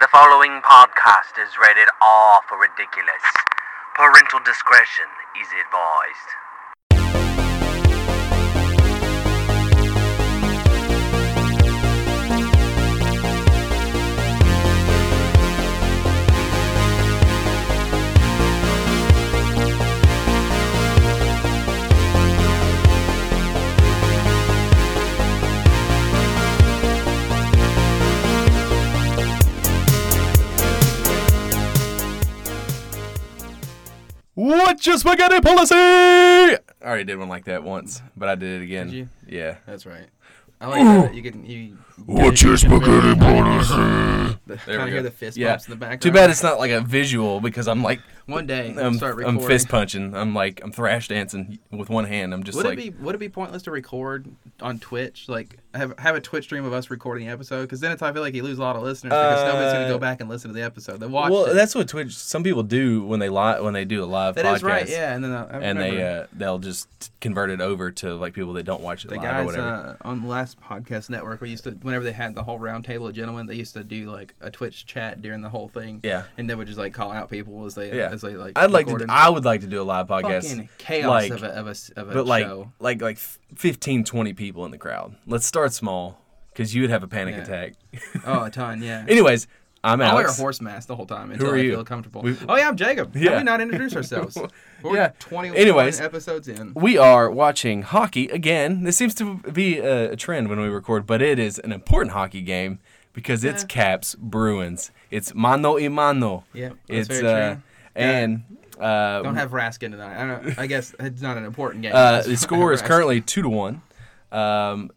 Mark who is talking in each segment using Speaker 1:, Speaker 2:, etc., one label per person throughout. Speaker 1: The following podcast is rated R for ridiculous. Parental discretion is advised.
Speaker 2: What's your spaghetti policy? I already did one like that once, but I did it again.
Speaker 3: Did you?
Speaker 2: Yeah.
Speaker 3: That's right. I like that. You can you.
Speaker 2: What's your spaghetti policy?
Speaker 3: Kind of hear the fist
Speaker 2: yeah.
Speaker 3: bumps in the background.
Speaker 2: Too bad it's not like a visual because I'm like
Speaker 3: One day we'll
Speaker 2: I'm,
Speaker 3: start
Speaker 2: I'm
Speaker 3: recording.
Speaker 2: fist punching. I'm like I'm thrash dancing with one hand. I'm just
Speaker 3: Would
Speaker 2: like
Speaker 3: it be would it be pointless to record on Twitch? Like have have a Twitch stream of us recording the episode? Because then it's I feel like you lose a lot of listeners because nobody's gonna
Speaker 2: Uh,
Speaker 3: go back and listen to the episode. They watched
Speaker 2: well,
Speaker 3: it.
Speaker 2: that's what Twitch. Some people do when they li- when they do a live
Speaker 3: That
Speaker 2: podcast.
Speaker 3: is right. Yeah, and then I, I
Speaker 2: And they
Speaker 3: remember
Speaker 2: uh, they'll just convert it over to like people that don't watch it
Speaker 3: the
Speaker 2: live or
Speaker 3: guys
Speaker 2: whatever.
Speaker 3: uh, on the last podcast network we used to whenever they had the whole round table of gentlemen they used to do like a Twitch chat during the whole thing.
Speaker 2: Yeah.
Speaker 3: and they would just like call out people as they
Speaker 2: yeah,
Speaker 3: as they like.
Speaker 2: I'd like
Speaker 3: recorded.
Speaker 2: to. I would like to do a live podcast.
Speaker 3: fucking chaos
Speaker 2: like,
Speaker 3: of a of a, s- of a
Speaker 2: but like
Speaker 3: show.
Speaker 2: like like 15 20 people in the crowd let's start small because you would have a panic
Speaker 3: Yeah.
Speaker 2: attack
Speaker 3: Oh, a ton, yeah.
Speaker 2: anyways i'm
Speaker 3: I wear a
Speaker 2: alex
Speaker 3: horse mask the whole time until
Speaker 2: are
Speaker 3: I
Speaker 2: you?
Speaker 3: feel comfortable.
Speaker 2: We've-
Speaker 3: oh yeah, I'm Jacob. How
Speaker 2: Yeah.
Speaker 3: did we not introduce ourselves? We're
Speaker 2: Yeah.
Speaker 3: 21
Speaker 2: Anyways.
Speaker 3: episodes in.
Speaker 2: we are watching hockey again this seems to be a, a trend when we record but it is an important hockey game because it's caps bruins it's mano y mano
Speaker 3: Yeah,
Speaker 2: it's
Speaker 3: that's very
Speaker 2: uh
Speaker 3: true.
Speaker 2: and uh,
Speaker 3: Don't have Raskin tonight. I don't. I guess it's not an important game.
Speaker 2: uh,
Speaker 3: Don't
Speaker 2: the score
Speaker 3: have
Speaker 2: is
Speaker 3: Raskin.
Speaker 2: currently two to one um,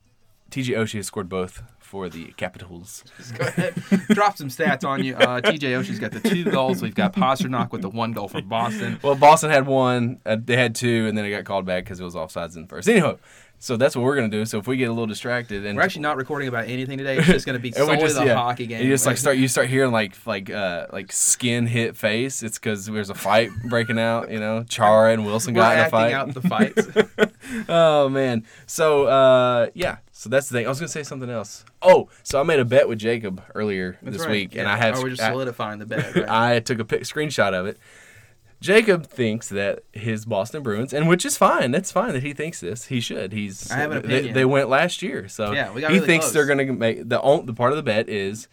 Speaker 2: tj oshie has scored both for the capitals
Speaker 3: Just go ahead. Drop some stats on you. Uh, TJ Oshie's got the two goals. We've got Pasternak with the one goal for Boston.
Speaker 2: Well, Boston had one. Uh, they had two, and then it got called back because it was offsides in the first. Anyhow, so that's what we're gonna do. So if we get a little distracted and
Speaker 3: We're actually not recording about anything today. It's just going to be
Speaker 2: and we
Speaker 3: solely the hockey game.
Speaker 2: you just like start you start hearing like like uh like skin hit face. It's because there's a fight breaking out. You know, Chara and Wilson
Speaker 3: We're
Speaker 2: got in a
Speaker 3: acting
Speaker 2: fight.
Speaker 3: out the fights.
Speaker 2: Oh man. So uh yeah. So that's the thing. I was gonna say something else. Oh, so I made a bet with Jacob earlier
Speaker 3: That's
Speaker 2: this
Speaker 3: right.
Speaker 2: week, and
Speaker 3: Yeah.
Speaker 2: I have
Speaker 3: Oh, we're just
Speaker 2: I-
Speaker 3: solidifying the bet. Right?
Speaker 2: I took a pic- screenshot of it. Jacob thinks that his Boston Bruins, and which is fine. That's fine that he thinks this. He should. He's.
Speaker 3: I have an
Speaker 2: they- They,
Speaker 3: opinion.
Speaker 2: went last year, so
Speaker 3: Yeah, we got
Speaker 2: he
Speaker 3: really
Speaker 2: thinks
Speaker 3: close.
Speaker 2: they're going to make the on- the part of the bet is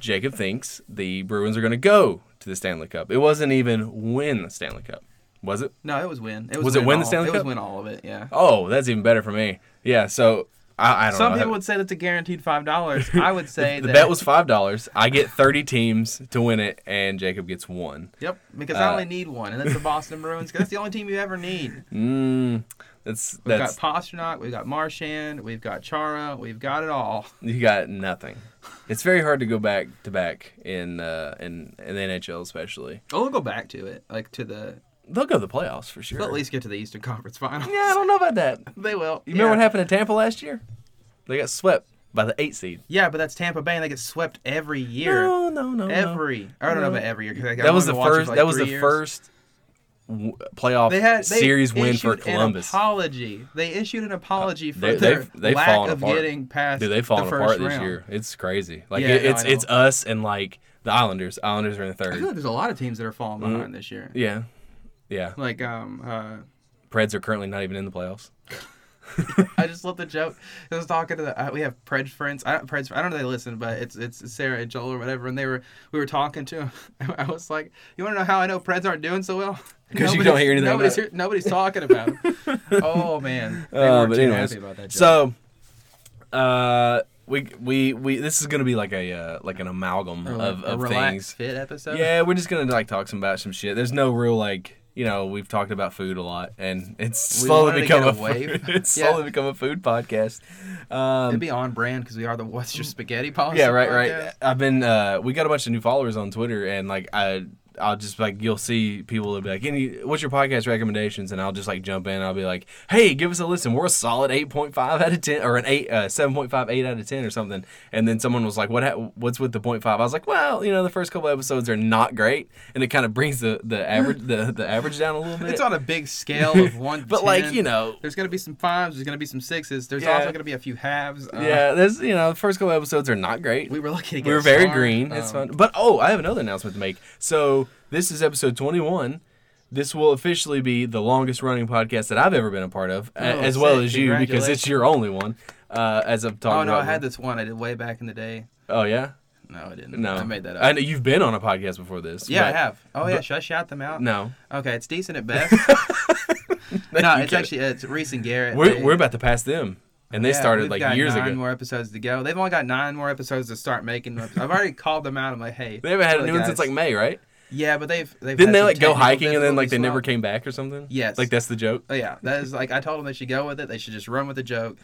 Speaker 2: Jacob thinks the Bruins are going to go to the Stanley Cup. It wasn't even win the Stanley Cup, was it?
Speaker 3: No, it was win. It was,
Speaker 2: Was it win the
Speaker 3: all.
Speaker 2: Stanley
Speaker 3: It was
Speaker 2: Cup?
Speaker 3: win all of it. Yeah.
Speaker 2: Oh, that's even better for me. Yeah. So I, I don't
Speaker 3: Some
Speaker 2: know.
Speaker 3: people would say that's a guaranteed five dollars. I would say
Speaker 2: the
Speaker 3: that,
Speaker 2: bet was five dollars. I get thirty teams to win it, and Jacob gets one.
Speaker 3: Yep, because I only need one, and that's the Boston Bruins. 'cause that's the only team you ever need. We've
Speaker 2: Mm, that's that's
Speaker 3: got Pasternak, we've got Marchand, we've got Chara, we've got it all.
Speaker 2: You got nothing. It's very hard to go back to back in uh, in, in the NHL, especially.
Speaker 3: Oh, we'll go back to it, like to the.
Speaker 2: They'll go to the playoffs for sure.
Speaker 3: We'll at least get to the Eastern Conference Finals.
Speaker 2: yeah, I don't know about that. You
Speaker 3: they will. You
Speaker 2: remember what happened to Tampa last year? They got swept by the eight seed.
Speaker 3: Yeah, but that's Tampa Bay, and they get swept every year.
Speaker 2: No, no, no, no.
Speaker 3: every. I don't know about every year. 'cause I got
Speaker 2: that was the
Speaker 3: one to watch it for,
Speaker 2: first.
Speaker 3: like,
Speaker 2: that was
Speaker 3: three
Speaker 2: the
Speaker 3: years.
Speaker 2: first w- playoff
Speaker 3: They had they
Speaker 2: series win for
Speaker 3: issued an
Speaker 2: Columbus. Uh,
Speaker 3: apology. They issued an apology for
Speaker 2: They-
Speaker 3: their
Speaker 2: they've- they've
Speaker 3: lack
Speaker 2: fallen
Speaker 3: of
Speaker 2: apart.
Speaker 3: getting past.
Speaker 2: Dude, they've
Speaker 3: the
Speaker 2: fallen
Speaker 3: first
Speaker 2: apart this
Speaker 3: round.
Speaker 2: year. It's crazy. Like
Speaker 3: Yeah,
Speaker 2: it,
Speaker 3: no,
Speaker 2: it's
Speaker 3: I know.
Speaker 2: it's us and like the Islanders. Islanders are in
Speaker 3: I feel
Speaker 2: third.
Speaker 3: like there's a lot of teams that are falling
Speaker 2: Mm-hmm.
Speaker 3: behind this year.
Speaker 2: Yeah, yeah.
Speaker 3: Like um, uh,
Speaker 2: Preds are currently not even in the playoffs.
Speaker 3: I just love the joke. I was talking to the uh, we have Pred friends. I don't Pred. I don't know if they listen, but it's it's Sarah and Joel or whatever, and they were we were talking to. 'em. I was like, you want to know how I know Preds aren't doing so well?
Speaker 2: 'Cause you
Speaker 3: Nobody's-
Speaker 2: don't hear anything
Speaker 3: Nobody's
Speaker 2: about
Speaker 3: here, nobody's talking about. 'em. oh man, they
Speaker 2: Uh,
Speaker 3: weren't
Speaker 2: but
Speaker 3: too
Speaker 2: anyways,
Speaker 3: happy about that. Joke.
Speaker 2: so uh, we we we this is gonna be like a uh, like an amalgam
Speaker 3: Or, like,
Speaker 2: of,
Speaker 3: a
Speaker 2: of
Speaker 3: relaxed
Speaker 2: things.
Speaker 3: fit episode.
Speaker 2: Yeah, we're just gonna like talk some about some shit. There's no real like you know we've talked about food a lot, and it's
Speaker 3: We
Speaker 2: slowly
Speaker 3: wanted to
Speaker 2: become
Speaker 3: get
Speaker 2: a
Speaker 3: away
Speaker 2: food,
Speaker 3: from-
Speaker 2: it's
Speaker 3: Yeah.
Speaker 2: slowly become a food podcast. Um, Mm.
Speaker 3: It'd be on brand because we are the What's Your Spaghetti Policy.
Speaker 2: yeah, right, right.
Speaker 3: podcast.
Speaker 2: I've been uh, we got a bunch of new followers on Twitter, and like I I'll just like you'll see people will be like, "Any, what's your podcast recommendations?" And I'll just like jump in. And I'll be like, "Hey, give us a listen. We're a solid eight point five out of ten, or an eight, uh, seven point five, eight out of ten, or something." And then someone was like, "What? Ha- what's with the point five? I was like, "Well, you know, the first couple episodes are not great, and it kind of brings the the average the, the average down a little bit."
Speaker 3: It's on a big scale of one. to
Speaker 2: But, like,
Speaker 3: 10.
Speaker 2: you know-
Speaker 3: there's gonna be some fives. There's gonna be some sixes. There's
Speaker 2: Yeah.
Speaker 3: also gonna be a few halves. Uh,
Speaker 2: yeah, there's you know, the first couple episodes are not great.
Speaker 3: we were lucky to get.
Speaker 2: we
Speaker 3: a
Speaker 2: were very
Speaker 3: star.
Speaker 2: green. It's
Speaker 3: Um,
Speaker 2: fun. But oh, I have another announcement to make. So this is episode 21. This will officially be the longest running podcast that I've ever been a part of, a-
Speaker 3: Oh,
Speaker 2: as well
Speaker 3: sick.
Speaker 2: as you, because it's
Speaker 3: Congratulations.
Speaker 2: your only one. Uh, as of talking
Speaker 3: Oh no,
Speaker 2: about
Speaker 3: I had
Speaker 2: one.
Speaker 3: this one I did way back in the day.
Speaker 2: Oh yeah,
Speaker 3: No, I didn't.
Speaker 2: no,
Speaker 3: I made that up.
Speaker 2: I know you've been on a podcast before this.
Speaker 3: yeah, I
Speaker 2: but-
Speaker 3: have. Oh yeah, should I shout them out?
Speaker 2: No,
Speaker 3: Okay, it's decent at best. no,
Speaker 2: You
Speaker 3: it's
Speaker 2: get it.
Speaker 3: actually it's Reese and Garrett.
Speaker 2: We're,
Speaker 3: They-
Speaker 2: we're about to pass them, and they
Speaker 3: yeah,
Speaker 2: started
Speaker 3: we've
Speaker 2: like
Speaker 3: got
Speaker 2: years
Speaker 3: nine
Speaker 2: ago.
Speaker 3: more episodes to go. They've only got nine more episodes to start making. I've already called them out. I'm like, hey,
Speaker 2: They haven't had a
Speaker 3: really,
Speaker 2: new one since
Speaker 3: Oh, guys.
Speaker 2: like May, right?
Speaker 3: yeah, but they've, they've
Speaker 2: Didn't
Speaker 3: had
Speaker 2: they
Speaker 3: some
Speaker 2: like go
Speaker 3: technical
Speaker 2: hiking and then like
Speaker 3: difficulties
Speaker 2: they
Speaker 3: and all.
Speaker 2: never came back or something?
Speaker 3: Yes.
Speaker 2: like that's the joke.
Speaker 3: Oh, yeah, that is like I told them they should go with it. They should just run with the joke.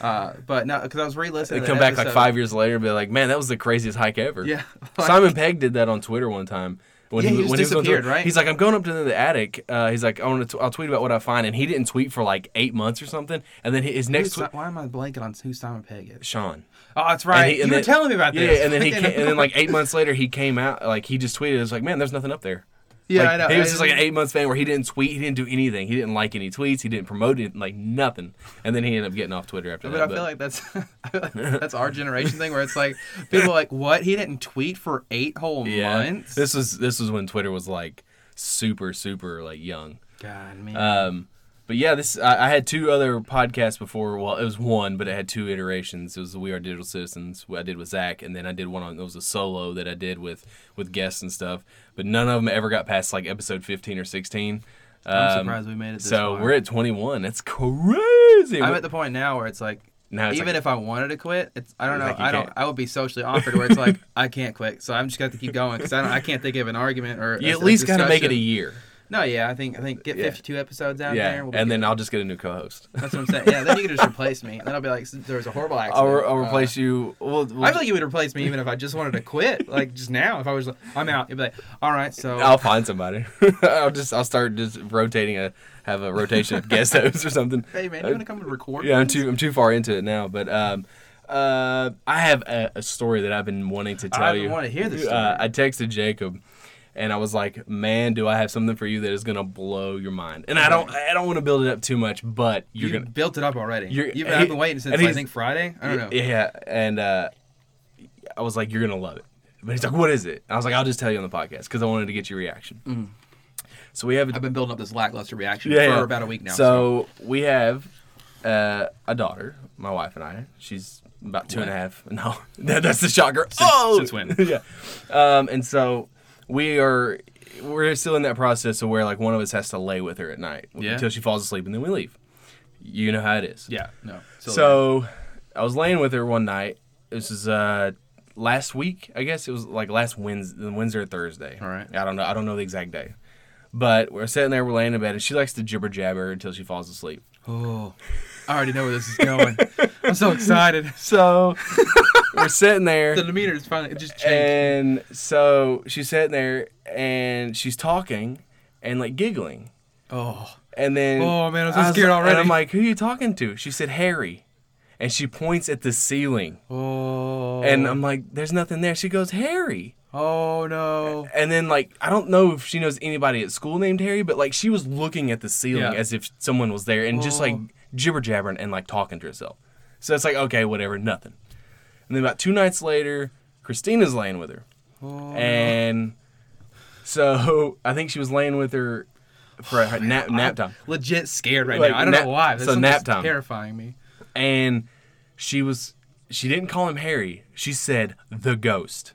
Speaker 3: Uh, but no, because I was
Speaker 2: They
Speaker 3: re-listening. to
Speaker 2: come
Speaker 3: that
Speaker 2: back like
Speaker 3: episode.
Speaker 2: five years later and be like, "Man, that was the craziest hike ever."
Speaker 3: Yeah,
Speaker 2: Simon Pegg did that on Twitter one time. When
Speaker 3: Yeah, he
Speaker 2: was-
Speaker 3: just
Speaker 2: when was on Twitter.
Speaker 3: disappeared, right?
Speaker 2: He's like, I'm going up to the attic. Uh, he's like, I want to. T- I'll tweet about what I find, and he didn't tweet for like eight months or something. And then hi- his next
Speaker 3: Who's,
Speaker 2: tweet,
Speaker 3: why am I blanking on who Simon Pegg is?
Speaker 2: Sean.
Speaker 3: Oh, that's right.
Speaker 2: And he- and
Speaker 3: you
Speaker 2: then-
Speaker 3: were telling me about
Speaker 2: yeah,
Speaker 3: this.
Speaker 2: and then he
Speaker 3: Freaking-
Speaker 2: came, and then like eight months later, he came out like he just tweeted. It was like, man, there's nothing up there.
Speaker 3: yeah,
Speaker 2: Like,
Speaker 3: I know.
Speaker 2: He was just like an eight month fan where he didn't tweet, he didn't do anything, he didn't like any tweets, he didn't promote it, like nothing. And then he ended up getting off Twitter after
Speaker 3: But
Speaker 2: that.
Speaker 3: I feel like that's I feel like that's our generation thing where it's like people are like what he didn't tweet for eight whole
Speaker 2: yeah,
Speaker 3: months.
Speaker 2: this was this was when Twitter was like super super like young.
Speaker 3: God man.
Speaker 2: Um, but yeah, this I, I had two other podcasts before. Well, it was one, but it had two iterations. It was the We Are Digital Citizens. What I did with Zach, and then I did one on. It was a solo that I did with with guests and stuff. But none of them ever got past like episode fifteen or sixteen.
Speaker 3: I'm
Speaker 2: Um,
Speaker 3: surprised we made it. This
Speaker 2: So
Speaker 3: far.
Speaker 2: we're at twenty one. That's crazy.
Speaker 3: I'm at the point now where it's like.
Speaker 2: Now it's
Speaker 3: Even
Speaker 2: like-
Speaker 3: if I wanted to quit, it's I don't know.
Speaker 2: Like you
Speaker 3: I don't.
Speaker 2: can't.
Speaker 3: I would be socially awkward where it's like I can't quit, so I'm just gonna have to keep going because I don't. I can't think of an argument or
Speaker 2: you
Speaker 3: a-
Speaker 2: at
Speaker 3: a
Speaker 2: least gotta make it a
Speaker 3: discussion.
Speaker 2: year.
Speaker 3: No, yeah, I think I think get
Speaker 2: Yeah.
Speaker 3: 52 episodes out
Speaker 2: yeah,
Speaker 3: there. we'll be
Speaker 2: and then
Speaker 3: good.
Speaker 2: I'll just get a new co-host.
Speaker 3: that's what I'm saying. Yeah, then you can just replace me. Then I'll be like, there was a horrible accident.
Speaker 2: I'll, re- I'll
Speaker 3: Uh,
Speaker 2: replace you. Well, we'll
Speaker 3: I feel like you would replace me even if I just wanted to quit, like just now. If I was, like, I'm out. You'd be like, all right, so
Speaker 2: I'll find somebody. I'll just I'll start just rotating a have a rotation of guest hosts or something.
Speaker 3: hey man, you want to come and record?
Speaker 2: Yeah, I'm
Speaker 3: this?
Speaker 2: too I'm too far into it now, but um, uh, I have a, a story that I've been wanting to tell
Speaker 3: been
Speaker 2: you.
Speaker 3: wanting to hear this
Speaker 2: Uh,
Speaker 3: story.
Speaker 2: I texted Jacob, and I was like, "Man, do I have something for you that is gonna blow your mind?" And I don't I don't want to build it up too much, but you're
Speaker 3: Mm-hmm. You
Speaker 2: gonna
Speaker 3: built it up already.
Speaker 2: You're-
Speaker 3: You've been,
Speaker 2: he-
Speaker 3: I've been waiting since
Speaker 2: and
Speaker 3: I
Speaker 2: he's-
Speaker 3: think Friday. I don't know.
Speaker 2: Yeah, and uh, I was like, "You're gonna love it," but he's like, "What is it?" And I was like, "I'll just tell you on the podcast because I wanted to get your reaction."
Speaker 3: Mm.
Speaker 2: So we have a
Speaker 3: I've been building up this lackluster reaction
Speaker 2: yeah,
Speaker 3: for
Speaker 2: yeah.
Speaker 3: about a week now.
Speaker 2: So we have uh, a daughter, my wife and I. She's about two and a half. No, that, that's the shocker. oh,
Speaker 3: since when?
Speaker 2: yeah. Um, and so we are we're still in that process of where like one of us has to lay with her at night
Speaker 3: Yeah.
Speaker 2: until she falls asleep, and then we leave. You know how it is.
Speaker 3: yeah, no. So,
Speaker 2: So I was laying with her one night. This is uh last week, I guess it was like last Wednesday, Wednesday or Thursday.
Speaker 3: All right.
Speaker 2: I don't know. I don't know the exact day. But we're sitting there, we're laying in bed, and she likes to jibber jabber until she falls asleep.
Speaker 3: oh, I already know where this is going. I'm so excited.
Speaker 2: So we're sitting there.
Speaker 3: The demeanor is finally it just changed.
Speaker 2: and so she's sitting there and she's talking and like giggling.
Speaker 3: oh,
Speaker 2: And then
Speaker 3: Oh, man, I'm so
Speaker 2: I was
Speaker 3: scared
Speaker 2: like- and
Speaker 3: already.
Speaker 2: I'm like, who are you talking to? She said, Harry. And she points at the ceiling.
Speaker 3: oh,
Speaker 2: And I'm like, there's nothing there. She goes, Harry.
Speaker 3: oh no.
Speaker 2: And then like I don't know if she knows anybody at school named Harry, but like she was looking at the ceiling
Speaker 3: Yeah.
Speaker 2: as if someone was there and just like
Speaker 3: Oh.
Speaker 2: jibber jabbering and like talking to herself. So it's like okay, whatever, nothing. And then about two nights later, Christina's laying with her,
Speaker 3: Oh,
Speaker 2: and so I think she was laying with her for her nap nap time,
Speaker 3: Legit scared right
Speaker 2: Like,
Speaker 3: now. I don't
Speaker 2: nap-
Speaker 3: know why. but
Speaker 2: so
Speaker 3: something's
Speaker 2: nap time.
Speaker 3: terrifying me.
Speaker 2: and she was she didn't call him Harry. She said the ghost.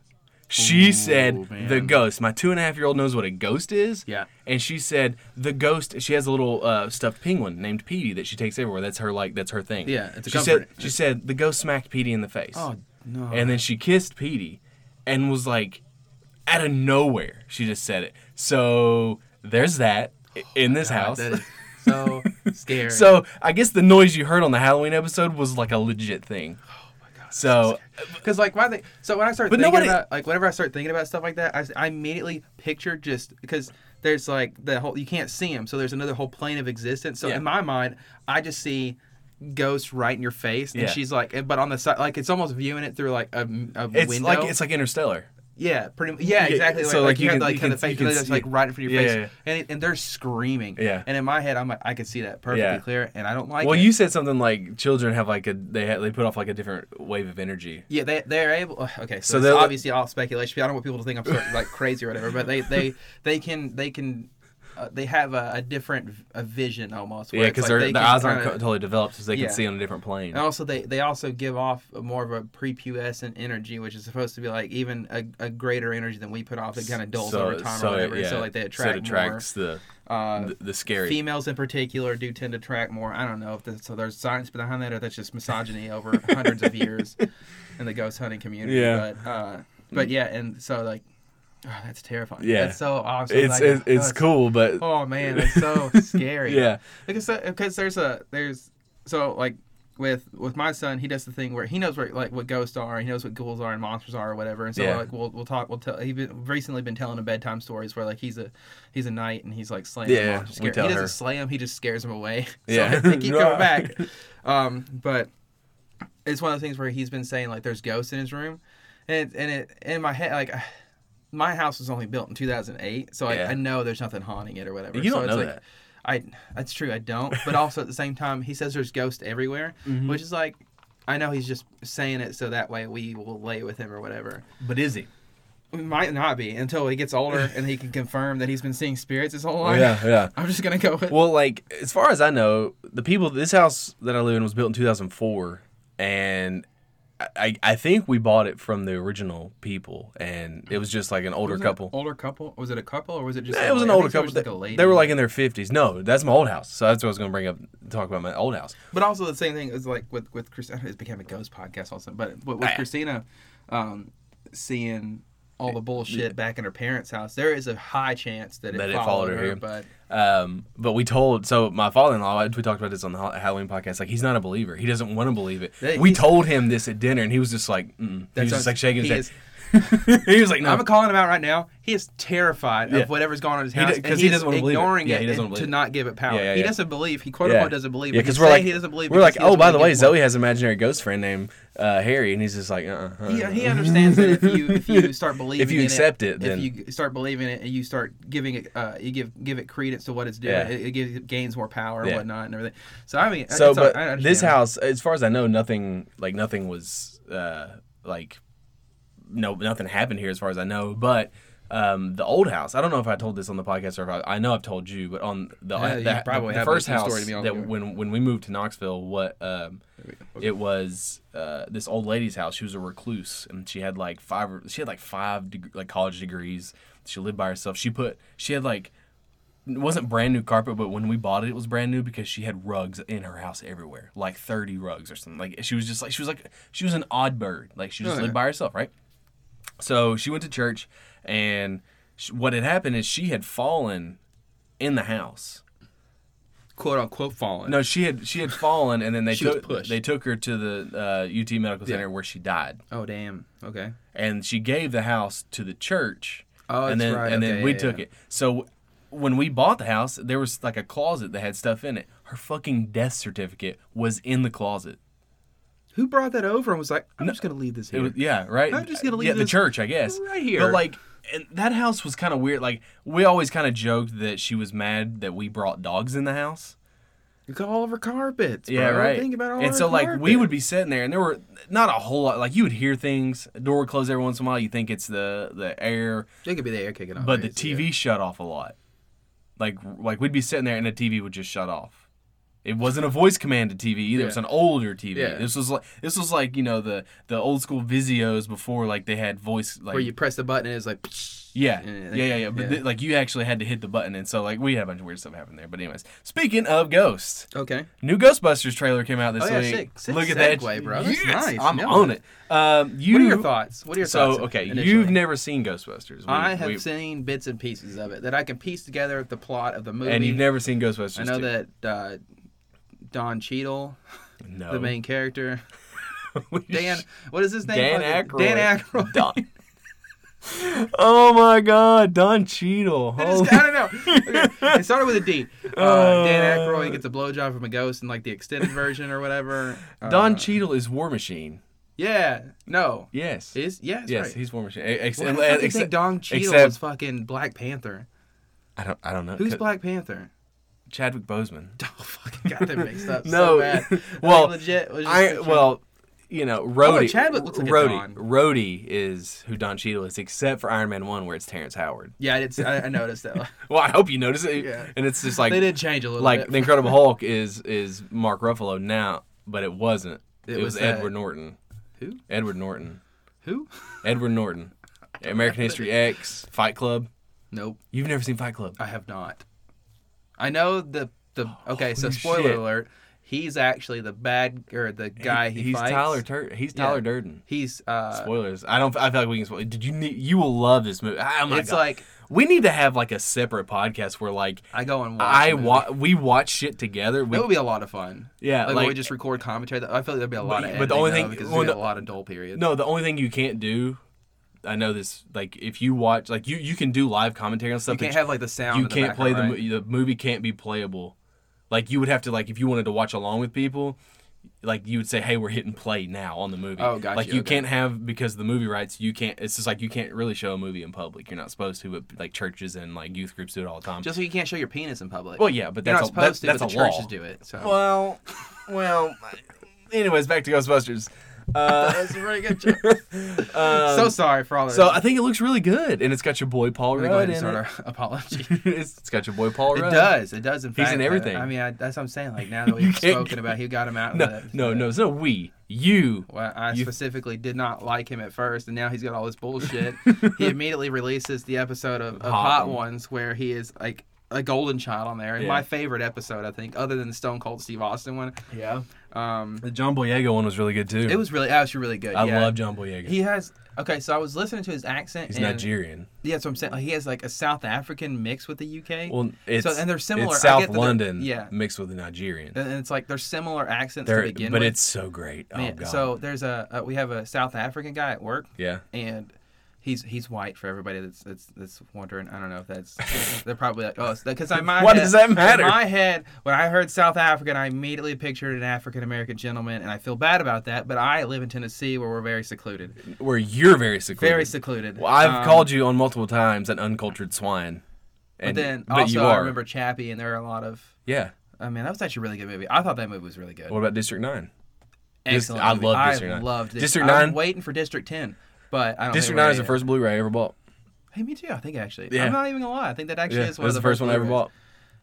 Speaker 2: She said the
Speaker 3: man.
Speaker 2: ghost. My two and a half year old knows what a ghost is.
Speaker 3: Yeah.
Speaker 2: And she said the ghost. She has a little uh, stuffed penguin named Petey that she takes everywhere. That's her like that's her thing.
Speaker 3: Yeah, it's a
Speaker 2: she said
Speaker 3: comfort.
Speaker 2: she said the ghost smacked Petey in the face.
Speaker 3: Oh no.
Speaker 2: And then she kissed Petey, and was like, out of nowhere, she just said it. So there's that i- in this house.
Speaker 3: That is so scary. Oh
Speaker 2: So I guess the noise you heard on the Halloween episode was like a legit thing. So
Speaker 3: Because like my thing, so when I start
Speaker 2: But
Speaker 3: thinking
Speaker 2: nobody-
Speaker 3: about like whenever I start thinking about stuff like that, I, s- I immediately picture just because there's like the whole you can't see them, so there's another whole plane of existence. So
Speaker 2: Yeah.
Speaker 3: in my mind, I just see ghosts right in your face, and
Speaker 2: Yeah.
Speaker 3: she's like, eh, but on the side, like it's almost viewing it through like a, a
Speaker 2: It's
Speaker 3: window.
Speaker 2: like it's like Interstellar.
Speaker 3: yeah, pretty. mu- Yeah,
Speaker 2: Yeah,
Speaker 3: exactly.
Speaker 2: so,
Speaker 3: like,
Speaker 2: like,
Speaker 3: you,
Speaker 2: you
Speaker 3: have
Speaker 2: can-
Speaker 3: like
Speaker 2: you
Speaker 3: kind
Speaker 2: can-
Speaker 3: of face,
Speaker 2: you can
Speaker 3: and it's, like
Speaker 2: see-
Speaker 3: right in front of your
Speaker 2: Yeah,
Speaker 3: face,
Speaker 2: yeah, yeah.
Speaker 3: and it, and they're screaming.
Speaker 2: Yeah.
Speaker 3: And in my head, I'm like, I can see that perfectly
Speaker 2: Yeah.
Speaker 3: clear, and I don't like.
Speaker 2: Well,
Speaker 3: it.
Speaker 2: you said something like children have like a they ha- they put off like a different wave of energy.
Speaker 3: Yeah, they they're able. ugh, Okay,
Speaker 2: So
Speaker 3: so, it's
Speaker 2: they'll-
Speaker 3: obviously all speculation. I don't want people to think I'm sort of, like crazy or whatever, but they they they can they can uh, they have a, a different v- a vision almost. where
Speaker 2: Yeah,
Speaker 3: it's
Speaker 2: because
Speaker 3: like
Speaker 2: their
Speaker 3: they
Speaker 2: their
Speaker 3: can
Speaker 2: eyes aren't
Speaker 3: kinda-
Speaker 2: co- totally developed, so they
Speaker 3: Yeah. Oh,
Speaker 2: can see on a different plane.
Speaker 3: and also, they, they also give off a more of a prepubescent energy, which is supposed to be like even a, a greater energy than we put off. That kind of dulls over time or whatever.
Speaker 2: yeah,
Speaker 3: so like they
Speaker 2: so it
Speaker 3: attract
Speaker 2: attracts
Speaker 3: more. Uh,
Speaker 2: the, the the scary.
Speaker 3: females in particular do tend to attract more. I don't know if that's, so there's science behind that or that's just misogyny over hundreds of years in the ghost hunting community.
Speaker 2: Yeah.
Speaker 3: But, uh, but yeah, and so like, oh, that's terrifying.
Speaker 2: Yeah.
Speaker 3: That's so awesome.
Speaker 2: it's
Speaker 3: Like,
Speaker 2: it's,
Speaker 3: oh,
Speaker 2: it's cool, but
Speaker 3: Oh man, it's so scary.
Speaker 2: yeah,
Speaker 3: Because because uh, there's a there's so like with with my son, he does the thing where he knows where like what ghosts are, he knows what ghouls are and monsters are or whatever. And so
Speaker 2: Yeah.
Speaker 3: like we'll we'll talk we'll tell. He's been, recently been telling him bedtime stories where like he's a he's a knight and he's like slaying.
Speaker 2: Yeah,
Speaker 3: the
Speaker 2: yeah,
Speaker 3: monster.
Speaker 2: we
Speaker 3: Scare-
Speaker 2: tell
Speaker 3: he
Speaker 2: her.
Speaker 3: doesn't slay him, he just scares him away. so
Speaker 2: Yeah.
Speaker 3: they keep coming back. Um, but it's one of the things where he's been saying like there's ghosts in his room, and it, and it in my head like. My house was only built in 2008, so like,
Speaker 2: Yeah.
Speaker 3: I know there's nothing haunting it or whatever.
Speaker 2: You
Speaker 3: so
Speaker 2: don't
Speaker 3: it's
Speaker 2: know
Speaker 3: like,
Speaker 2: that.
Speaker 3: I that's true. I don't. But also at the same time, he says there's ghosts everywhere, which is like, I know he's just saying it so that way we will lay with him or whatever.
Speaker 2: But is he?
Speaker 3: We might not be until he gets older and he can confirm that he's been seeing spirits his whole life.
Speaker 2: Oh, Yeah, yeah.
Speaker 3: I'm just gonna go with.
Speaker 2: Well, like as far as I know, the people this house that I live in was built in 2004, and I- I I think we bought it from the original people, and it was just like an older
Speaker 3: Was it an
Speaker 2: couple.
Speaker 3: Older couple? Was it a couple or was it just?
Speaker 2: Nah,
Speaker 3: a
Speaker 2: it was an
Speaker 3: lady? I
Speaker 2: older
Speaker 3: think
Speaker 2: couple.
Speaker 3: it was
Speaker 2: They,
Speaker 3: like a lady.
Speaker 2: they were like in their 50s. No, that's my old house. So that's what I was going to bring up, talk about my old house.
Speaker 3: But also the same thing is like with with Christina. It became a ghost podcast also, but but with
Speaker 2: Ah.
Speaker 3: Christina, um, seeing all the bullshit back in her parents' house, there is a high chance that it,
Speaker 2: That it
Speaker 3: followed,
Speaker 2: followed her
Speaker 3: her.
Speaker 2: here.
Speaker 3: But
Speaker 2: Um, but we told so my father-in-law. We talked about this on the Ha- Halloween podcast. Like he's not a believer. He doesn't want to believe it.
Speaker 3: Hey,
Speaker 2: we
Speaker 3: he's-
Speaker 2: told him this at dinner, and he was just like, mm. he
Speaker 3: That's
Speaker 2: was just
Speaker 3: what-
Speaker 2: like shaking his
Speaker 3: he
Speaker 2: head. he was like, no,
Speaker 3: I'm calling him out right now. He is terrified
Speaker 2: Oh. Yeah.
Speaker 3: of whatever's going on in his
Speaker 2: He
Speaker 3: house
Speaker 2: d- 'cause
Speaker 3: and
Speaker 2: he
Speaker 3: he's
Speaker 2: doesn't wanna believe it.
Speaker 3: ignoring
Speaker 2: Yeah,
Speaker 3: it,
Speaker 2: he doesn't
Speaker 3: and-
Speaker 2: wanna
Speaker 3: to
Speaker 2: believe it.
Speaker 3: not give it power.
Speaker 2: Yeah, yeah,
Speaker 3: He
Speaker 2: yeah.
Speaker 3: doesn't believe. He quote unquote doesn't believe.
Speaker 2: Yeah,
Speaker 3: but
Speaker 2: because
Speaker 3: he's
Speaker 2: we're
Speaker 3: saying
Speaker 2: like,
Speaker 3: he doesn't believe.
Speaker 2: we're
Speaker 3: because
Speaker 2: like,
Speaker 3: he doesn't
Speaker 2: oh, by
Speaker 3: wanna
Speaker 2: the way,
Speaker 3: give
Speaker 2: Zoe
Speaker 3: more."
Speaker 2: has imaginary ghost friend named uh, Harry, and he's just like, uh, uh,
Speaker 3: He, he understands that if you if you start believing
Speaker 2: If you
Speaker 3: in
Speaker 2: accept it, then-
Speaker 3: if you start believing it and you start giving it uh, you give give it credence to what it's doing
Speaker 2: Yeah.
Speaker 3: it, it, gives, it gains more power
Speaker 2: Yeah.
Speaker 3: and whatnot and everything so I mean
Speaker 2: So,
Speaker 3: it's all-
Speaker 2: but
Speaker 3: I understand
Speaker 2: this
Speaker 3: that.
Speaker 2: house, as far as I know, nothing like nothing was uh, like no nothing happened here, as far as I know. But um, the old house, I don't know if I told this on the podcast or if I, I know I've told you, but on the
Speaker 3: Yeah, you
Speaker 2: the,
Speaker 3: probably
Speaker 2: the
Speaker 3: have, but
Speaker 2: first
Speaker 3: it's your
Speaker 2: house
Speaker 3: story to me, I'll do
Speaker 2: that
Speaker 3: it.
Speaker 2: when when we moved to Knoxville, what um, it was uh, this old lady's house. She was a recluse, and she had like five or- she had like five deg- like college degrees. She lived by herself. She put she had like it wasn't brand new carpet, but when we bought it, it was brand new because she had rugs in her house everywhere, like thirty rugs or something. Like she was just like she was like she was an odd bird. Like she just
Speaker 3: Oh, yeah.
Speaker 2: lived by herself, right? So she went to church, and sh what had happened is she had fallen in the house.
Speaker 3: quote unquote fallen
Speaker 2: No, she had she had fallen, and then they
Speaker 3: She was
Speaker 2: took
Speaker 3: pushed.
Speaker 2: they took her to the uh, UT Medical Center where she died,
Speaker 3: oh damn okay
Speaker 2: and she gave the house to the church.
Speaker 3: Oh,
Speaker 2: and
Speaker 3: that's
Speaker 2: then,
Speaker 3: right.
Speaker 2: And then
Speaker 3: Okay,
Speaker 2: we
Speaker 3: yeah,
Speaker 2: took
Speaker 3: yeah.
Speaker 2: it. So when we bought the house, there was like a closet that had stuff in it. Her fucking death certificate was in the closet.
Speaker 3: who brought that over and was like I'm just gonna leave this
Speaker 2: It
Speaker 3: here
Speaker 2: was, yeah, right.
Speaker 3: I'm just gonna leave
Speaker 2: yeah, the
Speaker 3: this
Speaker 2: church, I guess.
Speaker 3: right here.
Speaker 2: But like, and that house was kind of weird. Like, we always kind of joked that she was mad that we brought dogs in the house.
Speaker 3: you got all of her carpets
Speaker 2: Yeah,
Speaker 3: bro.
Speaker 2: right.
Speaker 3: think about all
Speaker 2: and
Speaker 3: of
Speaker 2: so
Speaker 3: her
Speaker 2: like we
Speaker 3: carpets.
Speaker 2: would be sitting there, and there were not a whole lot. Like you would hear things. Door would close every once in a while. You think it's the the air,
Speaker 3: it could be the air kicking off
Speaker 2: but the
Speaker 3: obviously, yeah.
Speaker 2: TV shut off a lot. Like like we'd be sitting there, and the TV would just shut off. It wasn't a voice commanded TV either. It was
Speaker 3: Yeah.
Speaker 2: an older TV.
Speaker 3: Yeah.
Speaker 2: This was like this was like you know the the old school Vizios before like they had voice like
Speaker 3: where you press the button and it's like
Speaker 2: yeah.
Speaker 3: Yeah,
Speaker 2: yeah, yeah, yeah. But
Speaker 3: yeah.
Speaker 2: th- like you actually had to hit the button, and so like we had a bunch of weird stuff happen there. But anyways, speaking of ghosts,
Speaker 3: okay
Speaker 2: New Ghostbusters trailer came out this
Speaker 3: Oh, yeah,
Speaker 2: week.
Speaker 3: sick. Sick
Speaker 2: Look at that,
Speaker 3: segue, bro. That's nice.
Speaker 2: I'm
Speaker 3: No.
Speaker 2: on it. Um, you,
Speaker 3: what are your thoughts what are your thoughts
Speaker 2: So okay,
Speaker 3: initially?
Speaker 2: you've never seen Ghostbusters. We-
Speaker 3: I have
Speaker 2: we-
Speaker 3: seen bits and pieces of it that I can piece together the plot of the movie.
Speaker 2: and you've never seen Ghostbusters.
Speaker 3: I know
Speaker 2: two.
Speaker 3: that uh, Don Cheadle,
Speaker 2: No,
Speaker 3: the main character,
Speaker 2: We
Speaker 3: Dan,
Speaker 2: Oh. sh-
Speaker 3: what is his name?
Speaker 2: Dan Aykroyd.
Speaker 3: Fucking- Dan Aykroyd.
Speaker 2: Don- oh my God, Don Cheadle.
Speaker 3: I, just, I don't know. Okay, It started with a D. Uh, Dan Aykroyd gets a blowjob from a ghost in like the extended version or whatever. Uh,
Speaker 2: Don Cheadle is War Machine.
Speaker 3: Yeah. No.
Speaker 2: Yes.
Speaker 3: Is yeah. That's
Speaker 2: yes,
Speaker 3: right.
Speaker 2: he's War Machine. E, Ex-
Speaker 3: Why
Speaker 2: ex-
Speaker 3: the fuck do you think
Speaker 2: except-
Speaker 3: Don Cheadle
Speaker 2: except-
Speaker 3: was fucking Black Panther?
Speaker 2: I don't. I don't know.
Speaker 3: Who's
Speaker 2: Could-
Speaker 3: Black Panther?
Speaker 2: Chadwick Boseman.
Speaker 3: Oh, fucking got that mixed up.
Speaker 2: No.
Speaker 3: so bad.
Speaker 2: Well,
Speaker 3: Like, legit. Was just
Speaker 2: I
Speaker 3: picturing-
Speaker 2: well, you know, Rhodey.
Speaker 3: Chadwick looks like a
Speaker 2: Rhodey.
Speaker 3: Don.
Speaker 2: Rhodey is who Don Cheadle is, except for Iron Man One, where it's Terrence Howard.
Speaker 3: Yeah, I, did, see- I, I noticed that.
Speaker 2: Well, I hope you notice it.
Speaker 3: Yeah.
Speaker 2: And it's just like
Speaker 3: they did change a little
Speaker 2: like
Speaker 3: bit.
Speaker 2: the Incredible Hulk is is Mark Ruffalo now, but it wasn't. It,
Speaker 3: It
Speaker 2: was,
Speaker 3: was that-
Speaker 2: Edward Norton.
Speaker 3: Who?
Speaker 2: Edward Norton.
Speaker 3: Who?
Speaker 2: Edward Norton. American History X. Fight Club.
Speaker 3: Nope,
Speaker 2: You've never seen Fight Club.
Speaker 3: I have not. I know the the. Okay, so
Speaker 2: Holy
Speaker 3: spoiler
Speaker 2: shit.
Speaker 3: alert. He's actually the bad or the guy he,
Speaker 2: he's
Speaker 3: fights.
Speaker 2: Tyler. Tur- he's
Speaker 3: Yeah.
Speaker 2: Tyler Durden.
Speaker 3: He's uh.
Speaker 2: Spoilers. I don't. I feel like we can spoil. Did you? Need, you will love this movie. Oh my
Speaker 3: It's
Speaker 2: God.
Speaker 3: like
Speaker 2: we need to have like a separate podcast where like
Speaker 3: I go and watch.
Speaker 2: I
Speaker 3: a movie.
Speaker 2: wa- we watch shit together. We,
Speaker 3: That would be a lot of fun.
Speaker 2: Yeah,
Speaker 3: like,
Speaker 2: like-
Speaker 3: when we just record commentary. I feel like there'd be a lot
Speaker 2: But-
Speaker 3: of.
Speaker 2: but the
Speaker 3: editing,
Speaker 2: only
Speaker 3: though,
Speaker 2: thing-
Speaker 3: because
Speaker 2: well,
Speaker 3: there'd be
Speaker 2: no-
Speaker 3: a lot of dull periods.
Speaker 2: No, the only thing you can't do, I know this. Like, if you watch, like you you can do live commentary on stuff.
Speaker 3: you can't
Speaker 2: but
Speaker 3: have like the sound.
Speaker 2: you
Speaker 3: in the
Speaker 2: can't play the
Speaker 3: background, right?
Speaker 2: mo- the movie can't be playable. Like you would have to like if you wanted to watch along with people, like you would say, "Hey, we're hitting play now on the movie."
Speaker 3: Oh, gotcha,
Speaker 2: Like you
Speaker 3: okay.
Speaker 2: can't have because the movie rights. You can't. It's just like you can't really show a movie in public. You're not supposed to. But like churches and like youth groups do it all the time.
Speaker 3: Just so you can't show your penis in public.
Speaker 2: well, yeah, but
Speaker 3: you're
Speaker 2: that's
Speaker 3: not
Speaker 2: a,
Speaker 3: supposed
Speaker 2: that-
Speaker 3: to. but
Speaker 2: that's a
Speaker 3: the
Speaker 2: law.
Speaker 3: churches do it. So.
Speaker 2: Oh. Well, well. Anyways, back to Ghostbusters. Uh,
Speaker 3: That's a very good joke.
Speaker 2: um,
Speaker 3: so sorry for all that.
Speaker 2: So I think it looks really good, and it's got your boy Paul
Speaker 3: I'm gonna go ahead
Speaker 2: Rudd
Speaker 3: and
Speaker 2: in
Speaker 3: start
Speaker 2: it.
Speaker 3: our apology.
Speaker 2: it's it's got your boy Paul
Speaker 3: It
Speaker 2: Rudd.
Speaker 3: does. It does. In
Speaker 2: He's
Speaker 3: fact,
Speaker 2: in
Speaker 3: but,
Speaker 2: everything.
Speaker 3: I mean, I, that's what I'm saying. Like now that
Speaker 2: You
Speaker 3: we've
Speaker 2: can't-
Speaker 3: spoken about, he got him out.
Speaker 2: No,
Speaker 3: with it.
Speaker 2: no, no. It's not we. You.
Speaker 3: Well, I
Speaker 2: You-
Speaker 3: specifically did not like him at first, and now he's got all this bullshit. he immediately releases the episode of, of
Speaker 2: Hot
Speaker 3: Hot,
Speaker 2: One.
Speaker 3: Ones where he is like a golden child on there. And
Speaker 2: Yeah.
Speaker 3: my favorite episode, I think, other than the Stone Cold Steve Austin one.
Speaker 2: Yeah.
Speaker 3: Um,
Speaker 2: The John Boyega one was really good too.
Speaker 3: it was really actually really good.
Speaker 2: I
Speaker 3: yeah.
Speaker 2: love John Boyega.
Speaker 3: He has okay, so I was listening to his accent.
Speaker 2: He's
Speaker 3: and,
Speaker 2: Nigerian.
Speaker 3: Yeah, that's what I'm saying. He has like a South African mix with the UK.
Speaker 2: Well, it's
Speaker 3: and they're similar.
Speaker 2: It's South
Speaker 3: I get that they're-
Speaker 2: London,
Speaker 3: yeah.
Speaker 2: mixed with the Nigerian.
Speaker 3: and it's like they're similar accents
Speaker 2: They're-
Speaker 3: to begin
Speaker 2: but
Speaker 3: with.
Speaker 2: it's so great. Oh
Speaker 3: Man,
Speaker 2: god.
Speaker 3: so there's a uh, we have a South African guy at work,
Speaker 2: yeah.
Speaker 3: and he's he's white for everybody that's that's, that's wondering. I don't know if that's they're probably like oh because I my
Speaker 2: What
Speaker 3: head-
Speaker 2: does that matter?
Speaker 3: In my head, when I heard South African, I immediately pictured an African American gentleman, and I feel bad about that. But I live in Tennessee, where we're very secluded,
Speaker 2: Where you're very secluded.
Speaker 3: very secluded.
Speaker 2: Well, I've
Speaker 3: Um,
Speaker 2: called you on multiple times an uncultured swine.
Speaker 3: But
Speaker 2: And-
Speaker 3: then
Speaker 2: but
Speaker 3: also
Speaker 2: you
Speaker 3: I
Speaker 2: are.
Speaker 3: remember Chappie, and there are a lot of.
Speaker 2: Yeah.
Speaker 3: I mean, that was actually a really good movie. I thought that movie was really good.
Speaker 2: What about District Nine? Dis-
Speaker 3: Excellent.
Speaker 2: I
Speaker 3: movie.
Speaker 2: love District Nine.
Speaker 3: loved it.
Speaker 2: District
Speaker 3: I was
Speaker 2: Nine-
Speaker 3: waiting for District Ten, but I don't.
Speaker 2: District
Speaker 3: think Oh, we're
Speaker 2: Nine is the
Speaker 3: gonna get it.
Speaker 2: first Blu-ray I ever bought.
Speaker 3: Hey, me too. I think actually.
Speaker 2: Yeah.
Speaker 3: I'm not even gonna lie. I think that actually
Speaker 2: Yeah,
Speaker 3: is
Speaker 2: it
Speaker 3: one of
Speaker 2: was
Speaker 3: the
Speaker 2: the first one I ever
Speaker 3: Blu-rays.
Speaker 2: bought.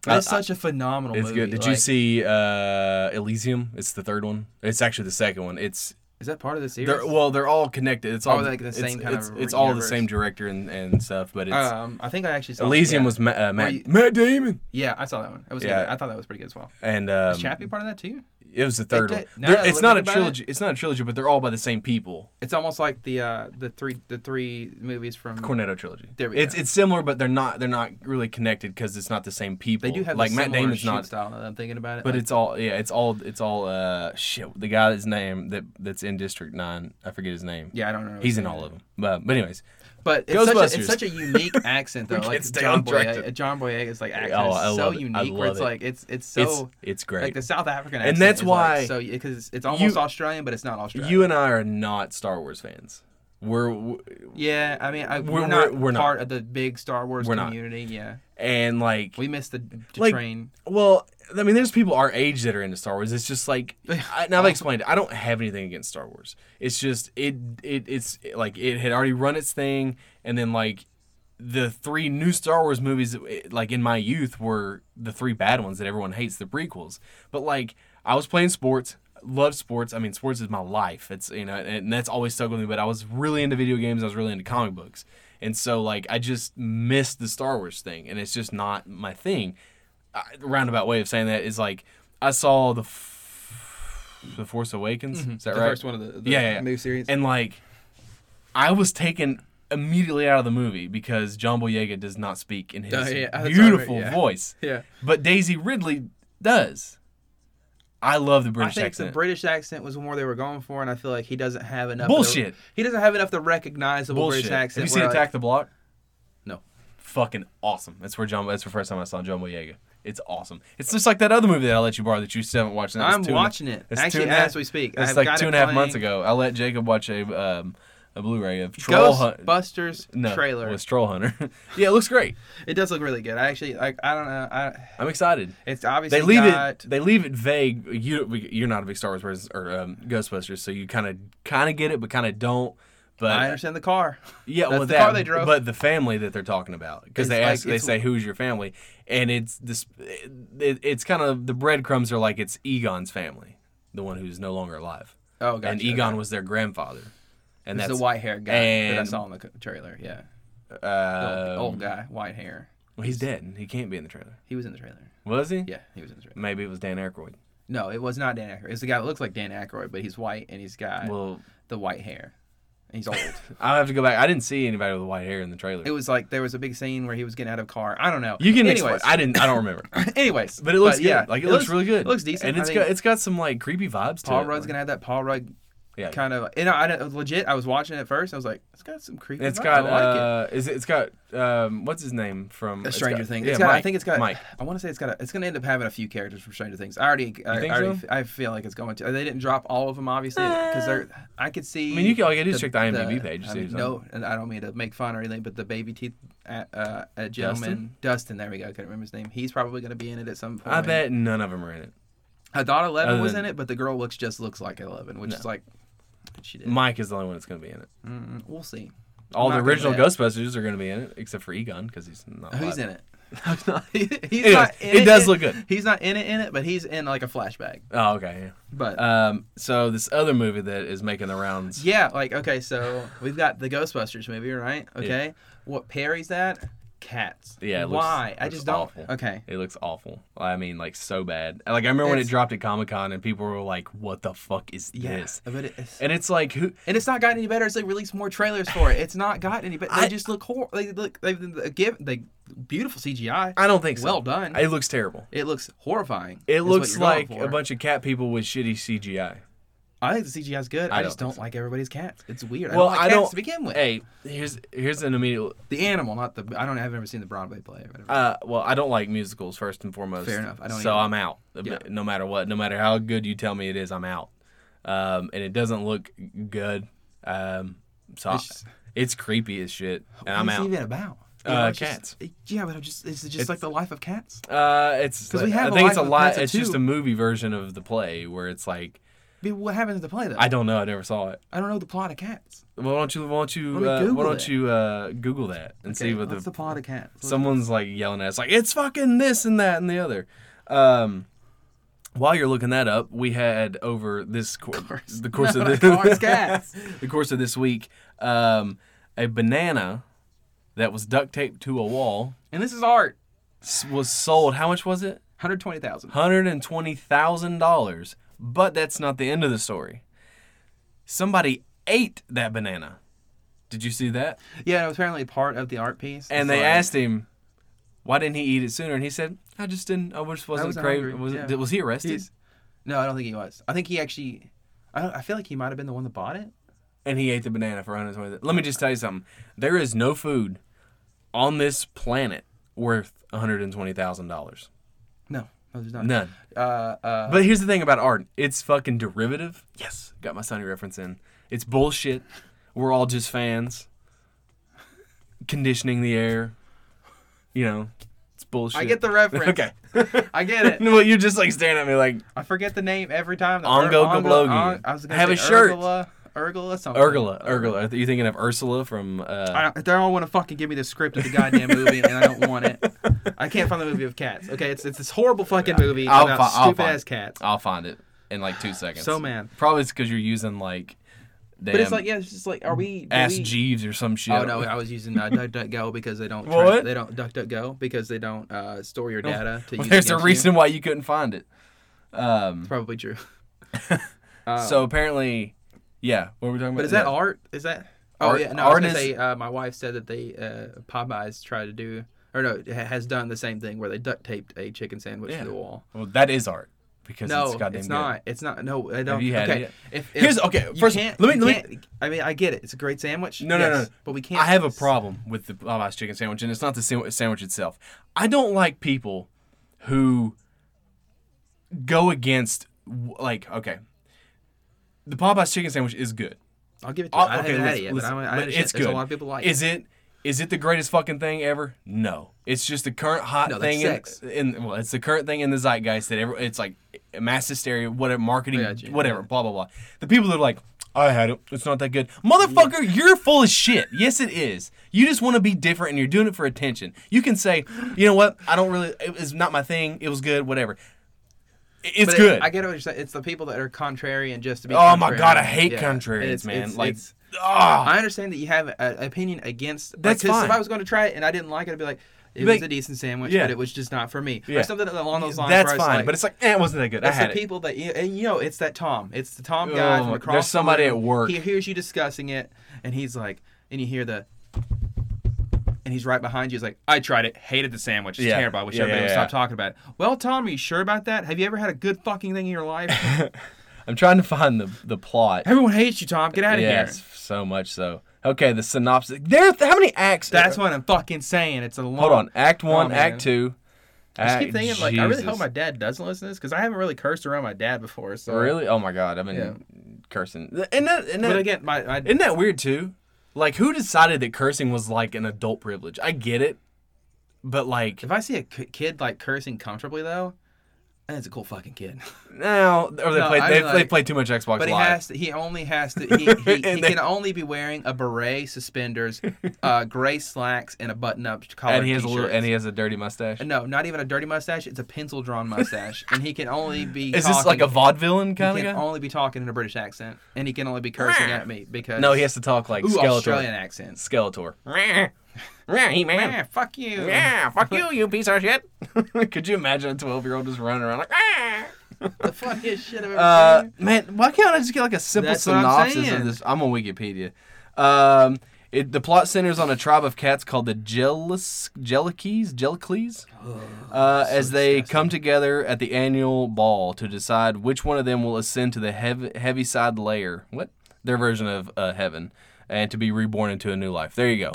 Speaker 3: That's
Speaker 2: I- I-
Speaker 3: such a phenomenal
Speaker 2: It's
Speaker 3: movie.
Speaker 2: good. Did you
Speaker 3: like-
Speaker 2: see uh, Elysium? It's the third one. It's actually the second one. It's
Speaker 3: Is that part of the series?
Speaker 2: they're, well, they're all connected. It's all
Speaker 3: Oh, like the
Speaker 2: it's-
Speaker 3: same kind
Speaker 2: it's,
Speaker 3: of
Speaker 2: It's all the
Speaker 3: universe.
Speaker 2: same director and, and stuff, but it's
Speaker 3: um, I think I actually saw
Speaker 2: Elysium
Speaker 3: yeah.
Speaker 2: was Ma- uh, Matt,
Speaker 3: you-
Speaker 2: Matt Damon,
Speaker 3: Yeah, I saw that one. It was.
Speaker 2: Yeah.
Speaker 3: Good. I thought that was pretty good as well.
Speaker 2: and um,
Speaker 3: Is Chappie part of that too?
Speaker 2: it was the third
Speaker 3: did-
Speaker 2: one.
Speaker 3: now
Speaker 2: They're-
Speaker 3: that I
Speaker 2: It's
Speaker 3: look
Speaker 2: not a
Speaker 3: about it-
Speaker 2: trilogy. It's not a trilogy, but they're all by the same people.
Speaker 3: It's almost like the uh, the three the three movies from.
Speaker 2: Cornetto trilogy.
Speaker 3: There we
Speaker 2: it's
Speaker 3: go.
Speaker 2: it's similar, but they're not they're not really connected because it's not the same people.
Speaker 3: They do have
Speaker 2: like
Speaker 3: a
Speaker 2: Matt
Speaker 3: similar
Speaker 2: Damon's
Speaker 3: shoot
Speaker 2: not
Speaker 3: style. Now that I'm thinking about it,
Speaker 2: But
Speaker 3: like,
Speaker 2: it's all yeah, it's all it's all uh shit. The guy guy's name that that's in District Nine, I forget his name.
Speaker 3: yeah, I don't know.
Speaker 2: he's in all of them. But but anyways,
Speaker 3: But it's such, a,
Speaker 2: Ghostbusters.
Speaker 3: it's such a unique accent though.
Speaker 2: We
Speaker 3: like
Speaker 2: can't stay on
Speaker 3: John
Speaker 2: track
Speaker 3: Boyega,
Speaker 2: to-
Speaker 3: John Boyega's like accent
Speaker 2: Oh,
Speaker 3: is
Speaker 2: I
Speaker 3: so
Speaker 2: love it.
Speaker 3: unique.
Speaker 2: I
Speaker 3: where
Speaker 2: love
Speaker 3: it's
Speaker 2: it.
Speaker 3: like it's it's so
Speaker 2: it's it's
Speaker 3: like
Speaker 2: great.
Speaker 3: the South African accent.
Speaker 2: And that's
Speaker 3: is, like,
Speaker 2: why-
Speaker 3: so because it's almost Australian, but it's not Australian.
Speaker 2: you and I are not Star Wars fans. We're w-
Speaker 3: yeah, I mean, I, we're,
Speaker 2: We're-
Speaker 3: not
Speaker 2: we're- we're not.
Speaker 3: part of the big Star Wars
Speaker 2: We're not.
Speaker 3: community. Yeah,
Speaker 2: and like
Speaker 3: we missed the, the
Speaker 2: Like-
Speaker 3: train.
Speaker 2: well, I mean, there's people our age that are into Star Wars. It's just like I, now I've explained. It. I don't have anything against Star Wars. It's just it it it's like it had already run its thing, and then like the three new Star Wars movies, eh, like in my youth, were the three bad ones that everyone hates, the prequels. But like I was playing sports. Love sports. I mean, sports is my life. It's you know, and that's always stuck with me. But I was really into video games. I was really into comic books, and so like I just missed the Star Wars thing, and it's just not my thing uh, roundabout way of saying that is like I saw the f- the Force Awakens. Is that
Speaker 3: Mm-hmm. The
Speaker 2: right?
Speaker 3: first one of the, the
Speaker 2: yeah, yeah, yeah.
Speaker 3: new series.
Speaker 2: And like, I was taken immediately out of the movie because John Boyega does not speak in his
Speaker 3: Oh, yeah, that's what I
Speaker 2: beautiful
Speaker 3: heard, yeah.
Speaker 2: voice,
Speaker 3: yeah,
Speaker 2: but Daisy Ridley does. I love the
Speaker 3: I
Speaker 2: British
Speaker 3: think
Speaker 2: accent.
Speaker 3: the British accent was more they were going for, and I feel like he doesn't have enough.
Speaker 2: Bullshit.
Speaker 3: Of the, he doesn't have enough the recognizable
Speaker 2: Bullshit.
Speaker 3: British accent.
Speaker 2: Have you seen
Speaker 3: where, like,
Speaker 2: Attack the Block?
Speaker 3: No.
Speaker 2: Fucking awesome. That's where John. That's the first time I saw John Boyega. It's awesome. It's just like that other movie that I let you borrow that you still haven't watched. and that was
Speaker 3: I'm
Speaker 2: two and a-
Speaker 3: watching it.
Speaker 2: that's two
Speaker 3: Actually,
Speaker 2: and a half-
Speaker 3: as we speak.
Speaker 2: It's
Speaker 3: I've
Speaker 2: like
Speaker 3: got
Speaker 2: two
Speaker 3: it
Speaker 2: and a half months
Speaker 3: playing.
Speaker 2: ago. I let Jacob watch a um, a Blu-ray of Troll Hunt.
Speaker 3: Ghostbusters
Speaker 2: no,
Speaker 3: trailer.
Speaker 2: was Troll Hunter. yeah, it looks great.
Speaker 3: It does look really good. I actually like. I don't know. I,
Speaker 2: I'm excited.
Speaker 3: it's
Speaker 2: They
Speaker 3: obviously
Speaker 2: leave
Speaker 3: not,
Speaker 2: it. They leave it vague. You you're not a big Star Wars person or um, Ghostbusters, so you kind of kind of get it, but kind of don't. But
Speaker 3: I understand the car.
Speaker 2: Yeah,
Speaker 3: That's
Speaker 2: well,
Speaker 3: the
Speaker 2: that,
Speaker 3: car they drove.
Speaker 2: but the family that they're talking about because
Speaker 3: It's
Speaker 2: they
Speaker 3: like-
Speaker 2: ask, they
Speaker 3: it's-
Speaker 2: say, "Who's your family?" And it's this, it, it's kind of the breadcrumbs are like it's Egon's family, the one who's no longer alive,
Speaker 3: Oh, gotcha.
Speaker 2: and Egon was their grandfather, and
Speaker 3: It's
Speaker 2: that's
Speaker 3: the white haired guy that I
Speaker 2: and-
Speaker 3: saw in the c- trailer. Yeah,
Speaker 2: uh,
Speaker 3: old guy, white hair.
Speaker 2: well, he's dead. He can't be in the trailer,
Speaker 3: He was in the trailer.
Speaker 2: was he?
Speaker 3: Yeah, he was in the trailer.
Speaker 2: Maybe it was Dan Aykroyd.
Speaker 3: No, it was not Dan Aykroyd. It's the guy that looks like Dan Aykroyd, but he's white and he's got
Speaker 2: Well,
Speaker 3: the white hair. And he's old.
Speaker 2: I'll have to go back. I didn't see anybody with white hair in the trailer.
Speaker 3: It was like there was a big scene where he was getting out of a car. I don't know.
Speaker 2: you can
Speaker 3: anyways.
Speaker 2: explain. I didn't. I don't remember.
Speaker 3: anyways,
Speaker 2: But it looks good.
Speaker 3: yeah,
Speaker 2: like it, looks, really good.
Speaker 3: It looks decent.
Speaker 2: and
Speaker 3: I
Speaker 2: it's
Speaker 3: think
Speaker 2: got it's got some like creepy vibes to
Speaker 3: Paul
Speaker 2: it.
Speaker 3: Rudd's gonna have that Paul Rudd
Speaker 2: yeah.
Speaker 3: kind of. And I, I don't- legit, I was watching it first. I was like, it's got some creepy.
Speaker 2: It's
Speaker 3: vibes.
Speaker 2: got
Speaker 3: I like it.
Speaker 2: uh, is it, it's got um, what's his name from
Speaker 3: A
Speaker 2: it's
Speaker 3: Stranger
Speaker 2: got-
Speaker 3: Things.
Speaker 2: Yeah,
Speaker 3: It's got, I
Speaker 2: Mike.
Speaker 3: think it's got.
Speaker 2: Mike.
Speaker 3: I want to say it's got. A, it's going to end up having a few characters from Stranger Things. I already. I,
Speaker 2: think
Speaker 3: I already
Speaker 2: so?
Speaker 3: I feel like it's going to. They didn't drop all of them, obviously, because they're. I could see.
Speaker 2: I mean, you can- all you gotta do is check the IMDb page,
Speaker 3: I
Speaker 2: see
Speaker 3: mean,
Speaker 2: something.
Speaker 3: no, and I don't mean to make fun or anything, but the baby teeth uh, uh, uh, gentleman Dustin? There we go. I couldn't remember his name. He's probably going to be in it at some point.
Speaker 2: I bet none of them are in it.
Speaker 3: I thought Eleven
Speaker 2: Other
Speaker 3: was
Speaker 2: than-
Speaker 3: in it, but the girl looks just looks like Eleven, which is like. She did.
Speaker 2: Mike is the only one that's going to be in it.
Speaker 3: Mm, we'll see.
Speaker 2: All
Speaker 3: not
Speaker 2: the
Speaker 3: gonna
Speaker 2: original
Speaker 3: bet.
Speaker 2: Ghostbusters are going to be in it, except for Egon because he's not.
Speaker 3: Who's
Speaker 2: alive.
Speaker 3: in it? he's
Speaker 2: Anyways,
Speaker 3: not in
Speaker 2: it does
Speaker 3: in-
Speaker 2: look good.
Speaker 3: He's not in it in it, but he's in like a flashback.
Speaker 2: Oh, okay.
Speaker 3: But
Speaker 2: Yeah. Um, so this other movie that is making the rounds.
Speaker 3: Yeah, like okay, so we've got the Ghostbusters movie, right? Okay, what parries that? Cats.
Speaker 2: Yeah, it looks-
Speaker 3: Why? I
Speaker 2: looks
Speaker 3: just don't.
Speaker 2: awful.
Speaker 3: Okay.
Speaker 2: It looks awful. I mean, like so bad. Like I remember when it
Speaker 3: It's-
Speaker 2: dropped at Comic Con and people were like, "What the fuck is
Speaker 3: Yes,
Speaker 2: this?"
Speaker 3: but it's,
Speaker 2: And it's like, who?
Speaker 3: and it's not gotten any better. It's like released more trailers for it. It's not gotten any better. They
Speaker 2: I-
Speaker 3: just look horrible. They look. They, they give they beautiful CGI.
Speaker 2: I don't think so.
Speaker 3: Well done.
Speaker 2: It looks terrible.
Speaker 3: it looks horrifying.
Speaker 2: It
Speaker 3: is what
Speaker 2: looks
Speaker 3: you're going
Speaker 2: like a
Speaker 3: for.
Speaker 2: bunch of cat people with shitty CGI.
Speaker 3: I think the CGI's good. I,
Speaker 2: I
Speaker 3: just
Speaker 2: don't
Speaker 3: don't
Speaker 2: think
Speaker 3: like everybody's cats. It's weird.
Speaker 2: Well,
Speaker 3: I don't like
Speaker 2: I
Speaker 3: cats
Speaker 2: don't-
Speaker 3: to begin with.
Speaker 2: Hey, here's here's an immediate.
Speaker 3: The animal, not the. I don't. I've never seen the Broadway play. Or whatever.
Speaker 2: Uh, well, I don't like musicals first and foremost.
Speaker 3: Fair enough. I don't
Speaker 2: so
Speaker 3: either.
Speaker 2: I'm out.
Speaker 3: Yeah.
Speaker 2: No matter what, no matter how good you tell me it is, I'm out. Um, and it doesn't look good. Um, so I-
Speaker 3: It's
Speaker 2: it's,
Speaker 3: just-
Speaker 2: creepy as shit, and
Speaker 3: What
Speaker 2: I'm
Speaker 3: is it
Speaker 2: out.
Speaker 3: even about? You
Speaker 2: Uh,
Speaker 3: it's just-
Speaker 2: cats.
Speaker 3: yeah, but I'm just is it just
Speaker 2: It's-
Speaker 3: like the life of cats?
Speaker 2: Uh, it's
Speaker 3: 'Cause we have
Speaker 2: I
Speaker 3: a
Speaker 2: think it's a
Speaker 3: Life of
Speaker 2: lot.
Speaker 3: Pets
Speaker 2: It's just
Speaker 3: too.
Speaker 2: a movie version of the play where it's like
Speaker 3: I mean, what happens to the play though?
Speaker 2: I don't know. I never saw it.
Speaker 3: I don't know the plot of cats.
Speaker 2: Why don't you? Why don't you?
Speaker 3: me
Speaker 2: Uh, why
Speaker 3: Google
Speaker 2: don't
Speaker 3: it.
Speaker 2: you uh, Google that and see what
Speaker 3: What's
Speaker 2: the
Speaker 3: the plot of cats?
Speaker 2: someone's like yelling at us like it's fucking this and that and the other um while you're looking that up we had over this course, the course of this
Speaker 3: Not cars, cats.
Speaker 2: the course of this week um a banana that was duct taped to a wall
Speaker 3: and this is art.
Speaker 2: s- was sold how much was it
Speaker 3: Hundred twenty thousand.
Speaker 2: $120,000 but that's not the end of the story somebody ate that banana did you see that
Speaker 3: Yeah, it was apparently part of the art piece. It's
Speaker 2: and they
Speaker 3: like-
Speaker 2: asked him why didn't he eat it sooner and he said i just didn't i just wasn't
Speaker 3: wasn't
Speaker 2: craving
Speaker 3: hungry,
Speaker 2: was,
Speaker 3: yeah.
Speaker 2: did- was he arrested
Speaker 3: He's- "No, I don't think he was. I think he actually. I, don't, I feel like he might have been the one that bought it.
Speaker 2: and he ate the banana for 120 let me just tell you something there is no food on this planet worth $120000
Speaker 3: No, no, there's not.
Speaker 2: none
Speaker 3: Uh, uh,
Speaker 2: but here's the thing about art it's fucking derivative yes got my sonny reference in it's bullshit we're all just fans conditioning the air you know it's bullshit
Speaker 3: I get the reference.
Speaker 2: okay
Speaker 3: I get it.
Speaker 2: well you're just like staring at me like
Speaker 3: I forget the name every time. The
Speaker 2: Ongo
Speaker 3: Ur- Ongo-
Speaker 2: Gablogi.
Speaker 3: Ong- I was gonna
Speaker 2: Have
Speaker 3: say
Speaker 2: a shirt.
Speaker 3: Urgula, Urgula something.
Speaker 2: Urgula, Urgula. Are you thinking of Ursula from? Uh,
Speaker 3: I don't, they all want to fucking give me the script of the goddamn movie, and I don't want it. I can't find the movie of cats. Okay, it's it's this horrible fucking movie
Speaker 2: I'll
Speaker 3: about
Speaker 2: fi- I'll
Speaker 3: stupid
Speaker 2: find
Speaker 3: ass cats.
Speaker 2: I'll find it in like two seconds.
Speaker 3: So mad.
Speaker 2: Probably it's because you're using like, damn,
Speaker 3: But it's like, yeah, it's just like, are we? do
Speaker 2: ass
Speaker 3: we-
Speaker 2: Jeeves or some shit.
Speaker 3: Oh no, I was using uh, DuckDuckGo because they don't.
Speaker 2: What? Oh,
Speaker 3: They don't DuckDuckGo because they don't uh, store your data to
Speaker 2: Well,
Speaker 3: use.
Speaker 2: there's a
Speaker 3: against you.
Speaker 2: reason why you couldn't find it. Um,
Speaker 3: It's probably true. Uh,
Speaker 2: so apparently, yeah. What were we talking about?
Speaker 3: But is that
Speaker 2: Yeah.
Speaker 3: art? Is that? Oh
Speaker 2: Art-
Speaker 3: yeah, no. I was
Speaker 2: art is-
Speaker 3: gonna say, uh, my wife said that they uh, Popeyes tried to do, or no, ha- has done the same thing where they duct taped a chicken sandwich
Speaker 2: Yeah.
Speaker 3: to the wall.
Speaker 2: Well, that is art. because
Speaker 3: No,
Speaker 2: it's
Speaker 3: it's,
Speaker 2: goddamn good.
Speaker 3: not. It's not. No, I don't.
Speaker 2: you had it
Speaker 3: okay.
Speaker 2: yet?
Speaker 3: If, if
Speaker 2: Here's okay.
Speaker 3: you
Speaker 2: First,
Speaker 3: can't-
Speaker 2: let me
Speaker 3: you
Speaker 2: let me
Speaker 3: can't- I mean, I get it. It's a great sandwich.
Speaker 2: No, no,
Speaker 3: yes,
Speaker 2: no.
Speaker 3: But we can't.
Speaker 2: I have a problem with the Popeye's chicken sandwich, and it's not the sandwich, sandwich itself. I don't like people who go against like okay. The Popeye's chicken sandwich is good.
Speaker 3: I'll give it to you.
Speaker 2: Oh,
Speaker 3: I haven't had it yet,
Speaker 2: listen,
Speaker 3: but I, I
Speaker 2: listen, but
Speaker 3: understand.
Speaker 2: it's good.
Speaker 3: There's a lot of people like
Speaker 2: is
Speaker 3: it.
Speaker 2: it is it the greatest fucking thing ever? No, it's just the current hot
Speaker 3: No, that's
Speaker 2: thing. In,
Speaker 3: sex.
Speaker 2: in- well, it's the current thing in the zeitgeist that every, it's like mass hysteria, whatever marketing,
Speaker 3: I got you.
Speaker 2: whatever, blah blah blah. The people that are like, I had it. It's not that good, motherfucker. You're full of shit. Yes, it is. You just want to be different, and you're doing it for attention. You can say, you know what? I don't really. It was not my thing. It was good. Whatever. It- It's
Speaker 3: But it-
Speaker 2: good.
Speaker 3: I get what you're saying. It's the people that are contrarian just to be.
Speaker 2: oh my god, I
Speaker 3: contrarian.
Speaker 2: hate
Speaker 3: Yeah.
Speaker 2: contrarians,
Speaker 3: It's-
Speaker 2: man.
Speaker 3: it's-
Speaker 2: like,
Speaker 3: it's-
Speaker 2: ah.
Speaker 3: I understand that you have a- an opinion against. like,
Speaker 2: That's
Speaker 3: 'cause
Speaker 2: fine.
Speaker 3: If I was going to try it and I didn't like it, I'd be like, it
Speaker 2: Like-
Speaker 3: was a decent sandwich,
Speaker 2: Yeah.
Speaker 3: but it was just not for me,
Speaker 2: Yeah.
Speaker 3: or something along those lines.
Speaker 2: That's
Speaker 3: where
Speaker 2: fine,
Speaker 3: it's like-
Speaker 2: but it's like eh, it wasn't that good. I
Speaker 3: It's the
Speaker 2: had it.
Speaker 3: people that you, and you know, it's that Tom. It's the Tom guy
Speaker 2: Oh,
Speaker 3: from across.
Speaker 2: there's
Speaker 3: the
Speaker 2: somebody
Speaker 3: room.
Speaker 2: at work.
Speaker 3: He hears you discussing it, and he's like, and you hear the, and he's right behind you. He's like, I tried it, hated the sandwich. It's
Speaker 2: Yeah.
Speaker 3: terrible. I wish
Speaker 2: Yeah,
Speaker 3: everybody
Speaker 2: yeah,
Speaker 3: would
Speaker 2: yeah.
Speaker 3: stop talking about it. Well, Tom, are you sure about that? Have you ever had a good fucking thing in your life?
Speaker 2: I'm trying to find the the plot.
Speaker 3: Everyone hates you, Tom. Get out of
Speaker 2: Yes,
Speaker 3: here.
Speaker 2: so much so. Okay, the synopsis. There, how many acts?
Speaker 3: That's what I'm fucking saying. It's a long.
Speaker 2: Hold on. Act one,
Speaker 3: Oh, man.
Speaker 2: act two.
Speaker 3: I just keep
Speaker 2: Act-
Speaker 3: thinking, like, I really hope
Speaker 2: Jesus.
Speaker 3: my dad doesn't listen to this because I haven't really cursed around my dad before. So
Speaker 2: Really? Oh my god, I've been cursing. And that, and
Speaker 3: But
Speaker 2: that,
Speaker 3: again, my, my
Speaker 2: isn't that weird too? Like, who decided that cursing was like an adult privilege? I get it, but like
Speaker 3: If I see a k- kid like cursing comfortably though, then it's a cool fucking kid.
Speaker 2: now, or they
Speaker 3: No,
Speaker 2: play
Speaker 3: I
Speaker 2: they,
Speaker 3: mean,
Speaker 2: they
Speaker 3: like-
Speaker 2: play too much Xbox
Speaker 3: But he
Speaker 2: Live.
Speaker 3: has to. He only has to. He, he, he
Speaker 2: And they-
Speaker 3: can only be wearing a beret, suspenders, uh, gray slacks, and a button-up collar.
Speaker 2: and he has a little,
Speaker 3: t-shirt. Uh,
Speaker 2: and he has a dirty mustache.
Speaker 3: no, not even a dirty mustache. It's a pencil-drawn mustache, and he can only be.
Speaker 2: Is this
Speaker 3: talking-
Speaker 2: like a vaudevillain
Speaker 3: He
Speaker 2: kind of
Speaker 3: can
Speaker 2: guy?
Speaker 3: only be talking in a British accent, and he can only be cursing at me because
Speaker 2: No, he has to talk like
Speaker 3: Ooh,
Speaker 2: Skeletor.
Speaker 3: Australian accents.
Speaker 2: Skeletor.
Speaker 3: Yeah, fuck you.
Speaker 2: fuck you, you piece of shit. Could you imagine a 12 year old just running around like, ah?
Speaker 3: the funniest shit I've ever
Speaker 2: Uh,
Speaker 3: seen.
Speaker 2: man, why can't I just get like a simple
Speaker 3: That's what I'm
Speaker 2: synopsis of
Speaker 3: saying.
Speaker 2: this? I'm on Wikipedia. Um, it, the plot centers on a tribe of cats called the Jealous Jellicles, Jellicles, uh, as they come together at the annual ball to decide which one of them will ascend to the heav- heavy side layer. What their version of uh, heaven, and to be reborn into a new life. There you go.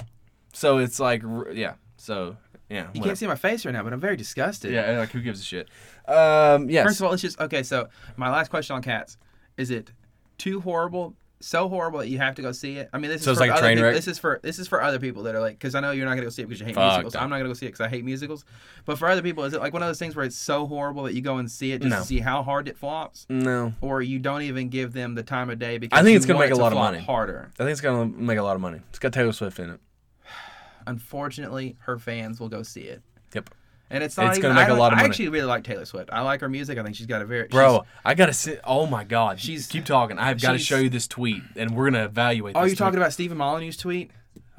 Speaker 2: So it's like, r- yeah. So yeah.
Speaker 3: You
Speaker 2: whatever.
Speaker 3: can't see my face right now, but I'm very disgusted.
Speaker 2: Yeah, like who gives a shit? Um, yes.
Speaker 3: First of all, it's just okay. So my last question on cats: Is it too horrible? So horrible that you have to go see it. I mean, this is
Speaker 2: So it's
Speaker 3: for
Speaker 2: like a
Speaker 3: other
Speaker 2: train
Speaker 3: people-
Speaker 2: wreck?
Speaker 3: This is for this is for other people that are like, because I know you're not gonna go see it because you hate
Speaker 2: Fuck
Speaker 3: musicals.
Speaker 2: that.
Speaker 3: I'm not gonna go see it because I hate musicals. But for other people, is it like one of those things where it's so horrible that you go and see it just
Speaker 2: No.
Speaker 3: to see how hard it flops,
Speaker 2: no.
Speaker 3: or you don't even give them the time of day because
Speaker 2: I think
Speaker 3: you
Speaker 2: it's gonna
Speaker 3: want
Speaker 2: make a
Speaker 3: it to
Speaker 2: lot of
Speaker 3: flop
Speaker 2: money.
Speaker 3: Harder.
Speaker 2: I think it's gonna make a lot of money. It's got Taylor Swift in it.
Speaker 3: Unfortunately, her fans will go see it.
Speaker 2: Yep.
Speaker 3: And it's not
Speaker 2: It's
Speaker 3: even.
Speaker 2: gonna make
Speaker 3: I
Speaker 2: a
Speaker 3: don't-
Speaker 2: lot of
Speaker 3: I
Speaker 2: money.
Speaker 3: actually really like Taylor Swift. I like her music. I think she's got a very she's-
Speaker 2: Bro, I gotta sit. Oh my God, she's
Speaker 3: She's-
Speaker 2: keep talking. I've got to
Speaker 3: she's-
Speaker 2: show you this tweet, and we're gonna evaluate.
Speaker 3: Oh,
Speaker 2: this
Speaker 3: you talking about Stephen Molyneux's tweet?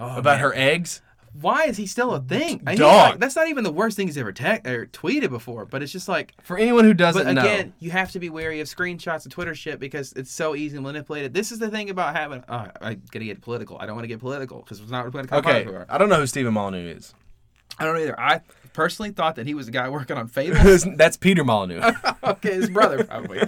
Speaker 2: about, about her eggs?
Speaker 3: why is he still a thing? And he's
Speaker 2: Dog.
Speaker 3: like- that's not even the worst thing he's ever te- or tweeted before. But it's just like,
Speaker 2: For anyone who doesn't
Speaker 3: but again, you have to be wary of screenshots and Twitter shit because it's so easy to manipulate it. This is the thing about having. Uh, I gotta get political. I don't want to get political because it's not going to
Speaker 2: know,
Speaker 3: come
Speaker 2: okay,
Speaker 3: out
Speaker 2: I don't know who Stephen Molyneux is.
Speaker 3: I don't either. I personally thought that he was a guy working on Fable.
Speaker 2: That's Peter Molyneux.
Speaker 3: okay, his brother probably.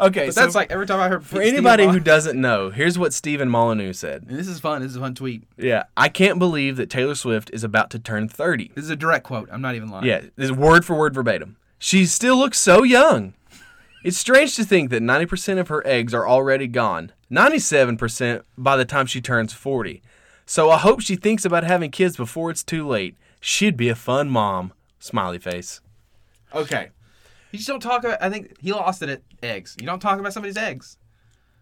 Speaker 2: Okay,
Speaker 3: But
Speaker 2: so
Speaker 3: that's like every time I heard
Speaker 2: for anybody who doesn't know, here's what Stephen Molyneux said.
Speaker 3: This is fun. This is a fun tweet.
Speaker 2: Yeah, I can't believe that Taylor Swift is about to turn thirty.
Speaker 3: This is a direct quote. I'm not even lying.
Speaker 2: Yeah, this is word for word verbatim. She still looks so young. It's strange to think that 90% of her eggs are already gone, 97% by the time she turns 40. So I hope she thinks about having kids before it's too late. She'd be a fun mom. Smiley face. Okay.
Speaker 3: You just don't talk about. I think he lost it at eggs. You don't talk about somebody's eggs.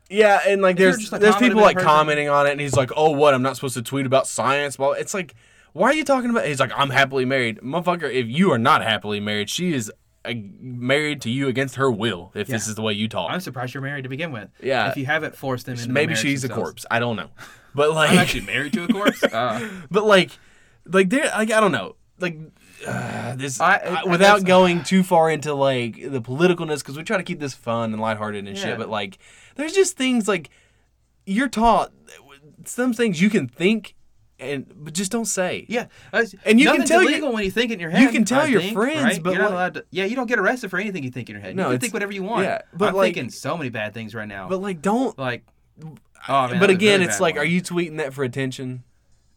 Speaker 2: Yeah, and like
Speaker 3: you're
Speaker 2: there's
Speaker 3: just a
Speaker 2: there's
Speaker 3: competent
Speaker 2: people like
Speaker 3: person-
Speaker 2: commenting on it, and he's like, "Oh, what? I'm not supposed to tweet about science." Well, it's like, why are you talking about? He's like, "I'm happily married, motherfucker. If you are not happily married, she is uh, married to you against her will. If this
Speaker 3: Yeah.
Speaker 2: is the way you talk,
Speaker 3: I'm surprised you're married to begin with.
Speaker 2: Yeah.
Speaker 3: If you haven't forced them into the
Speaker 2: maybe
Speaker 3: marriage
Speaker 2: she's a
Speaker 3: themselves.
Speaker 2: corpse. I don't know, but like,
Speaker 3: I'm actually married to a corpse. Uh,
Speaker 2: but like, like there, like I don't know, like." Uh, this
Speaker 3: I-
Speaker 2: I-
Speaker 3: I-
Speaker 2: without
Speaker 3: that's-
Speaker 2: going too far into like the politicalness because we try to keep this fun and lighthearted and
Speaker 3: Yeah.
Speaker 2: shit but like there's just things like you're taught some things you can think and but just don't say.
Speaker 3: Yeah, that's-
Speaker 2: And you can
Speaker 3: nothing's
Speaker 2: tell you-
Speaker 3: illegal when you think it in your head.
Speaker 2: can tell
Speaker 3: I
Speaker 2: your
Speaker 3: think,
Speaker 2: friends,
Speaker 3: right?
Speaker 2: but
Speaker 3: you're not
Speaker 2: what-
Speaker 3: allowed to. Yeah, you don't get arrested for anything you think in your head.
Speaker 2: No,
Speaker 3: you can
Speaker 2: it's-
Speaker 3: think whatever you want.
Speaker 2: yeah, but
Speaker 3: I'm
Speaker 2: like-
Speaker 3: thinking so many bad things right now.
Speaker 2: But like, don't.
Speaker 3: like, oh man,
Speaker 2: but
Speaker 3: that was a
Speaker 2: again,
Speaker 3: really
Speaker 2: it's
Speaker 3: bad
Speaker 2: like,
Speaker 3: one.
Speaker 2: are you tweeting that for attention?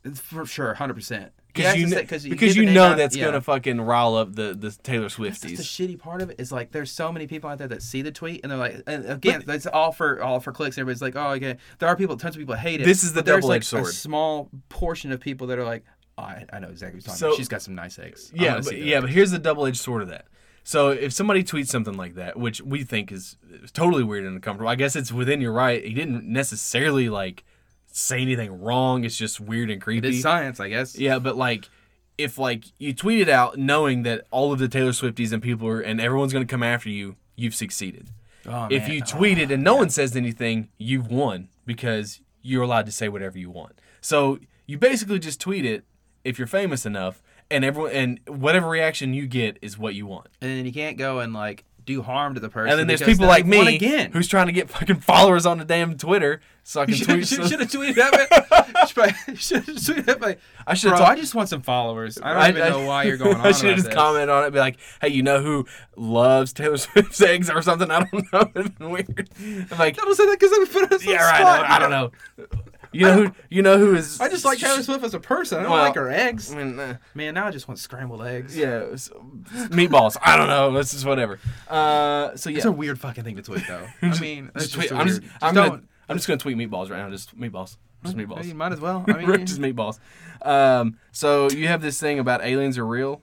Speaker 3: It's For sure, hundred percent.
Speaker 2: Because you, kn- because you know that's gonna fucking rile up the, the Taylor
Speaker 3: That's the
Speaker 2: Swifties.
Speaker 3: shitty part of it is like there's so many people out there that see the tweet and they're like, and again, it's all for all for clicks. Everybody's like, oh, okay. There are people, tons of people hate it.
Speaker 2: This is the
Speaker 3: but there's,
Speaker 2: double-edged
Speaker 3: like,
Speaker 2: sword.
Speaker 3: A small portion of people that are like, oh, I, I know exactly what you're talking
Speaker 2: So-
Speaker 3: about. She's got some nice eggs. I
Speaker 2: Yeah,
Speaker 3: wanna see
Speaker 2: but,
Speaker 3: that."
Speaker 2: yeah, but here's the double edged sword of that. So if somebody tweets something like that, which we think is is totally weird and uncomfortable, I guess it's within your right. He didn't necessarily like say anything wrong. It's just weird and creepy.
Speaker 3: It's science, I guess.
Speaker 2: Yeah, but like if like you tweet it out knowing that all of the Taylor Swifties and people are and everyone's gonna come after you, you've succeeded.
Speaker 3: Oh,
Speaker 2: if
Speaker 3: man.
Speaker 2: you tweet it and no one says anything, you've won because you're allowed to say whatever you want. So you basically just tweet it if you're famous enough and everyone and whatever reaction you get is what you want.
Speaker 3: and then you can't go and like do harm to the person.
Speaker 2: And then there's
Speaker 3: because
Speaker 2: people
Speaker 3: they'll
Speaker 2: like
Speaker 3: have won
Speaker 2: me
Speaker 3: again.
Speaker 2: who's trying to get fucking followers on the damn Twitter so I can
Speaker 3: You
Speaker 2: tweet
Speaker 3: should,
Speaker 2: some-
Speaker 3: should have tweeted that. Man. You should have tweeted that. Like,
Speaker 2: I should have
Speaker 3: bro,
Speaker 2: talked-
Speaker 3: I just want some followers. I don't even know why you're going on.
Speaker 2: I should
Speaker 3: about
Speaker 2: have just
Speaker 3: this.
Speaker 2: commented on it, be like, "Hey, you know who loves Taylor Swift's eggs or something?" I don't know. It's been weird. I'm like,
Speaker 3: I don't say that because I'm put us on
Speaker 2: yeah,
Speaker 3: the
Speaker 2: right.
Speaker 3: spot,
Speaker 2: I, don't- I don't know. You know who? You know who is?
Speaker 3: I just like Taylor Swift as a person. I don't
Speaker 2: Well,
Speaker 3: like her eggs.
Speaker 2: I mean, uh,
Speaker 3: Man, now I just want scrambled eggs.
Speaker 2: yeah, it was- meatballs. I don't know. That's just whatever. Uh, so yeah,
Speaker 3: It's a weird fucking thing to tweet though. I mean, that's
Speaker 2: Just
Speaker 3: just
Speaker 2: tweet-
Speaker 3: weird.
Speaker 2: I'm just,
Speaker 3: Just
Speaker 2: I'm gonna,
Speaker 3: don't.
Speaker 2: I'm just gonna tweet meatballs right now. Just meatballs. Just meatballs.
Speaker 3: You might as well. I mean,
Speaker 2: just meatballs. Um, so you have this thing about aliens are real.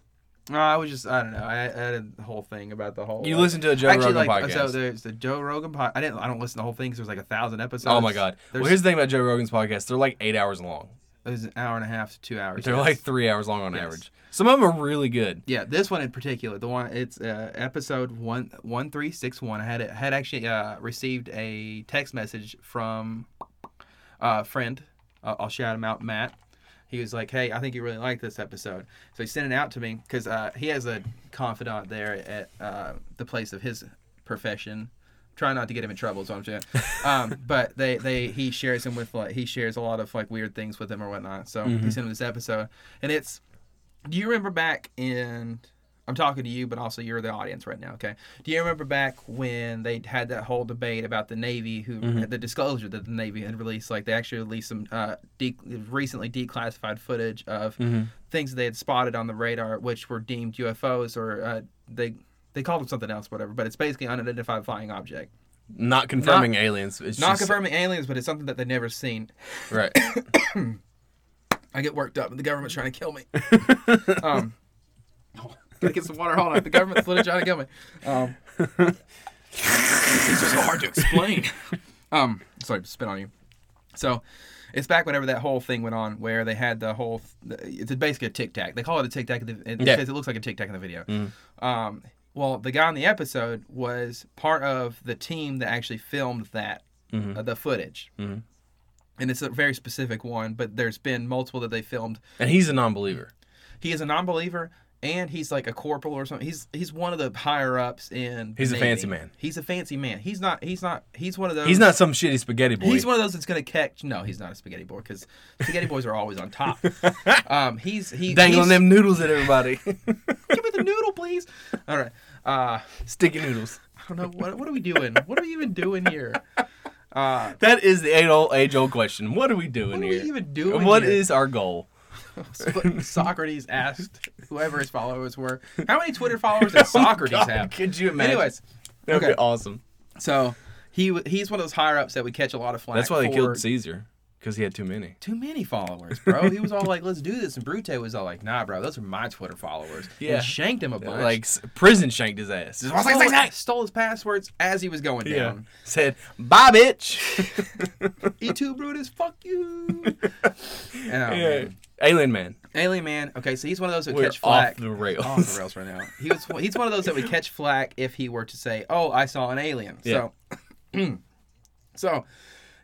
Speaker 3: No, I was just I don't know. I, I had a whole thing about the whole.
Speaker 2: You
Speaker 3: like-
Speaker 2: listen to a Joe
Speaker 3: actually,
Speaker 2: Rogan
Speaker 3: like, So
Speaker 2: podcast.
Speaker 3: there's the Joe Rogan podcast. I didn't. I don't listen to the whole thing because there's like a thousand episodes.
Speaker 2: Oh my god.
Speaker 3: There's,
Speaker 2: well, here's the thing about Joe Rogan's podcast. They're like eight hours long.
Speaker 3: there's an hour and a half to two hours.
Speaker 2: They're
Speaker 3: yes.
Speaker 2: like three hours long on
Speaker 3: Yes.
Speaker 2: average. Some of them are really good.
Speaker 3: Yeah, this one in particular, the one it's uh, episode one one three six one. I had it had actually uh, received a text message from a friend. Uh, I'll shout him out, Matt. He was like, "Hey, I think you really like this episode." So he sent it out to me because uh, he has a confidant there at uh, the place of his profession. Try not to get him in trouble, is what I'm saying. Um, but they, they he shares him with like he shares a lot of like weird things with him or whatnot. So he sent him this episode, and it's do you remember back in? I'm talking to you, but also you're the audience right now. Okay. Do you remember back when they had that whole debate about the Navy, who the disclosure that the Navy had released? Like they actually released some uh, de- recently declassified footage of things that they had spotted on the radar, which were deemed UFOs, or uh, they they called them something else, whatever. But it's basically unidentified flying object.
Speaker 2: Not confirming aliens. It's
Speaker 3: Not
Speaker 2: just-
Speaker 3: confirming aliens, but it's something that they've never seen.
Speaker 2: Right.
Speaker 3: I get worked up, and the government's trying to kill me. um, gotta get some water. Hold on, the government's literally trying to kill me. Um, it's just so hard to explain. um, sorry, spit on you. So, it's back whenever that whole thing went on, where they had the whole. It's basically a tic tac. They call it a tic tac in the-
Speaker 2: Yeah.
Speaker 3: because it looks like a tic tac in the video. Um, well, the guy on the episode was part of the team that actually filmed that uh, the footage. And it's a very specific one, but there's been multiple that they filmed
Speaker 2: and he's a non-believer.
Speaker 3: he is a non-believer and he's like a corporal or something. He's he's one of the higher ups in. the
Speaker 2: He's a
Speaker 3: Navy.
Speaker 2: fancy man.
Speaker 3: He's a fancy man. He's not. He's not. He's one of those.
Speaker 2: He's not some shitty spaghetti boy.
Speaker 3: He's one of those that's gonna catch. No, he's not a spaghetti boy because spaghetti boys are always on top. Um, he's he
Speaker 2: dangling
Speaker 3: he's-
Speaker 2: them noodles at everybody.
Speaker 3: Give me the noodle, please. All right. Uh,
Speaker 2: Sticky noodles.
Speaker 3: I don't know what what are we doing. What are we even doing here?
Speaker 2: That is the age old age old question. What are we doing
Speaker 3: What are
Speaker 2: here?
Speaker 3: we even doing?
Speaker 2: What
Speaker 3: here?
Speaker 2: is our goal?
Speaker 3: Socrates asked whoever his followers were? How many Twitter followers does Socrates
Speaker 2: Oh, God,
Speaker 3: have?
Speaker 2: Could you imagine?
Speaker 3: Anyways,
Speaker 2: That'd be
Speaker 3: okay.
Speaker 2: awesome.
Speaker 3: So he w- he's one of those higher ups that we catch a lot of flack.
Speaker 2: That's why they
Speaker 3: for
Speaker 2: killed Caesar because he had too many.
Speaker 3: too many followers, bro. he was all like, "Let's do this," and Brute was all like, "Nah, bro, those are my Twitter followers."
Speaker 2: Yeah.
Speaker 3: and shanked him a bunch.
Speaker 2: Like s- prison shanked his ass. Just,
Speaker 3: stole, stole his passwords as he was going
Speaker 2: yeah.
Speaker 3: down.
Speaker 2: Said, "Bye, bitch."
Speaker 3: E2 Brutus, fuck you. Oh,
Speaker 2: yeah.
Speaker 3: man.
Speaker 2: Alien man.
Speaker 3: Alien man. Okay, so he's one of those that
Speaker 2: We're
Speaker 3: catch
Speaker 2: off
Speaker 3: flack.
Speaker 2: the rails.
Speaker 3: off the rails right now. He was he's one of those that would catch flack if he were to say, "Oh, I saw an alien." So, so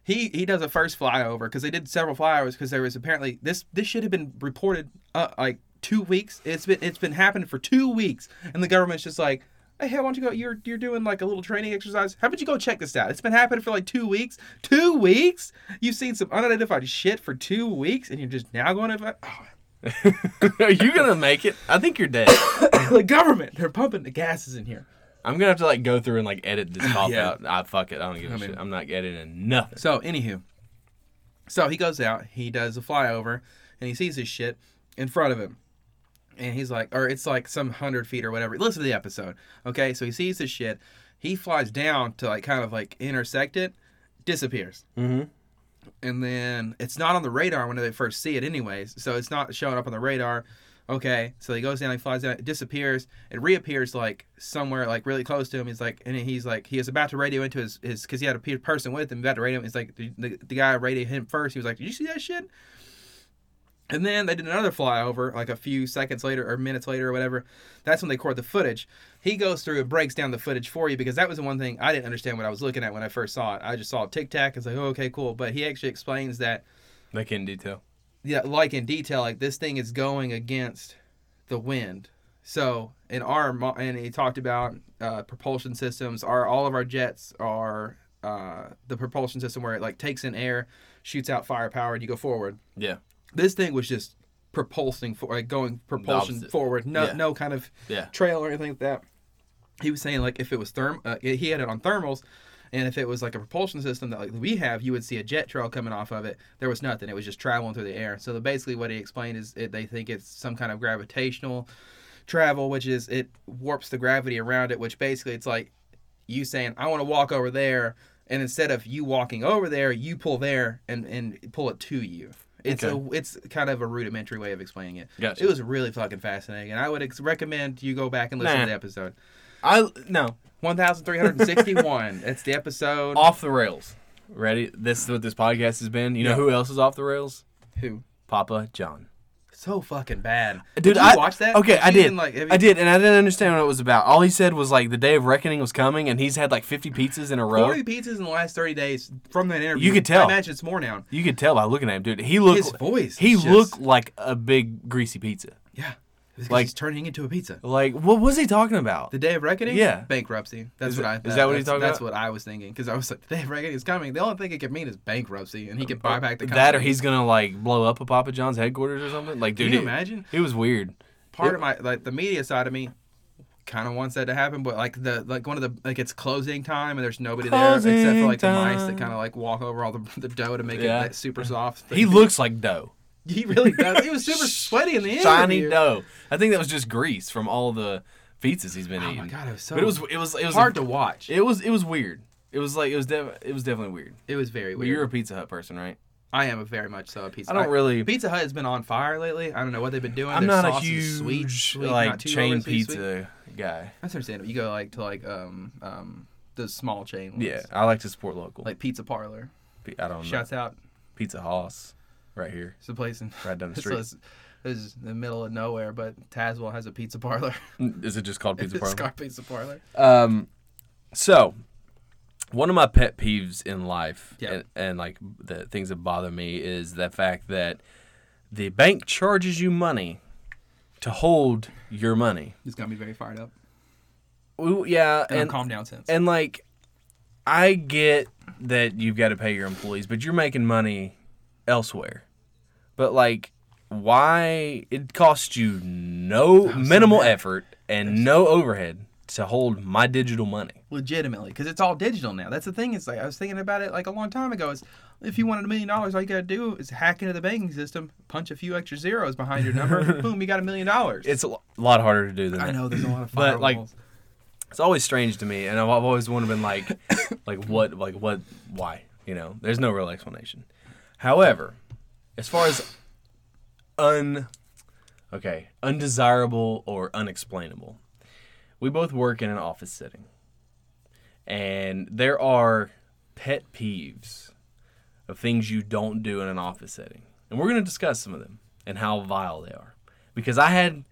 Speaker 3: he he does a first flyover because they did several flyovers because there was apparently this this should have been reported uh, like two weeks. It's been it's been happening for two weeks, and the government's just like. hey, hey, why don't you go? You're you're doing like a little training exercise. How about you go check this out? It's been happening for like two weeks. Two weeks? You've seen some unidentified shit for two weeks, and you're just now going to oh,
Speaker 2: Are you gonna make it? I think you're dead.
Speaker 3: the government. They're pumping the gases in here.
Speaker 2: I'm gonna have to like go through and like edit this pop
Speaker 3: Yeah.
Speaker 2: out. I fuck it. I don't give a
Speaker 3: I
Speaker 2: shit.
Speaker 3: mean-
Speaker 2: I'm not editing nothing.
Speaker 3: So, anywho, so he goes out, he does a flyover, and he sees his shit in front of him. And he's like, or it's like some hundred feet or whatever. Listen to the episode. Okay, so he sees his shit. He flies down to like kind of like intersect it, disappears.
Speaker 2: Mm-hmm.
Speaker 3: and then it's not on the radar when they first see it anyways so it's not showing up on the radar okay so he goes down he flies down it disappears it reappears like somewhere like really close to him he's like and he's like he is about to radio into his his because he had a pe- person with him about to radio him he's like the, the, the guy radioed him first he was like did you see that shit and then they did another flyover like a few seconds later or minutes later or whatever that's when they record the footage he goes through and breaks down the footage for you because that was the one thing I didn't understand what I was looking at when I first saw it. I just saw Tic Tac. It's like, oh, okay, cool. But he actually explains that,
Speaker 2: They can detail.
Speaker 3: yeah, like in detail, like this thing is going against the wind. So in our mo- and he talked about uh, propulsion systems. Our all of our jets are uh, the propulsion system where it like takes in air, shoots out firepower, and you go forward
Speaker 2: Yeah.
Speaker 3: this thing was just propulsing for like going propulsion
Speaker 2: opposite.
Speaker 3: forward no
Speaker 2: Yeah.
Speaker 3: no kind of
Speaker 2: Yeah.
Speaker 3: trail or anything like that he was saying like if it was therm uh, he had it on thermals and if it was like a propulsion system that like we have you would see a jet trail coming off of it there was nothing it was just traveling through the air so the, basically what he explained is it, they think it's some kind of gravitational travel which is it warps the gravity around it which basically it's like you saying i want to walk over there and instead of you walking over there you pull there and and pull it to you it's a it's kind of a rudimentary way of explaining it
Speaker 2: Gotcha.
Speaker 3: it was really fucking fascinating and i would ex- recommend you go back and listen
Speaker 2: Nah.
Speaker 3: to the episode
Speaker 2: I no
Speaker 3: 1361 that's the episode
Speaker 2: off the rails. Ready? This is what this podcast has been. You know who else is off the rails?
Speaker 3: who
Speaker 2: Papa John.
Speaker 3: so fucking bad
Speaker 2: Dude,
Speaker 3: you
Speaker 2: I
Speaker 3: watch that
Speaker 2: Okay, I
Speaker 3: you
Speaker 2: did.
Speaker 3: even, like, have you-
Speaker 2: I did, and I didn't understand what it was about. All he said was like the day of reckoning was coming, and he's had like 50 pizzas in a row.
Speaker 3: 40 pizzas in the last 30 days from that interview
Speaker 2: You could tell.
Speaker 3: i imagine it's more now
Speaker 2: You could tell by looking at him, dude. He looked.
Speaker 3: His voice
Speaker 2: He
Speaker 3: is just-
Speaker 2: looked like a big greasy pizza.
Speaker 3: yeah because
Speaker 2: Like-
Speaker 3: he's turning into a pizza
Speaker 2: Like, what was he talking about?
Speaker 3: the day of reckoning
Speaker 2: Yeah.
Speaker 3: bankruptcy that's
Speaker 2: Is
Speaker 3: what
Speaker 2: it-
Speaker 3: i
Speaker 2: is that what he's
Speaker 3: that's-
Speaker 2: talking
Speaker 3: that's
Speaker 2: about?
Speaker 3: what i was thinking because i was like the day of reckoning is coming the only thing it could mean is bankruptcy and he could buy back the company.
Speaker 2: That or he's gonna like blow up a Papa John's headquarters or something. Like, dude,
Speaker 3: Can you
Speaker 2: it-
Speaker 3: imagine?
Speaker 2: It, was weird.
Speaker 3: part of my like the media side of me kind of wants that to happen but like the like one of the like it's closing time and there's nobody there except
Speaker 2: Closing
Speaker 3: for like the mice
Speaker 2: time.
Speaker 3: that kind of like walk over all the, the dough to make
Speaker 2: Yeah.
Speaker 3: it like, super soft
Speaker 2: He looks like dough,
Speaker 3: he really does he was super sweaty in the interview
Speaker 2: shiny dough. I think that was just grease from all the pizzas he's been
Speaker 3: oh
Speaker 2: eating.
Speaker 3: my god it was so
Speaker 2: But it was it was it was
Speaker 3: hard to watch
Speaker 2: It was it was weird. It was like it was def- it was definitely weird.
Speaker 3: it was very
Speaker 2: But
Speaker 3: weird
Speaker 2: you're a Pizza Hut person, right?
Speaker 3: i am a very much so a pizza
Speaker 2: I don't
Speaker 3: Hut-
Speaker 2: really-
Speaker 3: pizza hut has been on fire lately i don't know what they've been doing
Speaker 2: I'm
Speaker 3: Their
Speaker 2: not a
Speaker 3: sauce
Speaker 2: huge
Speaker 3: is sweet, sweet,
Speaker 2: like
Speaker 3: not too
Speaker 2: chain
Speaker 3: overly sweet.
Speaker 2: pizza guy.
Speaker 3: that's understandable you go like to like um um the small chain ones.
Speaker 2: Yeah, I like to support local. Like
Speaker 3: like pizza parlor
Speaker 2: I don't know
Speaker 3: shouts out
Speaker 2: Pizza Hoss, right here.
Speaker 3: It's a place in
Speaker 2: Right down the
Speaker 3: so
Speaker 2: street.
Speaker 3: it's- This is the middle of nowhere, but Tazewell has a pizza parlor.
Speaker 2: Is it just called Pizza
Speaker 3: It's
Speaker 2: Parlor?
Speaker 3: got pizza parlor.
Speaker 2: Um, so one of my pet peeves in life,
Speaker 3: Yeah.
Speaker 2: and, and like the things that bother me is the fact that the bank charges you money to hold your money.
Speaker 3: It's gonna be very fired up.
Speaker 2: Ooh, yeah,
Speaker 3: And,
Speaker 2: and
Speaker 3: calm down since.
Speaker 2: And like, I get that you've got to pay your employees, but you're making money elsewhere. But like, why it costs you no minimal effort and no overhead to hold my digital money?
Speaker 3: Legitimately, because it's all digital now. That's the thing. It's like I was thinking about it like a long time ago. Is if you wanted a million dollars, all you gotta do is hack into the banking system, punch a few extra zeros behind your number, boom, you got a million dollars.
Speaker 2: It's a lo- lot harder to do than
Speaker 3: I
Speaker 2: that.
Speaker 3: know there's a lot of
Speaker 2: But, like,
Speaker 3: firewalls.
Speaker 2: It's always strange to me, and I've I've always wanted to been like, like what, like what, why? You know, there's no real explanation. However, as far as un, okay, undesirable or unexplainable, we both work in an office setting, and there are pet peeves of things you don't do in an office setting, and we're gonna discuss some of them and how vile they are, because I had.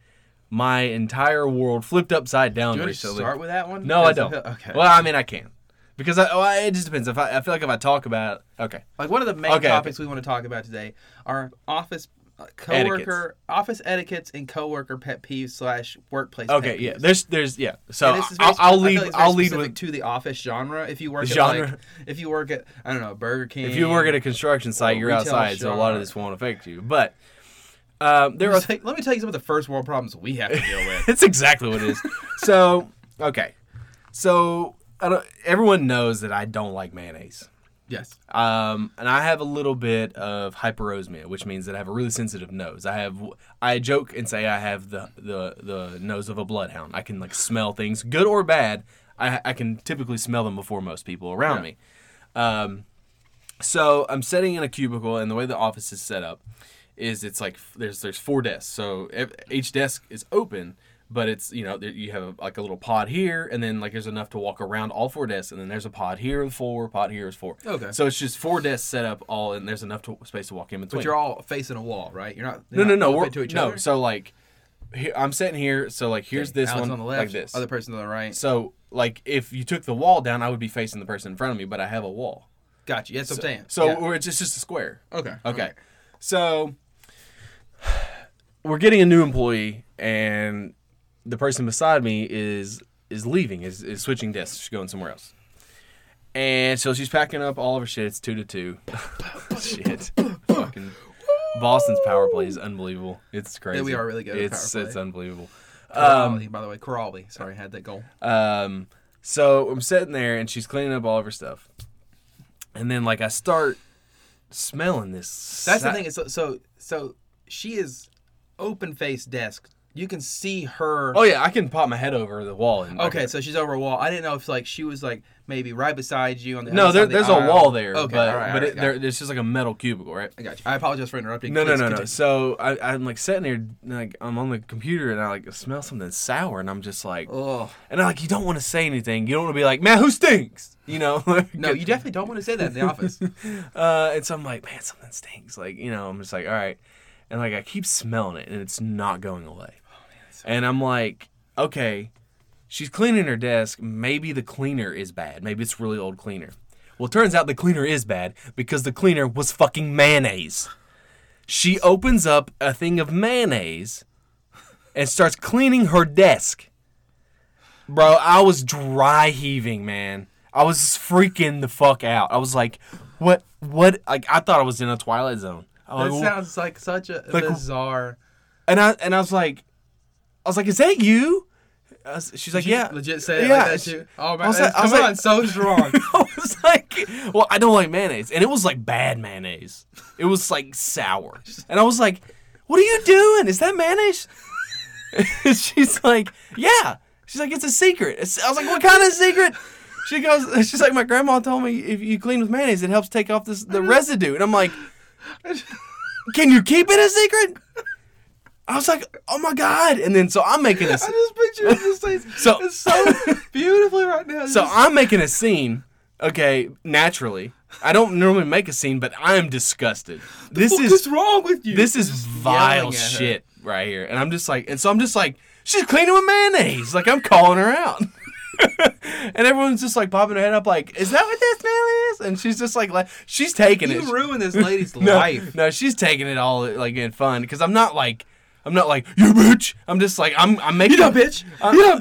Speaker 2: My entire world flipped upside down
Speaker 3: do you want to
Speaker 2: recently.
Speaker 3: start with that one?
Speaker 2: No, I
Speaker 3: Because
Speaker 2: don't.
Speaker 3: feel- Okay.
Speaker 2: Well, I mean, I can because I, well, it just depends. If I, I feel like if I talk about it, okay,
Speaker 3: Like one of the main
Speaker 2: Okay,
Speaker 3: topics we want to talk about today are office uh, coworker office etiquettes and coworker pet peeves slash workplace.
Speaker 2: Okay,
Speaker 3: pet
Speaker 2: yeah.
Speaker 3: peeves.
Speaker 2: There's, there's, yeah. So
Speaker 3: And this is very
Speaker 2: I'll,
Speaker 3: spe- I
Speaker 2: I'll
Speaker 3: feel
Speaker 2: lead,
Speaker 3: like it's very
Speaker 2: I'll lead
Speaker 3: specific
Speaker 2: with.
Speaker 3: to the office genre. If you work at
Speaker 2: Genre.
Speaker 3: like, if you work at I don't know Burger King,
Speaker 2: If you work at a construction site,
Speaker 3: Or
Speaker 2: you're
Speaker 3: retail
Speaker 2: outside, so a lot of
Speaker 3: shop.
Speaker 2: this won't affect you. But um, there are
Speaker 3: It's like, let me tell you some of the first world problems we have to deal with.
Speaker 2: That's exactly what it is. so, okay. So, I don't, everyone knows that I don't like mayonnaise.
Speaker 3: yes,
Speaker 2: Um, and I have a little bit of hyperosmia, which means that I have a really sensitive nose. I have, I joke and say I have the, the, the nose of a bloodhound. I can like smell things, good or bad. I, I can typically smell them before most people around me. Um, so I'm sitting in a cubicle, and the way the office is set up is it's like f- there's there's four desks. So ev- each desk is open, but it's you know there- you have like a little pod here, and then like there's enough to walk around all four desks, and then there's a pod here of four, pod here is four.
Speaker 3: Okay.
Speaker 2: So it's just four desks set up all, and there's enough to, space to walk in between.
Speaker 3: but you're all facing a wall, right? You're not.
Speaker 2: no,
Speaker 3: You're
Speaker 2: no,
Speaker 3: not
Speaker 2: no,
Speaker 3: open
Speaker 2: we're,
Speaker 3: to each
Speaker 2: no.
Speaker 3: other.
Speaker 2: So like, here, I'm sitting here. So like, here's this
Speaker 3: Alex
Speaker 2: one
Speaker 3: on the left,
Speaker 2: like this.
Speaker 3: other person on the right.
Speaker 2: so like, if you took the wall down, I would be facing the person in front of me, but I have a wall.
Speaker 3: Gotcha. That's what I'm saying.
Speaker 2: So
Speaker 3: Yeah.
Speaker 2: or it's just, it's just a square.
Speaker 3: okay,
Speaker 2: Okay. So we're getting a new employee and the person beside me is is leaving, is, is switching desks. She's going somewhere else. And so she's packing up all of her shit. It's two to two. shit. Fucking Boston's power play is unbelievable. It's crazy.
Speaker 3: we are really good at
Speaker 2: It's
Speaker 3: power play.
Speaker 2: it's unbelievable.
Speaker 3: Corrali, by the way, Corrali. Sorry, I had that goal.
Speaker 2: Um, so I'm sitting there and she's cleaning up all of her stuff. And then like I start smelling this.
Speaker 3: That's the
Speaker 2: si-
Speaker 3: thing. Is so, so so she is open face desk. You can see her.
Speaker 2: Oh yeah, I can pop my head over the wall. And
Speaker 3: okay, so she's over a wall. I didn't know if like she was like maybe right beside you on the.
Speaker 2: No,
Speaker 3: other side
Speaker 2: there,
Speaker 3: of the
Speaker 2: there's a
Speaker 3: aisle.
Speaker 2: wall there,
Speaker 3: Okay,
Speaker 2: but
Speaker 3: all right, all
Speaker 2: but
Speaker 3: right,
Speaker 2: it,
Speaker 3: got
Speaker 2: there,
Speaker 3: you.
Speaker 2: it's just like a metal cubicle, right?
Speaker 3: I got you. I apologize for interrupting.
Speaker 2: No, no,
Speaker 3: Please
Speaker 2: no, no.
Speaker 3: continue.
Speaker 2: So I, I'm like sitting here, like I'm on the computer, and I like smell something sour, and I'm just like,
Speaker 3: Ugh.
Speaker 2: and I like you don't want to say anything, you don't want to be like, man, who stinks, you know?
Speaker 3: No, you definitely don't want to say that in the office.
Speaker 2: Uh, and so I'm like, man, something stinks. Like, you know, I'm just like, all right. And like, I keep smelling it and it's not going away.
Speaker 3: Oh,
Speaker 2: and I'm like, okay, she's cleaning her desk. Maybe the cleaner is bad. Maybe it's really old cleaner. Well, it turns out the cleaner is bad because the cleaner was fucking mayonnaise. She opens up a thing of mayonnaise and starts cleaning her desk. Bro, I was dry heaving, man. I was freaking the fuck out. I was like, what what like I thought I was in a twilight zone. I was
Speaker 3: That
Speaker 2: like,
Speaker 3: sounds like such a
Speaker 2: Like-
Speaker 3: bizarre.
Speaker 2: and I and I was like I was like, is that you? I was- she's like,
Speaker 3: Did you
Speaker 2: yeah.
Speaker 3: legit say it
Speaker 2: yeah.
Speaker 3: like that too. Oh
Speaker 2: I
Speaker 3: man,
Speaker 2: was like- I
Speaker 3: come
Speaker 2: was
Speaker 3: on,
Speaker 2: like-
Speaker 3: so strong.
Speaker 2: I was like, well, I don't like mayonnaise, and it was like bad mayonnaise. It was like sour, and I was like, what are you doing? Is that mayonnaise? And she's like, yeah. She's like, it's a secret. It's- I was like, what kind of secret? She goes, she's like, my grandma told me if you clean with mayonnaise, it helps take off this the residue, and I'm like, can you keep it a secret? I was like, oh my god, and then so I'm making this.
Speaker 3: I just picture his face.
Speaker 2: So-
Speaker 3: it's so beautifully right now.
Speaker 2: So I'm making a scene, okay, naturally. I don't normally make a scene, but I'm disgusted. This
Speaker 3: what
Speaker 2: is
Speaker 3: is wrong with you?
Speaker 2: this is vile
Speaker 3: yelling at her.
Speaker 2: shit right here. And I'm just like and so I'm just like, she's cleaning with mayonnaise. Like I'm calling her out. and everyone's just like popping their head up like, is that what this smell is? And she's just like, like she's taking it.
Speaker 3: you ruined this lady's
Speaker 2: no,
Speaker 3: life.
Speaker 2: no, she's taking it all like in fun because I'm not like I'm not like you bitch. I'm just like I'm I'm making
Speaker 3: You done, bitch.
Speaker 2: I'm,
Speaker 3: You done,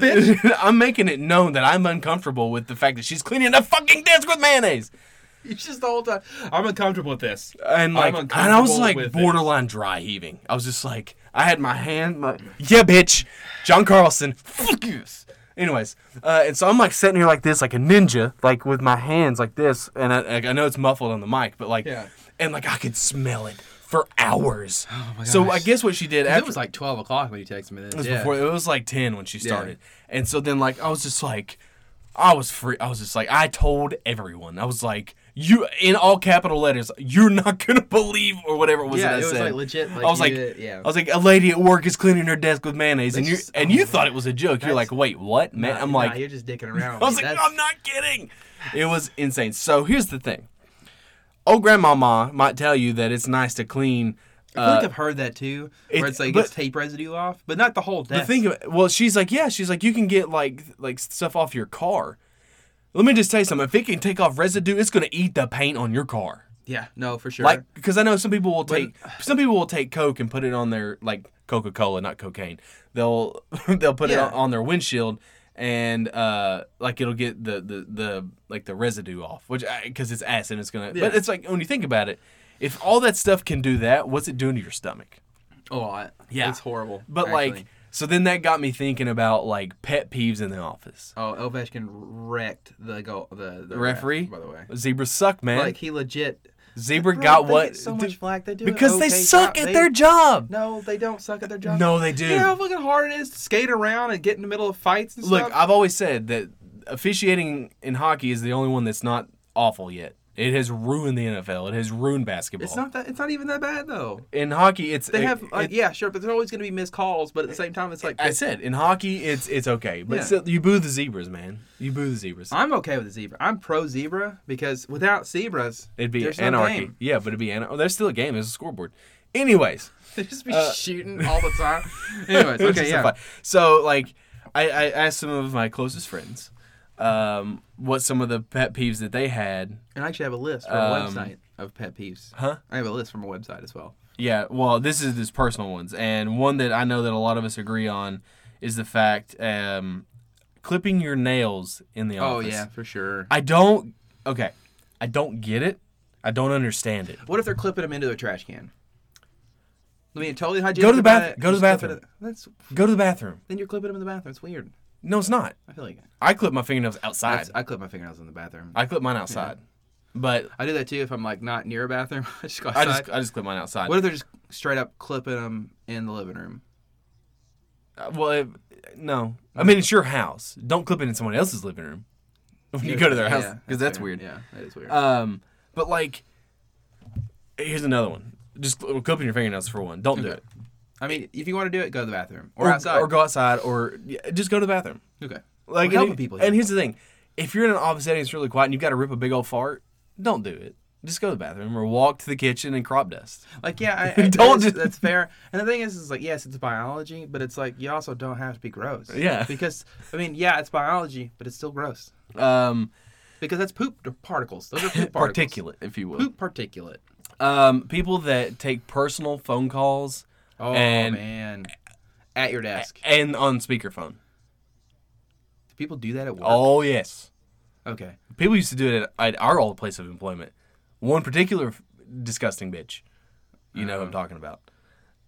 Speaker 3: bitch.
Speaker 2: I'm making it known that I'm uncomfortable with the fact that she's cleaning a fucking desk with mayonnaise.
Speaker 3: It's just the whole time. I'm uncomfortable with this.
Speaker 2: And like, and
Speaker 3: uncomfortable
Speaker 2: I was like
Speaker 3: with
Speaker 2: borderline dry heaving. I was just like, I had my hand, my yeah, bitch, John Carlson, fuck you. Anyways, uh, and so I'm like sitting here like this, like a ninja, like with my hands like this, and I, like, I know it's muffled on the mic, but like,
Speaker 3: Yeah.
Speaker 2: and like I could smell it for hours. Oh my so
Speaker 3: gosh.
Speaker 2: I guess what she did
Speaker 3: It
Speaker 2: after
Speaker 3: was like 12 o'clock when you texted me this.
Speaker 2: was
Speaker 3: yeah.
Speaker 2: before it was like 10 when she started and so then like i was just like i was free i was just like i told everyone i was like you in all capital letters you're not gonna believe or whatever it was
Speaker 3: Yeah,
Speaker 2: that
Speaker 3: it
Speaker 2: I
Speaker 3: was,
Speaker 2: said.
Speaker 3: like, legit, like,
Speaker 2: i was
Speaker 3: you
Speaker 2: like
Speaker 3: did- yeah.
Speaker 2: i was like a lady at work is cleaning her desk with mayonnaise and you
Speaker 3: just- oh
Speaker 2: and you thought it was a joke you're like wait what man i'm
Speaker 3: Nah,
Speaker 2: like
Speaker 3: you're just dicking around.
Speaker 2: I was
Speaker 3: with
Speaker 2: like,
Speaker 3: me.
Speaker 2: I'm not kidding. It was insane. So here's the thing. Old grandmama might tell you that it's nice to clean.
Speaker 3: I feel
Speaker 2: uh,
Speaker 3: like I've heard that too, where
Speaker 2: it's-
Speaker 3: it's like it
Speaker 2: but-
Speaker 3: gets tape residue off, but not the whole
Speaker 2: But
Speaker 3: desk.
Speaker 2: think of it. Well, she's like, yeah, she's like, you can get like like stuff off your car. Let me just tell you something. If it can take off residue, it's gonna eat the paint on your car.
Speaker 3: Yeah, no, for sure.
Speaker 2: Like 'cause Like, because I know some people will take some people will take Coke and put it on their like Coca Cola, not cocaine. They'll they'll put
Speaker 3: Yeah.
Speaker 2: it on, on their windshield, and uh, like it'll get the, the the like the residue off, which because it's acid, it's gonna.
Speaker 3: Yeah.
Speaker 2: But it's like when you think about it, if all that stuff can do that, what's it doing to your stomach?
Speaker 3: a lot.
Speaker 2: Yeah.
Speaker 3: it's horrible.
Speaker 2: But like,
Speaker 3: actually.
Speaker 2: so then that got me thinking about like pet peeves in the office.
Speaker 3: oh, Ovechkin wrecked the goal. The, the
Speaker 2: The referee,
Speaker 3: ref, by the way.
Speaker 2: zebras suck, man.
Speaker 3: Like he legit
Speaker 2: Zebra
Speaker 3: Bro,
Speaker 2: got
Speaker 3: they
Speaker 2: what?
Speaker 3: get so much flack. They do an
Speaker 2: because they
Speaker 3: okay
Speaker 2: suck
Speaker 3: job.
Speaker 2: at
Speaker 3: They-
Speaker 2: their job.
Speaker 3: No, they don't suck at their job.
Speaker 2: No, they do.
Speaker 3: You know how fucking hard it is to skate around and get in the middle of fights and
Speaker 2: Look,
Speaker 3: stuff.
Speaker 2: I've always said that officiating in hockey is the only one that's not awful yet. It has ruined the NFL. It has ruined basketball.
Speaker 3: it's not that. It's not even that bad though.
Speaker 2: in hockey. It's
Speaker 3: They
Speaker 2: it-
Speaker 3: have,
Speaker 2: it-
Speaker 3: like, yeah, sure, but there's always going to be missed calls. But at the same time, it's like
Speaker 2: I said in hockey, it's it's okay, but
Speaker 3: Yeah.
Speaker 2: still, you boo the zebras, man. You boo the zebras.
Speaker 3: I'm okay with the zebra. I'm pro zebra because without zebras,
Speaker 2: It'd be
Speaker 3: there's no
Speaker 2: anarchy.
Speaker 3: game.
Speaker 2: yeah, but it'd be anarchy. Oh, there's still a game. There's a scoreboard. Anyways,
Speaker 3: They just be shooting all the time. Anyways,
Speaker 2: It was
Speaker 3: okay,
Speaker 2: just Uh, a
Speaker 3: yeah.
Speaker 2: fight. So like, I, I asked some of my closest friends, um, what some of the pet peeves that they had.
Speaker 3: And I actually have a list from a
Speaker 2: Um,
Speaker 3: website of pet peeves.
Speaker 2: Huh?
Speaker 3: I have a list from a website as well.
Speaker 2: Yeah, well, this is his personal ones, and one that I know that a lot of us agree on is the fact um, clipping your nails in the
Speaker 3: Oh
Speaker 2: office.
Speaker 3: yeah, for sure.
Speaker 2: I don't. Okay, I don't get it. I don't understand it.
Speaker 3: What if they're clipping them into a trash can? I mean, totally hygienic.
Speaker 2: Go to the
Speaker 3: about
Speaker 2: bath-
Speaker 3: it,
Speaker 2: go to the
Speaker 3: just clip it
Speaker 2: bathroom.
Speaker 3: in- That's
Speaker 2: Go to the bathroom.
Speaker 3: then you're clipping them in the bathroom. It's weird.
Speaker 2: No, it's not.
Speaker 3: I feel like
Speaker 2: I clip my fingernails
Speaker 3: I,
Speaker 2: outside.
Speaker 3: I clip my fingernails in the bathroom. I,
Speaker 2: I clip mine outside, but
Speaker 3: do that too if I'm like not near a bathroom. I just go
Speaker 2: I
Speaker 3: outside.
Speaker 2: just I just clip mine outside.
Speaker 3: what if they're just straight up clipping them in the living room?
Speaker 2: Uh, Well, it, no. I mean, it's your house. Don't clip it in someone else's living room when you go to their house
Speaker 3: Yeah,
Speaker 2: because that's weird.
Speaker 3: Yeah, that is weird.
Speaker 2: Um, but like, here's another one. Just cl- clipping your fingernails for one. Don't do
Speaker 3: Okay.
Speaker 2: it.
Speaker 3: I mean, if you want to do it, go to the bathroom or, outside.
Speaker 2: or go outside, or yeah, just go to the bathroom.
Speaker 3: okay.
Speaker 2: Like
Speaker 3: We're helping
Speaker 2: and,
Speaker 3: people here.
Speaker 2: And here's the thing: if you're in an office setting, it's really quiet, and you got to rip a big old fart. Don't do it. Just go to the bathroom or walk to the kitchen and crop dust.
Speaker 3: Like yeah, I, I
Speaker 2: Don't
Speaker 3: that's,
Speaker 2: just-
Speaker 3: that's fair. And the thing is, is like yes, it's biology, but it's like you also don't have to be gross.
Speaker 2: Yeah.
Speaker 3: Because I mean, yeah, it's biology, but it's still gross
Speaker 2: Um,
Speaker 3: because that's poop d- particles. Those are poop particles.
Speaker 2: particulate, if you will.
Speaker 3: Poop particulate.
Speaker 2: Um, people that take personal phone calls
Speaker 3: Oh
Speaker 2: And-
Speaker 3: man. At your desk.
Speaker 2: and on speakerphone.
Speaker 3: Do people do that at work?
Speaker 2: Oh yes.
Speaker 3: Okay.
Speaker 2: People used to do it at, at our old place of employment. One particular f- disgusting bitch. You know who
Speaker 3: Uh-huh.
Speaker 2: I'm talking about.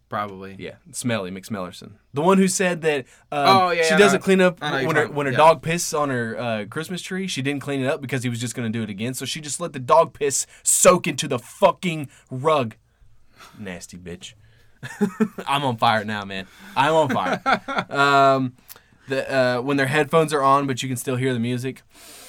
Speaker 3: Probably.
Speaker 2: Yeah, Smelly McSmellerson. The one who said that um,
Speaker 3: Oh, yeah,
Speaker 2: she
Speaker 3: I
Speaker 2: doesn't
Speaker 3: know.
Speaker 2: clean up
Speaker 3: I know you're
Speaker 2: when her,
Speaker 3: talking-
Speaker 2: when her
Speaker 3: yeah.
Speaker 2: dog pisses on her uh, Christmas tree. She didn't clean it up because he was just going to do it again. So she just let the dog piss soak into the fucking rug. Nasty bitch. I'm on fire now, man. I'm on fire. um, the, uh, when their headphones are on, but you can still hear the music.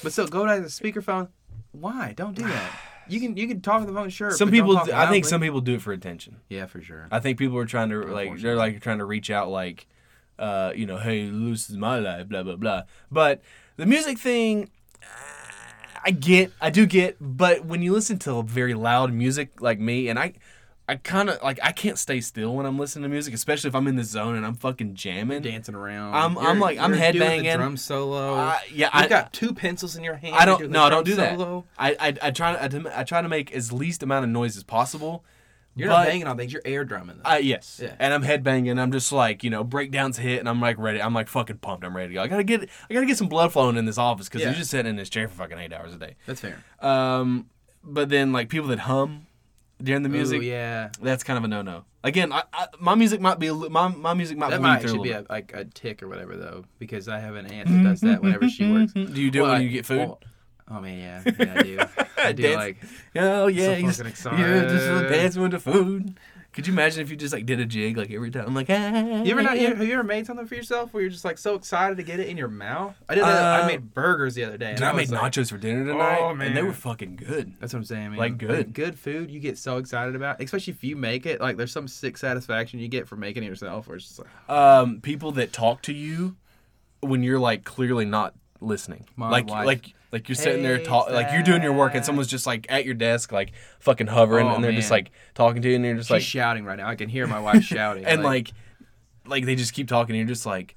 Speaker 3: But still go to the speakerphone. Why? Don't do that. You can you can talk on the phone, sure.
Speaker 2: Some
Speaker 3: but don't
Speaker 2: people,
Speaker 3: talk
Speaker 2: d- I think
Speaker 3: loudly.
Speaker 2: some people do it for attention.
Speaker 3: Yeah, for sure.
Speaker 2: I think people are trying to like they're like trying to reach out like, uh, you know, hey, this is my life, blah blah blah. But the music thing, uh, I get, I do get. But when you listen to very loud music like me, and I, I kind of like I can't stay still when I'm listening to music, especially if I'm in the zone and I'm fucking jamming.
Speaker 3: Dancing around.
Speaker 2: I'm- I'm like- I'm
Speaker 3: you're Doing the
Speaker 2: headbanging.
Speaker 3: drum solo.
Speaker 2: Uh, yeah,
Speaker 3: You've
Speaker 2: I-
Speaker 3: got two pencils in your hand.
Speaker 2: I
Speaker 3: You're
Speaker 2: don't.
Speaker 3: doing
Speaker 2: No,
Speaker 3: the
Speaker 2: I don't
Speaker 3: drum
Speaker 2: do that.
Speaker 3: solo.
Speaker 2: I, I I try to I, dem- I try to make as least amount of noise as possible.
Speaker 3: You're
Speaker 2: but-
Speaker 3: not banging on things. You're air drumming. Them.
Speaker 2: Uh, yes.
Speaker 3: Yeah.
Speaker 2: And I'm headbanging. I'm just like, you know, breakdowns hit, and I'm like ready. I'm like fucking pumped. I'm ready to go. I gotta get, I gotta get some blood flowing in this office because
Speaker 3: Yeah.
Speaker 2: he's just sitting in his chair for fucking eight hours a day.
Speaker 3: That's fair.
Speaker 2: Um, but then like people that hum during the music,
Speaker 3: Ooh, yeah.
Speaker 2: that's kind of a no no. Again, I, I, my music might be a, li- my my music might
Speaker 3: That
Speaker 2: bleed
Speaker 3: might
Speaker 2: through a
Speaker 3: actually be
Speaker 2: little
Speaker 3: a, like a tick or whatever though, because I have an aunt that does that whenever she works.
Speaker 2: bit. Do you do it
Speaker 3: Well,
Speaker 2: when
Speaker 3: I-
Speaker 2: you get food?
Speaker 3: well, oh man, yeah, yeah, I do. I do
Speaker 2: Dance-
Speaker 3: like
Speaker 2: oh yeah,
Speaker 3: so
Speaker 2: you just,
Speaker 3: fucking
Speaker 2: yeah, just
Speaker 3: excited.
Speaker 2: dancing with the food. Could you imagine if you just like did a jig like every time? I'm like, ah,
Speaker 3: You ever not, you- have you ever made something for yourself where you're just like so excited to get it in your mouth? I did. that I
Speaker 2: Uh,
Speaker 3: made burgers the other day. and
Speaker 2: Dude, I made
Speaker 3: was like-
Speaker 2: nachos for dinner tonight,
Speaker 3: Oh,
Speaker 2: and they
Speaker 3: man.
Speaker 2: were fucking good.
Speaker 3: That's what I'm saying, man.
Speaker 2: Like, good.
Speaker 3: good food you get so excited about, especially if you make it. Like there's some sick satisfaction you get from making it yourself, where it's just like
Speaker 2: um, people that talk to you when you're like clearly not listening.
Speaker 3: My
Speaker 2: like
Speaker 3: wife
Speaker 2: like like you're sitting there talk like you're doing your work and
Speaker 3: hates that.
Speaker 2: someone's just like at your desk like fucking hovering
Speaker 3: Oh,
Speaker 2: and they're just
Speaker 3: man.
Speaker 2: like talking to you and you're just
Speaker 3: she's
Speaker 2: like
Speaker 3: shouting right now. I can hear my wife shouting.
Speaker 2: and like like they just keep talking and you're just like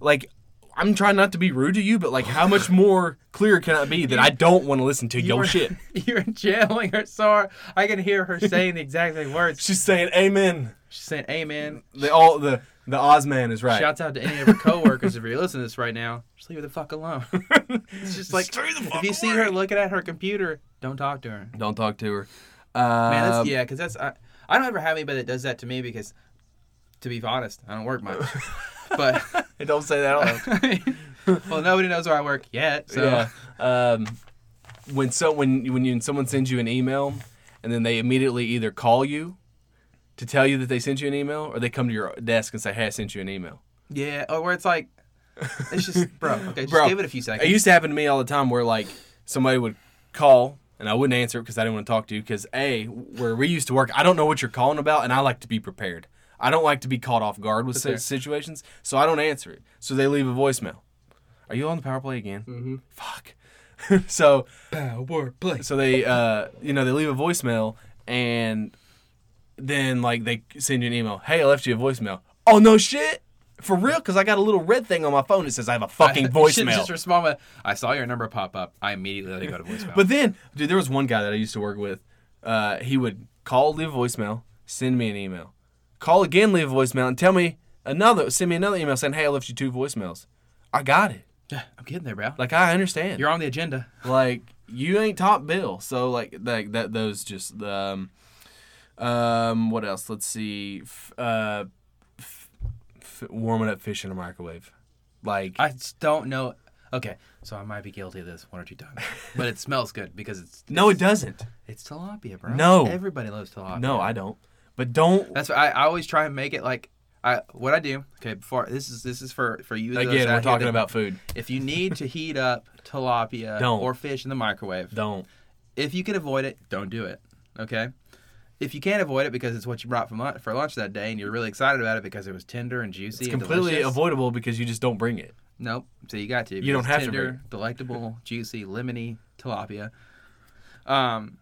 Speaker 2: like I'm trying not to be rude to you, but like, how much more clear can I be that I don't want to listen to your
Speaker 3: were-
Speaker 2: shit?
Speaker 3: You're channeling her sorrow. I can hear her saying the exact same words.
Speaker 2: She's saying amen.
Speaker 3: She's saying, "Amen."
Speaker 2: The all the the Oz man is right.
Speaker 3: Shouts out to any of her coworkers if you're listening to this right now. Just leave her the fuck alone. it's just like
Speaker 2: Stay the
Speaker 3: if
Speaker 2: fuck
Speaker 3: you see
Speaker 2: away.
Speaker 3: her looking at her computer, don't talk to her.
Speaker 2: Don't talk to her.
Speaker 3: Man,
Speaker 2: Um,
Speaker 3: that's, yeah, because that's I, I don't ever have anybody that does that to me because, to be honest, I don't work much. but
Speaker 2: Don't say that. Out loud.
Speaker 3: well, nobody knows where I work yet, so
Speaker 2: So um, when so when when you, someone sends you an email, and then they immediately either call you to tell you that they sent you an email, or they come to your desk and say, "Hey, I sent you an email."
Speaker 3: yeah, or where it's like, it's just bro. Okay, just
Speaker 2: Bro,
Speaker 3: give it a few
Speaker 2: It
Speaker 3: seconds.
Speaker 2: used to happen to me all the time, where like somebody would call. And I wouldn't answer it because I didn't want to talk to you. Because a, where we used to work, I don't know what you're calling about, and I like to be prepared. I don't like to be caught off guard with
Speaker 3: fair.
Speaker 2: such situations, so I don't answer it. So they leave a voicemail. Are you on the power play again? Mm-hmm. Fuck. so
Speaker 3: Power play.
Speaker 2: so they uh you know they leave a voicemail and then like they send you an email hey i left you a voicemail oh no shit for real because i got a little red thing on my phone that says i have a fucking
Speaker 3: Should
Speaker 2: voicemail
Speaker 3: just respond with, "I saw your number pop up. I immediately let it go to voicemail."
Speaker 2: but then dude there was one guy that i used to work with uh he would call leave a voicemail send me an email call again leave a voicemail and tell me another send me another email saying hey i left you two voicemails i got it
Speaker 3: I'm getting there, bro.
Speaker 2: like i understand
Speaker 3: You're on the agenda.
Speaker 2: like you ain't top bill so like like that those just um um what else let's see f- uh f- f- warming up fish in a microwave like
Speaker 3: I just don't know. Okay, so I might be guilty of this one or two times, but it smells good because it's
Speaker 2: no it doesn't
Speaker 3: it's tilapia, bro.
Speaker 2: No.
Speaker 3: everybody loves tilapia.
Speaker 2: no i don't but don't
Speaker 3: That's why I, I always try and make it like I what I do. Okay, before this is this is for for you. those
Speaker 2: again
Speaker 3: out
Speaker 2: we're
Speaker 3: here
Speaker 2: talking
Speaker 3: that-
Speaker 2: about food
Speaker 3: if you need to heat up tilapia
Speaker 2: Don't.
Speaker 3: or fish in the microwave.
Speaker 2: don't
Speaker 3: If you can avoid it, don't do it. Okay. If you can't avoid it because it's what you brought for, lunch, for lunch that day and you're really excited about it because it was tender and juicy
Speaker 2: it's
Speaker 3: and
Speaker 2: completely
Speaker 3: delicious.
Speaker 2: avoidable because you just don't bring it
Speaker 3: Nope. So you got to.
Speaker 2: You don't
Speaker 3: because
Speaker 2: have to
Speaker 3: tender,
Speaker 2: bring
Speaker 3: delectable, juicy, lemony tilapia. Um,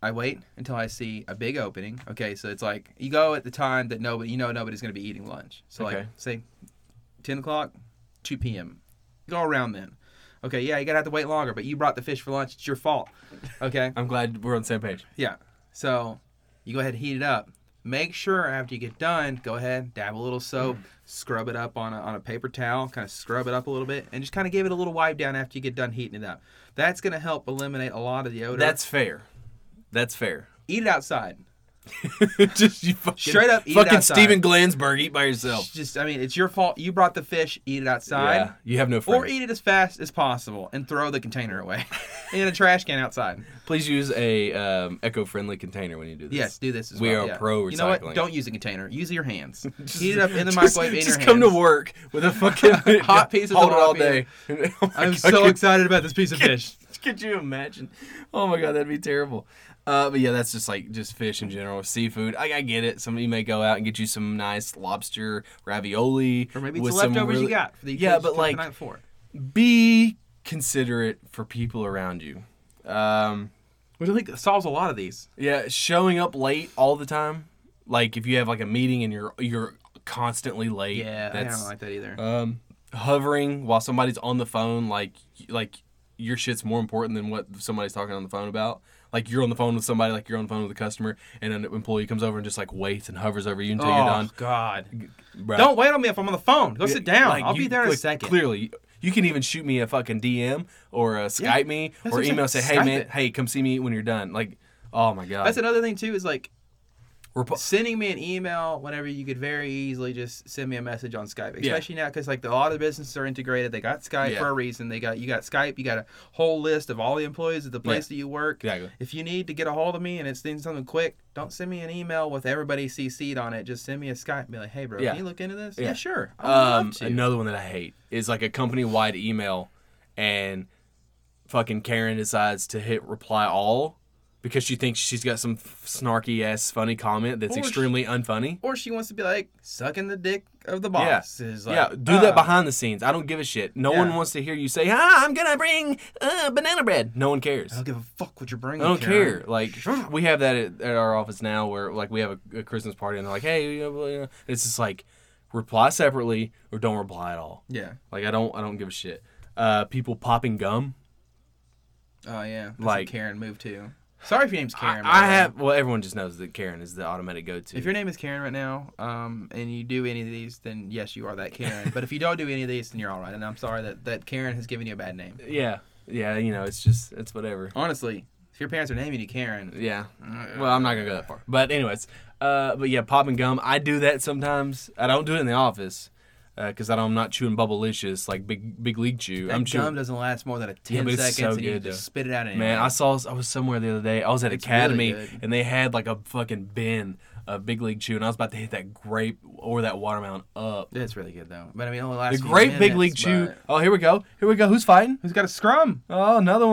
Speaker 3: I wait until I see a big opening. Okay, so it's like you go at the time that nobody, you know, nobody's gonna be eating lunch. So like,
Speaker 2: Okay.
Speaker 3: say, ten o'clock, two p.m. Go around then. Okay, yeah, you gotta have to wait longer, but you brought the fish for lunch. It's your fault. Okay.
Speaker 2: i'm glad we're on the same page
Speaker 3: Yeah. So you go ahead and heat it up. Make sure after you get done, go ahead, dab a little soap,
Speaker 2: Mm.
Speaker 3: scrub it up on a, on a paper towel, kind of scrub it up a little bit, and just kind of give it a little wipe down after you get done heating it up. That's going to help eliminate a lot of the odor.
Speaker 2: that's fair that's fair
Speaker 3: eat it outside.
Speaker 2: just you fucking
Speaker 3: Straight up eat it
Speaker 2: fucking
Speaker 3: outside.
Speaker 2: steven glansberg eat by yourself
Speaker 3: Just I mean, it's your fault. You brought the fish. Eat it outside,
Speaker 2: yeah you have no friends
Speaker 3: or eat it as fast as possible and throw the container away in a trash can outside.
Speaker 2: please use a um, eco-friendly container when you do this
Speaker 3: Yes, do this as
Speaker 2: We
Speaker 3: well.
Speaker 2: are
Speaker 3: yeah.
Speaker 2: pro
Speaker 3: You know what?
Speaker 2: recycling.
Speaker 3: Don't use a container. Use your hands. heat it up in the microwave in
Speaker 2: Just
Speaker 3: your
Speaker 2: come
Speaker 3: hands.
Speaker 2: to work with a fucking
Speaker 3: Hot piece of
Speaker 2: hold it all
Speaker 3: tilapia.
Speaker 2: day. Oh my
Speaker 3: I'm
Speaker 2: God,
Speaker 3: so
Speaker 2: could,
Speaker 3: excited about this piece of fish.
Speaker 2: could you imagine? Oh my god, that'd be terrible. Uh, but yeah, that's just like just fish in general, seafood. I, I get it. Some of you may go out and get you some nice lobster ravioli,
Speaker 3: Or maybe it's
Speaker 2: with
Speaker 3: the
Speaker 2: some
Speaker 3: leftovers you
Speaker 2: really-
Speaker 3: got. For the
Speaker 2: yeah,
Speaker 3: kids
Speaker 2: but
Speaker 3: cooked
Speaker 2: like
Speaker 3: the night before.
Speaker 2: be considerate for people around you. Um,
Speaker 3: which I think solves a lot of these.
Speaker 2: Yeah, showing up late all the time. Like if you have like a meeting and you're you're constantly late.
Speaker 3: Yeah, I
Speaker 2: that's
Speaker 3: don't like that either.
Speaker 2: um, hovering while somebody's on the phone. Like like your shit's more important than what somebody's talking on the phone about. Like you're on the phone with somebody, like you're on the phone with a customer, and an employee comes over and just like waits and hovers over you until you're done.
Speaker 3: Oh, God!
Speaker 2: Bruh.
Speaker 3: Don't wait on me if I'm on the phone. Go
Speaker 2: Yeah,
Speaker 3: sit down.
Speaker 2: like,
Speaker 3: I'll be
Speaker 2: you-
Speaker 3: there in a
Speaker 2: like,
Speaker 3: second.
Speaker 2: Clearly, you can even shoot me a fucking DM or uh, Skype me
Speaker 3: that's
Speaker 2: or
Speaker 3: what I'm
Speaker 2: email say,
Speaker 3: saying,
Speaker 2: hey
Speaker 3: Skype
Speaker 2: man,
Speaker 3: it."
Speaker 2: hey come see me when you're done. Like, oh my god,
Speaker 3: That's another thing too. Is like
Speaker 2: We're po-
Speaker 3: sending me an email whenever you could very easily just send me a message on Skype, especially now because like the, a lot of the businesses are integrated. They got Skype
Speaker 2: Yeah.
Speaker 3: for a reason. They got you got Skype. You got a whole list of all the employees at the place that you work.
Speaker 2: Exactly.
Speaker 3: If you need to get a hold of me and it's needs something quick, don't send me an email with everybody CC'd on it. Just send me a Skype. And be like, hey bro,
Speaker 2: Yeah.
Speaker 3: can you look into this?
Speaker 2: Yeah.
Speaker 3: Yeah, sure. I would
Speaker 2: Um,
Speaker 3: love to.
Speaker 2: another one that I hate is like a company wide email, and fucking Karen decides to hit reply all because she thinks she's got some snarky ass funny comment that's
Speaker 3: Or she-
Speaker 2: extremely unfunny.
Speaker 3: or she wants to be like sucking the dick of the boss. Is like,
Speaker 2: yeah, do
Speaker 3: uh,
Speaker 2: that behind the scenes. I don't give a shit. No one
Speaker 3: Yeah.
Speaker 2: wants to hear you say, "Ah, I'm gonna bring uh, banana bread." No one cares.
Speaker 3: I don't give a fuck what you're bringing.
Speaker 2: I don't
Speaker 3: Karen.
Speaker 2: care. Like
Speaker 3: Shut up.
Speaker 2: we have that at, at our office now, where like we have a, a Christmas party, and they're like, "Hey, you know, blah, blah, blah." it's just like, reply separately or don't reply at all.
Speaker 3: Yeah.
Speaker 2: Like I don't I don't give a shit. Uh, people popping gum.
Speaker 3: Oh yeah. That's a
Speaker 2: Like-
Speaker 3: Karen move too. Sorry if your name's Karen. by
Speaker 2: I, I
Speaker 3: the way.
Speaker 2: have well everyone just knows that Karen is the automatic go to.
Speaker 3: If your name is Karen right now, um, and you do any of these, then yes, you are that Karen. but if you don't do any of these, then you're all right. And I'm sorry that that Karen has given you a bad name.
Speaker 2: yeah. Yeah, you know, it's just it's whatever.
Speaker 3: Honestly, if your parents are naming you Karen, uh,
Speaker 2: Yeah. Well, I'm not gonna go that far. But anyways, uh, but yeah, popping gum. I do that sometimes. I don't do it in the office because I don't, I'm not chewing bubblelicious like big big league chew.
Speaker 3: that
Speaker 2: I'm
Speaker 3: gum
Speaker 2: chewing.
Speaker 3: doesn't last more than a ten
Speaker 2: but it's
Speaker 3: seconds,
Speaker 2: so
Speaker 3: and you
Speaker 2: good,
Speaker 3: just
Speaker 2: though.
Speaker 3: spit it out. Anyway.
Speaker 2: Man, I saw I was somewhere the other day. I was at
Speaker 3: really
Speaker 2: Academy
Speaker 3: good.
Speaker 2: and they had like a fucking bin of big league chew, and I was about to hit that grape or that watermelon up.
Speaker 3: it's really good though. But I mean, it only lasts
Speaker 2: The
Speaker 3: a few
Speaker 2: great big
Speaker 3: minutes,
Speaker 2: league chew.
Speaker 3: but-
Speaker 2: Oh, here we go. Here we go. Who's fighting?
Speaker 3: Who's got a scrum?
Speaker 2: Oh, another
Speaker 3: I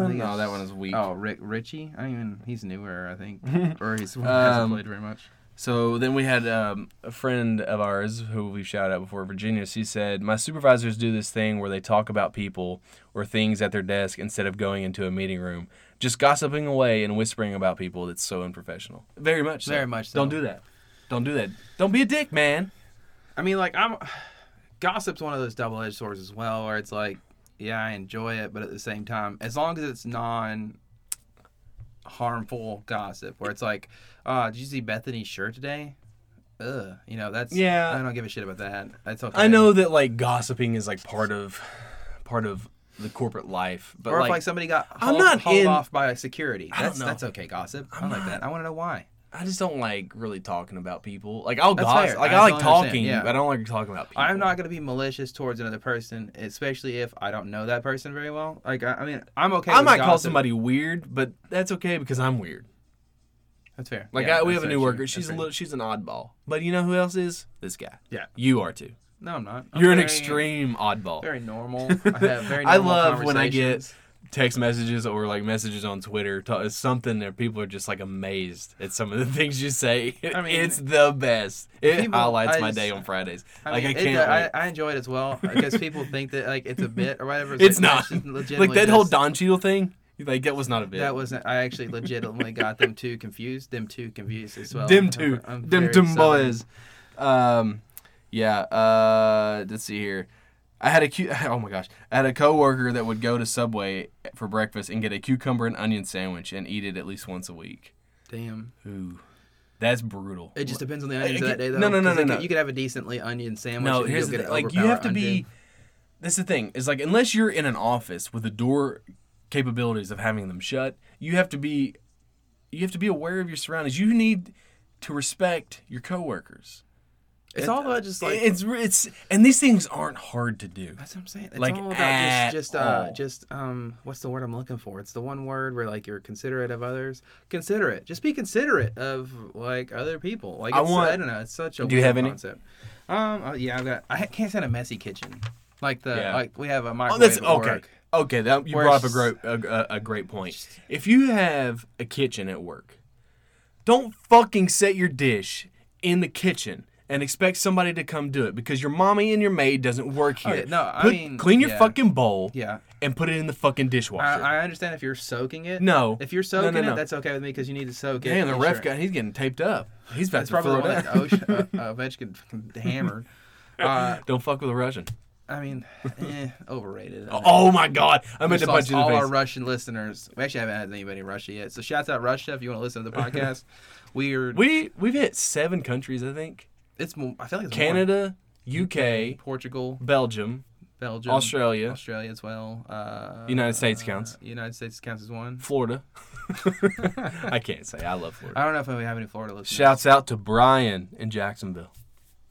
Speaker 2: one.
Speaker 3: think
Speaker 2: No,
Speaker 3: it's-
Speaker 2: that one is weak.
Speaker 3: Oh, Rick Richie. I don't even. He's newer, I think, or he's hasn't
Speaker 2: Um,
Speaker 3: played very much.
Speaker 2: So then we had um, a friend of ours who we've shouted out before, Virginia. She said, My supervisors do this thing where they talk about people or things at their desk instead of going into a meeting room, just gossiping away and whispering about people. That's so unprofessional. Very much so.
Speaker 3: Very much so.
Speaker 2: Don't do that. Don't do that. Don't be a dick, man.
Speaker 3: I mean, like I'm, gossip's one of those double-edged swords as well, where it's like, yeah, I enjoy it, but at the same time, as long as it's non harmful gossip, where it's like, uh, did you see Bethany's shirt today? Ugh, you know that's
Speaker 2: Yeah.
Speaker 3: I don't give a shit about that. That's okay.
Speaker 2: I know that like gossiping is like part of part of the corporate life, but
Speaker 3: Or
Speaker 2: like,
Speaker 3: if like somebody got
Speaker 2: I'm
Speaker 3: hauled,
Speaker 2: not
Speaker 3: hauled
Speaker 2: in-
Speaker 3: off by security,
Speaker 2: don't
Speaker 3: that's
Speaker 2: know.
Speaker 3: that's okay gossip. I don't like that. I want to know why.
Speaker 2: I just don't like really talking about people. Like I'll
Speaker 3: That's
Speaker 2: gossip.
Speaker 3: fair.
Speaker 2: Like
Speaker 3: I
Speaker 2: I, like
Speaker 3: totally understand,
Speaker 2: talking,
Speaker 3: yeah.
Speaker 2: but I don't like talking about people.
Speaker 3: I'm not gonna be malicious towards another person, especially if I don't know that person very well. Like I, I mean, I'm okay.
Speaker 2: I
Speaker 3: with
Speaker 2: might call
Speaker 3: gossip.
Speaker 2: somebody weird, but that's okay because I'm weird.
Speaker 3: That's fair.
Speaker 2: Like
Speaker 3: Yeah,
Speaker 2: I, we have
Speaker 3: that's
Speaker 2: a
Speaker 3: fair.
Speaker 2: new worker.
Speaker 3: That's
Speaker 2: She's a
Speaker 3: fair.
Speaker 2: little, she's an oddball. But you know who else is? This guy.
Speaker 3: Yeah.
Speaker 2: You are too.
Speaker 3: No, I'm not. I'm
Speaker 2: You're an
Speaker 3: very-
Speaker 2: extreme oddball.
Speaker 3: Very normal. I have very. Normal
Speaker 2: I love when I get
Speaker 3: conversations.
Speaker 2: text messages or like messages on Twitter. To, it's something that people are just like amazed at some of the things you say.
Speaker 3: I mean-
Speaker 2: it's the best. It
Speaker 3: People-
Speaker 2: highlights
Speaker 3: I
Speaker 2: my
Speaker 3: just-
Speaker 2: day on Fridays.
Speaker 3: I
Speaker 2: like
Speaker 3: mean,
Speaker 2: I
Speaker 3: it-
Speaker 2: can't.
Speaker 3: I,
Speaker 2: wait.
Speaker 3: I enjoy it as well because people think that like it's a bit or whatever.
Speaker 2: it's
Speaker 3: like, no,
Speaker 2: not
Speaker 3: just
Speaker 2: like
Speaker 3: legitimately
Speaker 2: that whole
Speaker 3: just-
Speaker 2: Don Cheadle thing. Like that was not a bit.
Speaker 3: That wasn't. I actually legitimately got them too confused. Them too confused as well.
Speaker 2: Them two.
Speaker 3: oh, I'm
Speaker 2: Them
Speaker 3: very
Speaker 2: two
Speaker 3: southern.
Speaker 2: boys. Um, yeah. Uh, let's see here. I had a cu- oh my gosh, I had a coworker that would go to Subway for breakfast and get a cucumber and onion sandwich and eat it at least once a week.
Speaker 3: Damn.
Speaker 2: Ooh, that's brutal.
Speaker 3: It just depends on the
Speaker 2: it
Speaker 3: onions of that
Speaker 2: could-
Speaker 3: day though.
Speaker 2: no, no, no,
Speaker 3: 'cause it
Speaker 2: no,
Speaker 3: could-
Speaker 2: no.
Speaker 3: You could have a decently onion sandwich.
Speaker 2: No,
Speaker 3: and you'll
Speaker 2: here's the thing.
Speaker 3: get an
Speaker 2: Like you have to
Speaker 3: overpower
Speaker 2: be.
Speaker 3: onion.
Speaker 2: That's the thing. Is like unless you're in an office with the door capabilities of having them shut, you have to be, you have to be aware of your surroundings. You need to respect your coworkers.
Speaker 3: It's all about just like.
Speaker 2: it's it's and these things aren't hard to do.
Speaker 3: That's what I'm saying. It's
Speaker 2: Like,
Speaker 3: all
Speaker 2: at
Speaker 3: about just, just, uh,
Speaker 2: all.
Speaker 3: just, um, what's the word I'm looking for? It's the one word where like you're considerate of others. Considerate. Just be considerate of like other people. Like
Speaker 2: I
Speaker 3: it's,
Speaker 2: want-
Speaker 3: I don't know. It's such a.
Speaker 2: Do you
Speaker 3: weird
Speaker 2: have any?
Speaker 3: concept. Um. oh, yeah. I've got. I can't stand a messy kitchen. Like the
Speaker 2: Yeah.
Speaker 3: like we have a
Speaker 2: Oh,
Speaker 3: microwave.
Speaker 2: that's
Speaker 3: at
Speaker 2: okay.
Speaker 3: work.
Speaker 2: Okay, that you
Speaker 3: Where
Speaker 2: brought up a
Speaker 3: it's
Speaker 2: great a, a- a great point. If you have a kitchen at work, don't fucking set your dish in the kitchen and expect somebody to come do it because your mommy and your maid doesn't work here.
Speaker 3: Okay, no, I
Speaker 2: Put-
Speaker 3: mean,
Speaker 2: clean your
Speaker 3: yeah.
Speaker 2: fucking bowl
Speaker 3: Yeah.
Speaker 2: and put it in the fucking dishwasher.
Speaker 3: I, I understand if you're soaking it.
Speaker 2: No.
Speaker 3: If you're
Speaker 2: No, no,
Speaker 3: soaking
Speaker 2: no.
Speaker 3: it, that's okay with me because you need to soak it.
Speaker 2: Damn, the
Speaker 3: and
Speaker 2: ref
Speaker 3: sure.
Speaker 2: guy, he's getting taped up. He's about
Speaker 3: That's
Speaker 2: to
Speaker 3: probably the
Speaker 2: throw
Speaker 3: one
Speaker 2: it
Speaker 3: that
Speaker 2: out.
Speaker 3: Ovechkin uh, Ovechkin fucking hammered. Uh,
Speaker 2: Don't fuck with a Russian.
Speaker 3: I mean, eh, overrated. I know.
Speaker 2: Oh my god, I
Speaker 3: We
Speaker 2: meant to
Speaker 3: just
Speaker 2: punch
Speaker 3: lost
Speaker 2: you in the
Speaker 3: all
Speaker 2: face.
Speaker 3: our Russian listeners. We actually haven't had anybody in Russia yet. So shouts out Russia if you want to listen to the podcast. Weird.
Speaker 2: We we've hit seven countries, I think.
Speaker 3: it's mo- I feel like it's more.
Speaker 2: Canada, UK,
Speaker 3: Portugal,
Speaker 2: Belgium,
Speaker 3: Belgium,
Speaker 2: Australia,
Speaker 3: Australia as well. Uh,
Speaker 2: United States counts.
Speaker 3: United States counts as one.
Speaker 2: Florida. I can't say I love Florida.
Speaker 3: I don't know if we have any Florida listeners.
Speaker 2: Shouts out to Brian in Jacksonville.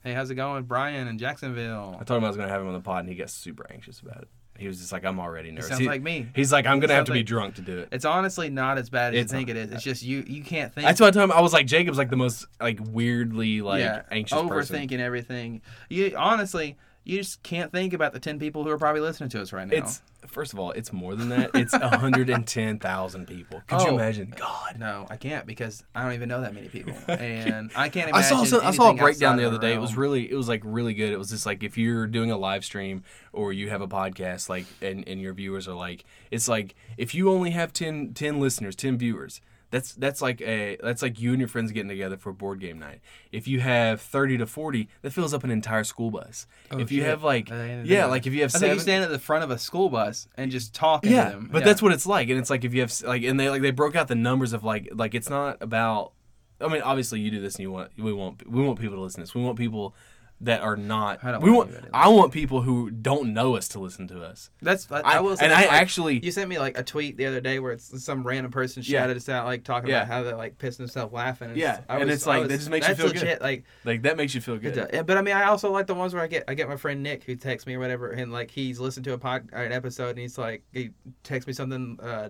Speaker 3: Hey, how's it going, Brian in Jacksonville?
Speaker 2: I told him I was gonna have him on the pod, and he got super anxious about it. He was just like, "I'm already nervous."
Speaker 3: sounds
Speaker 2: He-
Speaker 3: like me.
Speaker 2: He's like, "I'm gonna have
Speaker 3: sounds
Speaker 2: to be
Speaker 3: like-
Speaker 2: drunk to do it."
Speaker 3: It's honestly not as bad as
Speaker 2: It's
Speaker 3: you think it is. It's just you you can't think.
Speaker 2: That's why I told him I was like, "Jacob's like the most like weirdly like
Speaker 3: yeah,
Speaker 2: anxious
Speaker 3: overthinking
Speaker 2: person."
Speaker 3: everything. You honestly, you just can't think about the ten people who are probably listening to us right now.
Speaker 2: It's first of all, it's more than that. It's 110,000 people. Could you
Speaker 3: Oh.
Speaker 2: imagine? God.
Speaker 3: No, I can't because I don't even know that many people, and I can't. Imagine
Speaker 2: I saw some, I saw a
Speaker 3: anything
Speaker 2: breakdown
Speaker 3: outside
Speaker 2: the
Speaker 3: of
Speaker 2: other day. It was
Speaker 3: realm.
Speaker 2: really it was like really good. It was just like if you're doing a live stream or you have a podcast like and, and your viewers are like it's like if you only have 10, 10 listeners, 10 viewers, That's that's like a that's like you and your friends getting together for board game night. If you have thirty to forty, that fills up an entire school bus. if you
Speaker 3: Oh, shit.
Speaker 2: have like
Speaker 3: I didn't
Speaker 2: yeah,
Speaker 3: think-
Speaker 2: like if you have
Speaker 3: I
Speaker 2: seven,
Speaker 3: think you stand at the front of a school bus and just talk
Speaker 2: yeah,
Speaker 3: to them.
Speaker 2: but that's what it's like, and it's like if you have s- like, and they like they broke out the numbers of like like it's not about. I mean, obviously you do this, and you want we want we want people to listen to this. We want people that are not.
Speaker 3: I don't
Speaker 2: we
Speaker 3: want
Speaker 2: want.
Speaker 3: anybody to
Speaker 2: I want people who don't know us to listen to us.
Speaker 3: that's I,
Speaker 2: I,
Speaker 3: I will say
Speaker 2: and I
Speaker 3: that's like-
Speaker 2: actually
Speaker 3: You sent me like a tweet the other day where it's some random person
Speaker 2: Yeah.
Speaker 3: shouted us out like talking
Speaker 2: Yeah.
Speaker 3: about how they like pissed themselves laughing.
Speaker 2: Yeah, and it's like, that just makes you
Speaker 3: that's
Speaker 2: feel good.
Speaker 3: legit, Like,
Speaker 2: like that makes you feel
Speaker 3: it
Speaker 2: good.
Speaker 3: does. but I mean, I also like the ones where I get I get my friend Nick who texts me or whatever, and like he's listened to a pod or an episode and he's like he texts me something uh,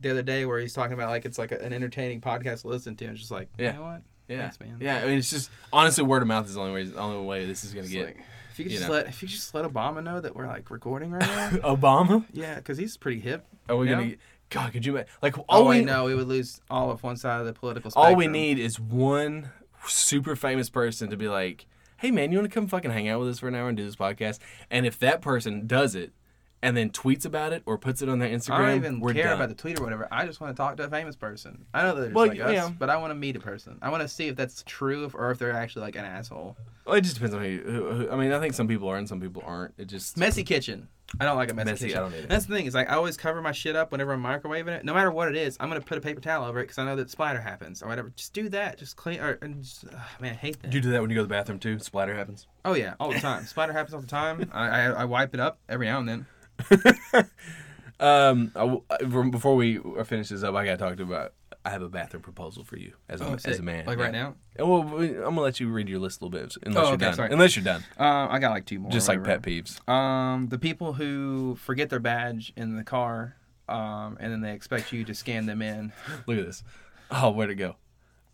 Speaker 3: the other day where he's talking about like it's like a, an entertaining podcast to listen to, and it's just like
Speaker 2: Yeah.
Speaker 3: you know what,
Speaker 2: Yeah,
Speaker 3: Thanks, man.
Speaker 2: yeah. I mean, it's just honestly word of mouth is the only way. The only way this is gonna
Speaker 3: It's
Speaker 2: get
Speaker 3: like, if you could
Speaker 2: you
Speaker 3: just
Speaker 2: know.
Speaker 3: let if you could just let Obama know that we're like recording right now,
Speaker 2: Obama.
Speaker 3: yeah, because he's pretty hip.
Speaker 2: Are we
Speaker 3: Yeah.
Speaker 2: gonna? Get, God, could you imagine? Like all
Speaker 3: Oh,
Speaker 2: we
Speaker 3: wait, no, we would lose all of one side of the political.
Speaker 2: all
Speaker 3: Spectrum.
Speaker 2: we need is one super famous person to be like, "Hey man, you want to come fucking hang out with us for an hour and do this podcast?" And if that person does it and then tweets about it or puts it on their Instagram,
Speaker 3: I don't even
Speaker 2: we're
Speaker 3: care
Speaker 2: done.
Speaker 3: about the tweet or whatever. I just want to talk to a famous person. I know that there's
Speaker 2: Well,
Speaker 3: like
Speaker 2: yeah.
Speaker 3: us, but I want to meet a person. I want to see if that's true if, or if they're actually like an asshole.
Speaker 2: Well, it just depends on who, who, who. I mean, I think some people are and some people aren't. It just
Speaker 3: Messy kitchen. I don't like a messy,
Speaker 2: Messy, I
Speaker 3: kitchen.
Speaker 2: don't either.
Speaker 3: That's the thing is like I always cover my shit up whenever I'm microwaving it. No matter what it is, I'm gonna put a paper towel over it because I know that spider happens or whatever. Just do that. Just clean. Or, and just, ugh, man, I hate that.
Speaker 2: you do that when you go to the bathroom too. Splatter happens.
Speaker 3: Oh yeah, all the time. spider happens all the time. I, I I wipe it up every now and then.
Speaker 2: Um, I w- I- from- before we finish this up, I got to talk to you about. I have a bathroom proposal for you as a, as
Speaker 3: Oh, sick.
Speaker 2: a man.
Speaker 3: Like right now?
Speaker 2: And well, we- I'm gonna let you read your list a little bit unless
Speaker 3: Oh,
Speaker 2: you're
Speaker 3: okay,
Speaker 2: done.
Speaker 3: sorry.
Speaker 2: Unless you're done,
Speaker 3: Um, I got like two more.
Speaker 2: just
Speaker 3: or
Speaker 2: like
Speaker 3: whatever.
Speaker 2: pet peeves.
Speaker 3: Um, the people who forget their badge in the car, um, and then they expect you to scan them in.
Speaker 2: Look at this. Oh, where'd it go?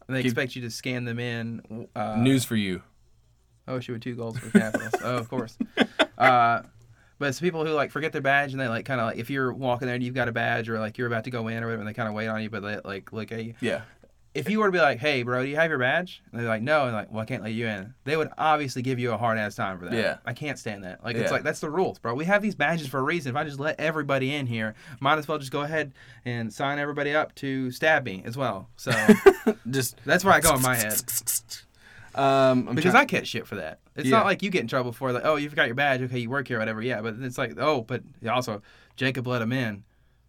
Speaker 3: They
Speaker 2: Keep-
Speaker 3: expect you to scan them in. Uh,
Speaker 2: News for you.
Speaker 3: Oh, she with two goals for capitals. oh, of course. Uh, but it's people who like forget their badge and they like kind of like if you're walking there and you've got a badge or like you're about to go in or whatever and they kind of wait on you but they like look at you.
Speaker 2: Yeah.
Speaker 3: If you were to be like, "Hey, bro, do you have your badge?" and they're like, "No," and like, "Well, I can't let you in," they would obviously give you a hard ass time for that.
Speaker 2: Yeah.
Speaker 3: I can't stand that. Like
Speaker 2: Yeah.
Speaker 3: it's like that's the rules, bro. We have these badges for a reason. If I just let everybody in here, might as well just go ahead and sign everybody up to stab me as well. So
Speaker 2: Just
Speaker 3: that's where I go in my head.
Speaker 2: um, I'm
Speaker 3: Because
Speaker 2: try-
Speaker 3: I catch shit for that. It's
Speaker 2: Yeah.
Speaker 3: not like you get in trouble for like, oh, you forgot your badge. Okay, you work here, whatever. Yeah, but it's like, oh, but also Jacob let him in.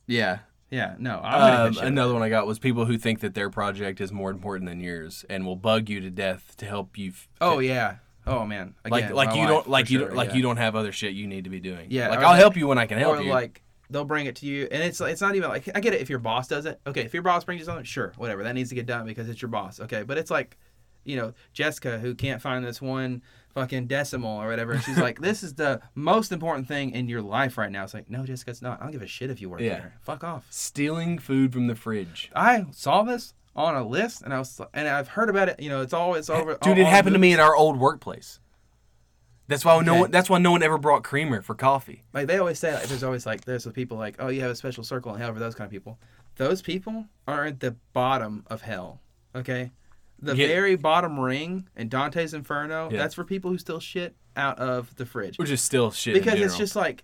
Speaker 2: yeah.
Speaker 3: Yeah, no, I'm gonna
Speaker 2: Um,
Speaker 3: catch shit.
Speaker 2: another one I got was people who think that their project is more important than yours and will bug you to death to help you. F-
Speaker 3: oh yeah. Oh man.
Speaker 2: like
Speaker 3: Again,
Speaker 2: like
Speaker 3: my
Speaker 2: you
Speaker 3: wife,
Speaker 2: don't
Speaker 3: for
Speaker 2: like you
Speaker 3: sure,
Speaker 2: don't, like
Speaker 3: yeah.
Speaker 2: you don't have other shit you need to be doing.
Speaker 3: Yeah,
Speaker 2: Like
Speaker 3: or
Speaker 2: I'll
Speaker 3: like-
Speaker 2: help you when I can help
Speaker 3: or
Speaker 2: you.
Speaker 3: like they'll bring it to you, and it's it's not even like I get it if your boss does it. Okay, if your boss brings you something, sure, whatever, that needs to get done because it's your boss. Okay, but it's like, you know, Jessica who can't find this one fucking decimal or whatever. and She's like, this is the most important thing in your life right now. It's like, no, Jessica, it's not. I don't give a shit if you work
Speaker 2: Yeah.
Speaker 3: here. Fuck off.
Speaker 2: stealing food from the fridge.
Speaker 3: I saw this on a list, and I was and I've heard about it. You know, it's all it's over.
Speaker 2: Dude, it happened to me at our old workplace. That's why no
Speaker 3: Okay.
Speaker 2: one. That's why no one ever brought creamer for coffee.
Speaker 3: like they always say like, there's always like there's the people like oh you have a special circle in hell for those kind of people those people are at the bottom of hell okay the
Speaker 2: Yeah.
Speaker 3: very bottom ring in dante's inferno
Speaker 2: Yeah.
Speaker 3: that's for people who steal shit out of the fridge
Speaker 2: Which is still shit. in
Speaker 3: because it's
Speaker 2: general.
Speaker 3: just like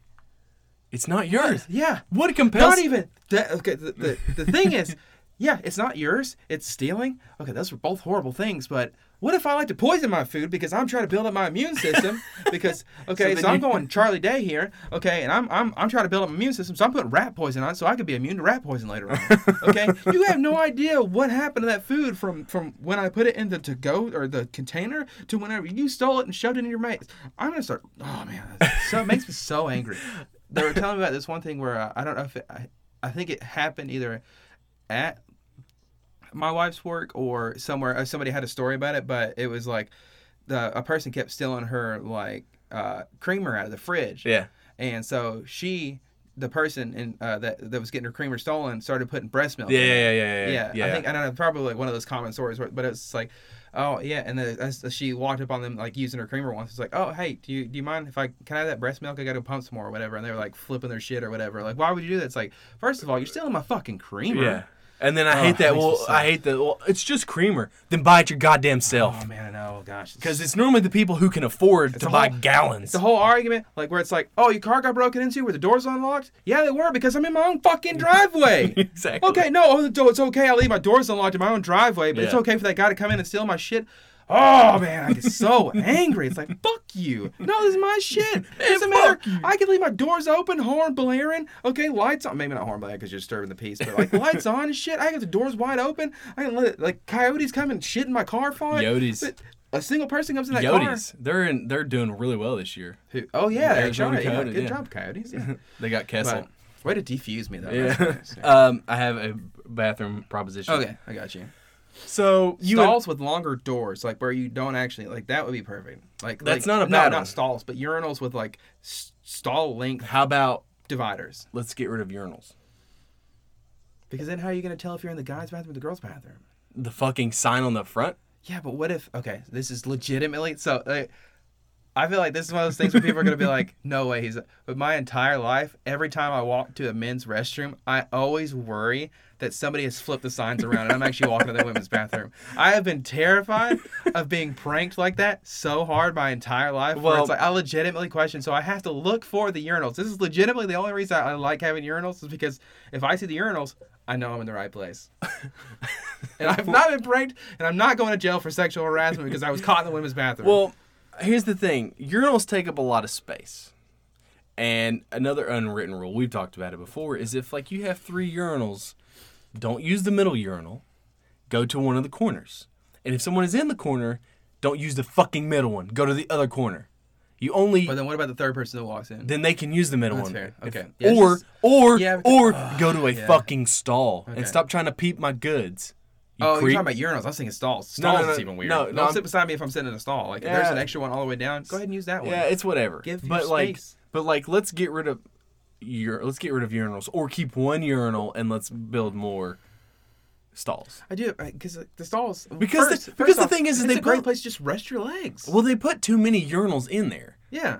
Speaker 2: it's not yours.
Speaker 3: yeah
Speaker 2: What compels?
Speaker 3: not even that, okay the, the, the thing is yeah it's not yours it's stealing okay those are both horrible things but what if i like to poison my food because i'm trying to build up my immune system because okay
Speaker 2: then
Speaker 3: so, i'm
Speaker 2: you-
Speaker 3: going charlie day here okay and I'm, I'm i'm trying to build up my immune system so i'm putting rat poison on it so i could be immune to rat poison later on okay you have no idea what happened to that food from from when i put it in the to go or the container to whenever you stole it and shoved it in your mouth i'm gonna start oh man that's so it makes me so angry they were telling me about this one thing where uh, I don't know if it, I, I think it happened either at my wife's work or somewhere. uh, Somebody had a story about it, but it was like the a person kept stealing her like uh, creamer out of the fridge.
Speaker 2: Yeah.
Speaker 3: and so she. The person in, uh, that that was getting her creamer stolen started putting breast milk.
Speaker 2: Yeah,
Speaker 3: in it.
Speaker 2: yeah, yeah, yeah, yeah, yeah.
Speaker 3: I think I don't know, probably like one of those common stories, where, but it's like, oh yeah, and then as- as she walked up on them like using her creamer once. It's like, oh hey, do you do you mind if I can I have that breast milk? I got to pump some more or whatever. And they were like flipping their shit or whatever. Like why would you do that? It's like first of all, you're stealing my fucking creamer.
Speaker 2: Yeah. And then I hate
Speaker 3: Oh, that
Speaker 2: that.
Speaker 3: makes me
Speaker 2: Well,
Speaker 3: sick.
Speaker 2: I hate that. Well, it's just creamer. Then buy it your goddamn self.
Speaker 3: Oh man, I know. Gosh,
Speaker 2: Because it's normally the people who can afford to
Speaker 3: a
Speaker 2: buy
Speaker 3: whole-
Speaker 2: gallons.
Speaker 3: the whole argument, like where it's like, oh, your car got broken into, were the doors unlocked? Yeah, they were because I'm in my own fucking driveway.
Speaker 2: Exactly.
Speaker 3: Okay, no, oh, the door, it's okay. I leave my doors unlocked in my own driveway, but it's
Speaker 2: Yeah.
Speaker 3: okay for that guy to come in and steal my shit. Oh man, I get so angry. It's like fuck you. No, this is my shit. It doesn't matter. I can leave my doors open, horn blaring. Okay, lights on. Maybe not horn blaring because you're disturbing the peace, but like lights on and shit. I got the doors wide open. I can let it, like coyotes come and shit in my car fine.
Speaker 2: Yotes.
Speaker 3: But A single person comes in that car.
Speaker 2: Yodis, they're in, they're doing really well this year.
Speaker 3: Who, oh yeah,
Speaker 2: Yeah,
Speaker 3: that's
Speaker 2: Arizona
Speaker 3: right. Yeah,
Speaker 2: Coyote,
Speaker 3: good
Speaker 2: yeah.
Speaker 3: job, Coyotes. Yeah.
Speaker 2: They got Kessel.
Speaker 3: But, way to defuse me though. That's
Speaker 2: yeah.
Speaker 3: nice.
Speaker 2: um, I have a bathroom proposition.
Speaker 3: okay, I got you.
Speaker 2: So you
Speaker 3: stalls with longer doors, like where you don't actually like that would be perfect. Like
Speaker 2: That's
Speaker 3: like-
Speaker 2: not a
Speaker 3: no,
Speaker 2: bad
Speaker 3: not
Speaker 2: one.
Speaker 3: stalls, but urinals with like s- stall length
Speaker 2: how about
Speaker 3: dividers.
Speaker 2: let's get rid of urinals?
Speaker 3: Because then how are you gonna tell if you're in the guys' bathroom or the girls' bathroom?
Speaker 2: The fucking sign on the front.
Speaker 3: Yeah, but what if? Okay, this is legitimately so. Like, I feel like this is one of those things where people are gonna be like, "No way, he's." But my entire life, every time I walk to a men's restroom, I always worry that somebody has flipped the signs around and I'm actually walking to the women's bathroom. I have been terrified of being pranked like that so hard my entire life. Well,
Speaker 2: Well-
Speaker 3: it's like I legitimately question, so I have to look for the urinals. This is legitimately the only reason I like having urinals is because if I see the urinals, I know I'm in the right place and I've not been pranked, and I'm not going to jail for sexual harassment because I was caught in the women's bathroom.
Speaker 2: Well, here's the thing: urinals take up a lot of space. And another unwritten rule we've talked about it before is if like you have three urinals, don't use the middle urinal. Go to one of the corners. And if someone is in the corner, don't use the fucking middle one. Go to the other corner. You only
Speaker 3: but then what about the third person that walks in?
Speaker 2: then they can use the middle
Speaker 3: That's
Speaker 2: one.
Speaker 3: fair.
Speaker 2: If-
Speaker 3: Okay. Yeah, it's
Speaker 2: or
Speaker 3: just-
Speaker 2: or
Speaker 3: Yeah, because-
Speaker 2: or go to a
Speaker 3: yeah.
Speaker 2: fucking stall
Speaker 3: Okay.
Speaker 2: and stop trying to peep my goods. You
Speaker 3: oh,
Speaker 2: creep.
Speaker 3: you're talking about urinals. I was thinking stalls.
Speaker 2: No, no,
Speaker 3: Stalls is
Speaker 2: no,
Speaker 3: even weird.
Speaker 2: no, no,
Speaker 3: Don't
Speaker 2: I'm-
Speaker 3: sit beside me if I'm sitting in a stall. Like, if there's
Speaker 2: Yeah.
Speaker 3: an extra one all the way down, go ahead and use that one.
Speaker 2: Yeah, it's whatever.
Speaker 3: Give you
Speaker 2: but like,
Speaker 3: space.
Speaker 2: but like, let's get rid of your let's get rid of urinals or keep one urinal and let's build more stalls.
Speaker 3: I do because the stalls.
Speaker 2: Because the-
Speaker 3: first, first
Speaker 2: because the
Speaker 3: off,
Speaker 2: thing is, is
Speaker 3: it's
Speaker 2: they
Speaker 3: a great
Speaker 2: put-
Speaker 3: place to just rest your legs.
Speaker 2: Well, they put too many urinals in there.
Speaker 3: yeah.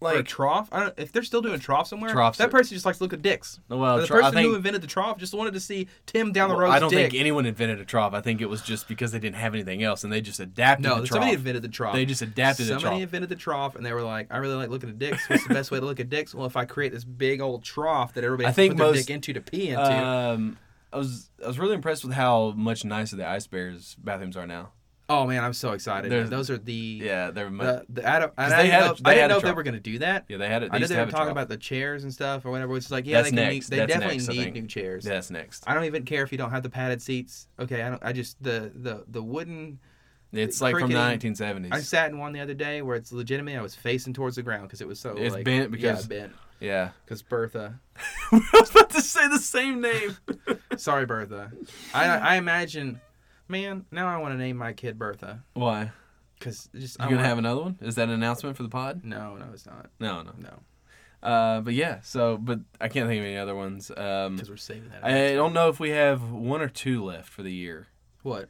Speaker 3: Or a
Speaker 2: Like,
Speaker 3: trough. I don't, if they're still doing trough somewhere,
Speaker 2: Troughs
Speaker 3: that
Speaker 2: are-
Speaker 3: person just likes to look at dicks.
Speaker 2: Well,
Speaker 3: the
Speaker 2: trough- I
Speaker 3: person who
Speaker 2: think-
Speaker 3: invented the trough just wanted to see Tim down the road.
Speaker 2: I don't
Speaker 3: dick.
Speaker 2: think anyone invented a trough. I think it was just because they didn't have anything else and they just adapted
Speaker 3: No,
Speaker 2: the trough.
Speaker 3: somebody invented the trough.
Speaker 2: They just adapted the
Speaker 3: somebody
Speaker 2: trough.
Speaker 3: invented the trough, and they were like, "I really like looking at dicks. What's the best way to look at dicks? Well, if I create this big old trough that everybody
Speaker 2: I
Speaker 3: has
Speaker 2: think
Speaker 3: to put
Speaker 2: most-
Speaker 3: their dick into to pee into."
Speaker 2: um, I was I was really impressed with how much nicer the Ice Bears bathrooms are now.
Speaker 3: oh man, I'm so excited.
Speaker 2: there's-
Speaker 3: Those are the
Speaker 2: Yeah, they're much,
Speaker 3: The, the I don't, I,
Speaker 2: they
Speaker 3: didn't
Speaker 2: had a- they
Speaker 3: know, I didn't
Speaker 2: had a
Speaker 3: know if they
Speaker 2: trough.
Speaker 3: were gonna do that.
Speaker 2: yeah they had it. They
Speaker 3: I know
Speaker 2: used
Speaker 3: they
Speaker 2: to
Speaker 3: were
Speaker 2: have a
Speaker 3: talking
Speaker 2: trough.
Speaker 3: about the chairs and stuff or whatever. It's just like, yeah,
Speaker 2: That's
Speaker 3: they, can
Speaker 2: next.
Speaker 3: Need, they
Speaker 2: That's
Speaker 3: definitely
Speaker 2: next, I
Speaker 3: need
Speaker 2: think.
Speaker 3: new chairs.
Speaker 2: Yeah, that's next.
Speaker 3: I don't even care if you don't have the padded seats. Okay, I don't. I just the the the wooden
Speaker 2: It's like from the
Speaker 3: cricketing-
Speaker 2: 1970s.
Speaker 3: I sat in one the other day where it's legitimately I was facing towards the ground because it was so
Speaker 2: It's
Speaker 3: like,
Speaker 2: bent because-
Speaker 3: yeah, bent
Speaker 2: yeah.
Speaker 3: because Bertha.
Speaker 2: I was about to say the same name.
Speaker 3: Sorry, Bertha. I I imagine, man. Now I want to name my kid Bertha
Speaker 2: Why?
Speaker 3: because just
Speaker 2: You
Speaker 3: I
Speaker 2: gonna
Speaker 3: want-
Speaker 2: have another one? Is that an announcement for the pod?
Speaker 3: No, no, it's not.
Speaker 2: No, no.
Speaker 3: No,
Speaker 2: Uh, but yeah. So, but I can't think of any other ones. Um,
Speaker 3: because we're saving that.
Speaker 2: I don't know if we have one or two left for the year
Speaker 3: what?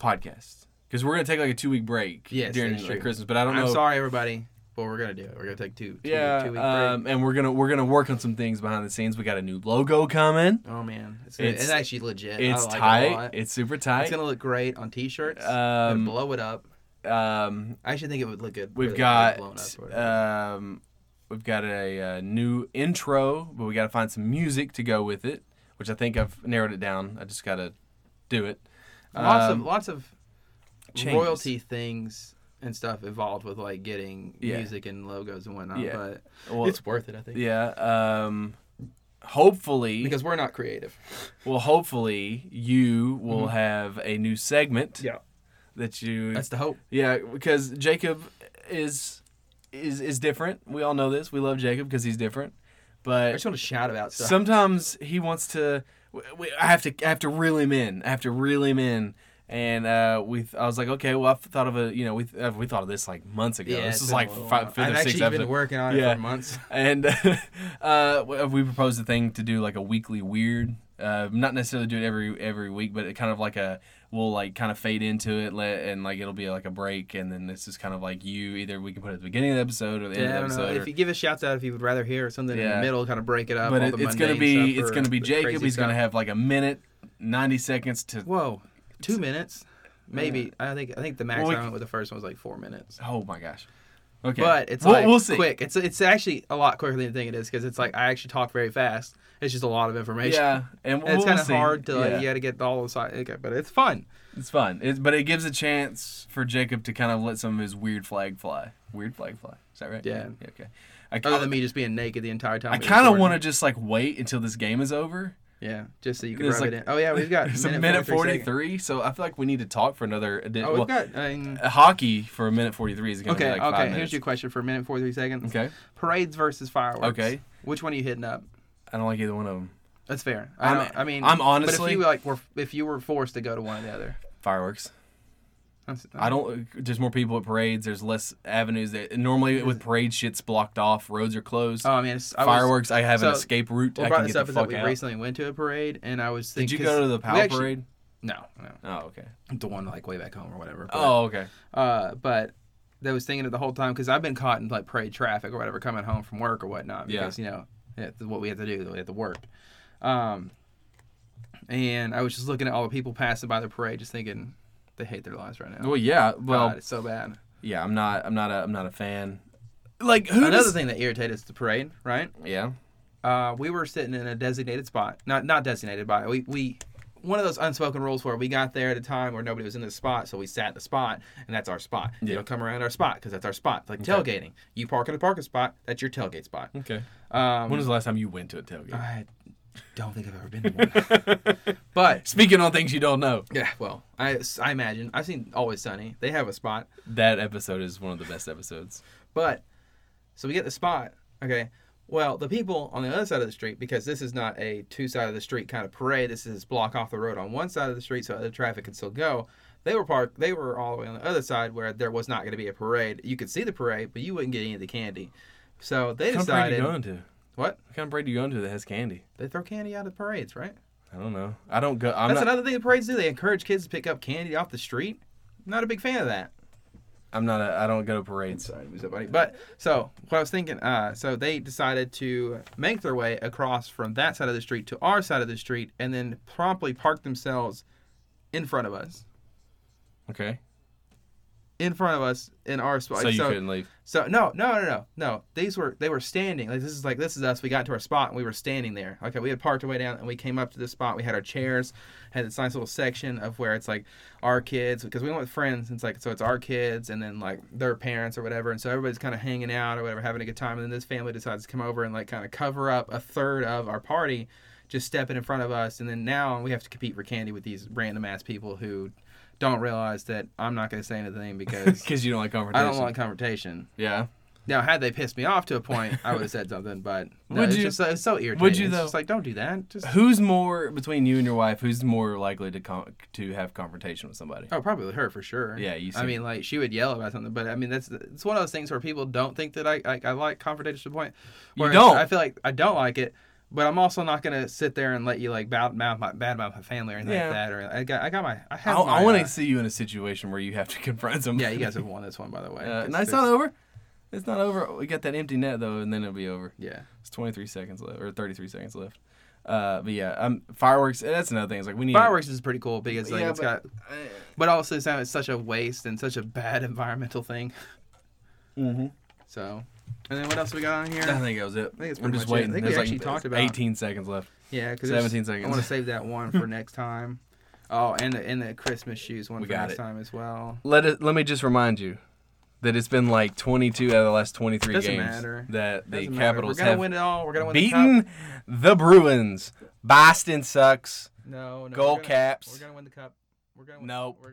Speaker 2: podcast because we're gonna take like a two week break
Speaker 3: Yes,
Speaker 2: during
Speaker 3: that's true.
Speaker 2: like, Christmas. But I don't
Speaker 3: I'm
Speaker 2: know.
Speaker 3: sorry, everybody. But we're gonna do it. We're gonna take two. two
Speaker 2: Yeah.
Speaker 3: Two week break.
Speaker 2: um, and we're gonna we're gonna work on some things behind the scenes. We got a new logo coming.
Speaker 3: oh man, it's, gonna, it's,
Speaker 2: it's-
Speaker 3: actually legit. I
Speaker 2: It's
Speaker 3: like it a
Speaker 2: tight.
Speaker 3: lot.
Speaker 2: it's super
Speaker 3: It's
Speaker 2: tight.
Speaker 3: gonna look great on t-shirts.
Speaker 2: Um,
Speaker 3: gonna blow it up.
Speaker 2: um,
Speaker 3: I actually think it would look good.
Speaker 2: We've
Speaker 3: with it
Speaker 2: got
Speaker 3: blown up or whatever.
Speaker 2: um, we've got a, uh new intro, but we got to find some music to go with it, which I think I've narrowed it down. I just got to do it.
Speaker 3: lots
Speaker 2: um,
Speaker 3: of lots of
Speaker 2: changes.
Speaker 3: royalty things and stuff involved with like getting
Speaker 2: Yeah.
Speaker 3: music and logos and whatnot.
Speaker 2: Yeah.
Speaker 3: But
Speaker 2: Well,
Speaker 3: it's worth it, I think.
Speaker 2: yeah. Um, hopefully,
Speaker 3: Because we're not creative.
Speaker 2: well, hopefully you will have a new segment that you.
Speaker 3: Mm-hmm. That's the hope.
Speaker 2: yeah, because Jacob is is is different. We all know this. We love Jacob because he's different.
Speaker 3: I
Speaker 2: But
Speaker 3: just want to shout about stuff.
Speaker 2: Sometimes he wants to. w- w- I have to. I have to reel him in. I have to reel him in. And uh, we, I was like, okay, well, I've thought of a, you know, we, uh, we thought of this like months ago.
Speaker 3: it's
Speaker 2: this is
Speaker 3: been a
Speaker 2: like
Speaker 3: little
Speaker 2: five,
Speaker 3: while.
Speaker 2: fifth
Speaker 3: I've
Speaker 2: or
Speaker 3: actually
Speaker 2: sixth
Speaker 3: been
Speaker 2: episode.
Speaker 3: working on it
Speaker 2: Yeah.
Speaker 3: for months.
Speaker 2: And uh, w- we proposed a thing to do like a weekly weird, uh, not necessarily do it every every week, but it kind of like a, we'll like kind of fade into it, let, and like it'll be like a break, and then this is kind of like you either we can put it at the beginning of the episode or the end
Speaker 3: Yeah, I
Speaker 2: of
Speaker 3: don't
Speaker 2: the
Speaker 3: know.
Speaker 2: episode.
Speaker 3: If
Speaker 2: or-
Speaker 3: you give a shout out, if you would rather hear something in
Speaker 2: Yeah.
Speaker 3: the middle, kind of break it up.
Speaker 2: but
Speaker 3: all
Speaker 2: it,
Speaker 3: the
Speaker 2: it's gonna
Speaker 3: mundane
Speaker 2: be
Speaker 3: stuff
Speaker 2: it's
Speaker 3: or
Speaker 2: gonna be
Speaker 3: the
Speaker 2: Jacob.
Speaker 3: crazy
Speaker 2: He's gonna
Speaker 3: stuff.
Speaker 2: have like a minute 90 seconds to.
Speaker 3: Whoa, two minutes, maybe. I think I think the max
Speaker 2: Well, we
Speaker 3: I
Speaker 2: c-
Speaker 3: went with the first one was like four minutes.
Speaker 2: Oh my gosh. Okay.
Speaker 3: But it's
Speaker 2: We'll-
Speaker 3: like
Speaker 2: we'll see.
Speaker 3: quick. It's it's actually a lot quicker than you think it is because it's like I actually talk very fast. It's just a lot of information.
Speaker 2: Yeah, and,
Speaker 3: And it's
Speaker 2: we'll
Speaker 3: kind of
Speaker 2: see.
Speaker 3: hard to like,
Speaker 2: Yeah.
Speaker 3: you got to get all the side. Okay, but it's fun.
Speaker 2: It's fun, it's, but it gives a chance for Jacob to kind of let some of his weird flag fly. Weird flag fly. Is that right?
Speaker 3: Yeah. Oh,
Speaker 2: okay. I,
Speaker 3: Other than me just being naked the entire time.
Speaker 2: I kind of want to just like wait until this game is over.
Speaker 3: to. Yeah, just so you can
Speaker 2: There's
Speaker 3: rub it
Speaker 2: like-
Speaker 3: in. Oh yeah, we've got
Speaker 2: It's a minute
Speaker 3: 43
Speaker 2: forty
Speaker 3: seconds.
Speaker 2: three, so I feel like we need to talk for another. Addi-
Speaker 3: Oh,
Speaker 2: well,
Speaker 3: we've got. I mean,
Speaker 2: hockey for a minute forty three is going to
Speaker 3: okay,
Speaker 2: be like
Speaker 3: okay.
Speaker 2: five
Speaker 3: Here's
Speaker 2: minutes.
Speaker 3: your question for a minute forty-three seconds.
Speaker 2: Okay,
Speaker 3: Parades versus fireworks.
Speaker 2: Okay.
Speaker 3: Which one are you hitting up?
Speaker 2: I don't like either one of them.
Speaker 3: That's fair. I,
Speaker 2: I'm-
Speaker 3: don't, I mean,
Speaker 2: I'm
Speaker 3: But
Speaker 2: honestly-
Speaker 3: if you like, were if you were forced to go to one or the other,
Speaker 2: Fireworks.
Speaker 3: that's,
Speaker 2: I don't. There's more people at parades. There's less avenues. That normally with parade shit's blocked off. Roads are closed.
Speaker 3: Oh, I mean, it's, I was-
Speaker 2: Fireworks. I have an
Speaker 3: so,
Speaker 2: escape route.
Speaker 3: What
Speaker 2: I
Speaker 3: brought
Speaker 2: can
Speaker 3: this
Speaker 2: get the
Speaker 3: up is that
Speaker 2: fuck
Speaker 3: we
Speaker 2: out.
Speaker 3: recently went to a parade, and I was
Speaker 2: Did
Speaker 3: thinking.
Speaker 2: you go to the
Speaker 3: we
Speaker 2: POW
Speaker 3: actually-
Speaker 2: parade?
Speaker 3: No, no.
Speaker 2: Oh, okay.
Speaker 3: the one like way back home or whatever. but-
Speaker 2: Oh, okay.
Speaker 3: Uh, but they was thinking it the whole time because I've been caught in like parade traffic or whatever coming home from work or whatnot
Speaker 2: Yeah.
Speaker 3: because you know it's what we have to do we have to work. Um, and I was just looking at all the people passing by the parade, just thinking they hate their lives right now.
Speaker 2: Well, yeah. Well,
Speaker 3: God, it's so bad.
Speaker 2: yeah. I'm not. I'm not a. I'm not a fan. Like who?
Speaker 3: Another
Speaker 2: Does,
Speaker 3: thing that irritated us at the parade, right?
Speaker 2: yeah.
Speaker 3: Uh, we were sitting in a designated spot, not not designated by we we one of those unspoken rules where we got there at a time where nobody was in the spot, so we sat in the spot, and that's our spot.
Speaker 2: Yeah.
Speaker 3: You don't come around our spot because that's our spot. Like tailgating, you park in a parking spot, that's your tailgate spot.
Speaker 2: Okay.
Speaker 3: Um,
Speaker 2: When was the last time you went to a tailgate?
Speaker 3: I don't think I've ever been to one, but
Speaker 2: Speaking on things you don't know,
Speaker 3: yeah, well, I I imagine I've seen Always Sunny. They have a spot,
Speaker 2: that episode is one of the best episodes.
Speaker 3: But so we get the spot. Okay. Well, the people on the other side of the street, because this is not a two side of the street kind of parade. This is block off the road on one side of the street so other traffic can still go. They were parked. They were all the way on the other side where there was not going to be a parade. You could see the parade, but you wouldn't get any of the candy. So they
Speaker 2: What kind of parade are you
Speaker 3: decided
Speaker 2: going to?
Speaker 3: what
Speaker 2: What kind of parade are you going to that has candy?
Speaker 3: they throw candy out at parades, right?
Speaker 2: I don't know. I don't go. I'm
Speaker 3: That's
Speaker 2: not.
Speaker 3: another thing the parades do. They encourage kids to pick up candy off the street. Not a big fan of that.
Speaker 2: I'm not. A, I don't go to parades.
Speaker 3: Sorry to lose that, buddy. But so what I was thinking, uh, so they decided to make their way across from that side of the street to our side of the street, and then promptly park themselves in front of us,
Speaker 2: Okay.
Speaker 3: in front of us in our spot.
Speaker 2: So you
Speaker 3: so,
Speaker 2: couldn't leave.
Speaker 3: so no, no, no, no, no. These were they were standing. Like this is like this is us. We got to our spot and we were standing there. Okay, we had parked our way down and we came up to this spot. We had our chairs, had this nice little section of where it's like our kids because we went with friends. And it's like so it's our kids and then like their parents or whatever. And so everybody's kind of hanging out or whatever, having a good time. And then this family decides to come over and like kind of cover up a third of our party, just stepping in front of us. And then now we have to compete for candy with these random ass people who don't realize that I'm not going to say anything because.
Speaker 2: Because you don't like
Speaker 3: I
Speaker 2: confrontation.
Speaker 3: don't want confrontation.
Speaker 2: Yeah.
Speaker 3: Now, had they pissed me off to a point, I would have said something. But no,
Speaker 2: Would
Speaker 3: it's
Speaker 2: you-
Speaker 3: Just, it's so irritating.
Speaker 2: would you,
Speaker 3: It's
Speaker 2: though?
Speaker 3: just like, don't do that. Just
Speaker 2: Who's more between you and your wife? Who's more likely to con- to have confrontation with somebody?
Speaker 3: oh, probably her for sure.
Speaker 2: Yeah, you
Speaker 3: I
Speaker 2: see.
Speaker 3: mean, like she would yell about something, but I mean, that's it's one of those things where people don't think that I I, I like confrontation to the point.
Speaker 2: You
Speaker 3: where
Speaker 2: don't.
Speaker 3: I feel like I don't like it, but I'm also not gonna sit there and let you like bad mouth my bad mouth my family or anything
Speaker 2: Yeah.
Speaker 3: like that. Or I got I got my I
Speaker 2: I,
Speaker 3: have. my,
Speaker 2: want
Speaker 3: uh,
Speaker 2: to see you in a situation where you have to confront somebody.
Speaker 3: yeah, you guys have won this one by the way.
Speaker 2: Uh,
Speaker 3: 'cause
Speaker 2: no, it's
Speaker 3: there's-
Speaker 2: not over. It's not over. We got that empty net though, and then it'll be over.
Speaker 3: Yeah.
Speaker 2: It's 23 seconds left or 33 seconds left. Uh, but yeah, um, fireworks. That's another thing. It's like we need
Speaker 3: Fireworks is pretty cool because like
Speaker 2: Yeah,
Speaker 3: it's
Speaker 2: but-
Speaker 3: got, but also it's it's such a waste and such a bad environmental thing.
Speaker 2: Mm-hmm.
Speaker 3: So, and then what else we got on
Speaker 2: I
Speaker 3: here?
Speaker 2: think that was it. I
Speaker 3: think it's
Speaker 2: I'm
Speaker 3: pretty
Speaker 2: just
Speaker 3: much it. I
Speaker 2: waiting.
Speaker 3: think we
Speaker 2: There's like
Speaker 3: actually talked about-
Speaker 2: 18 seconds left.
Speaker 3: Yeah, because
Speaker 2: 17 seconds.
Speaker 3: I want to save that one for next time. Oh, and the and the Christmas shoes one
Speaker 2: We
Speaker 3: for
Speaker 2: got
Speaker 3: next
Speaker 2: it.
Speaker 3: time as well.
Speaker 2: Let it. Let me just remind you that it's been like 22 out of the last 23
Speaker 3: Doesn't
Speaker 2: games
Speaker 3: matter.
Speaker 2: that the
Speaker 3: Doesn't matter.
Speaker 2: Capitals
Speaker 3: We're gonna
Speaker 2: have
Speaker 3: win it all. We're gonna win the cup.
Speaker 2: beaten the Bruins. Boston sucks.
Speaker 3: No, no.
Speaker 2: Go
Speaker 3: we're gonna-
Speaker 2: Caps.
Speaker 3: We're gonna win the cup. We're gonna. Win,
Speaker 2: Nope.
Speaker 3: We're gonna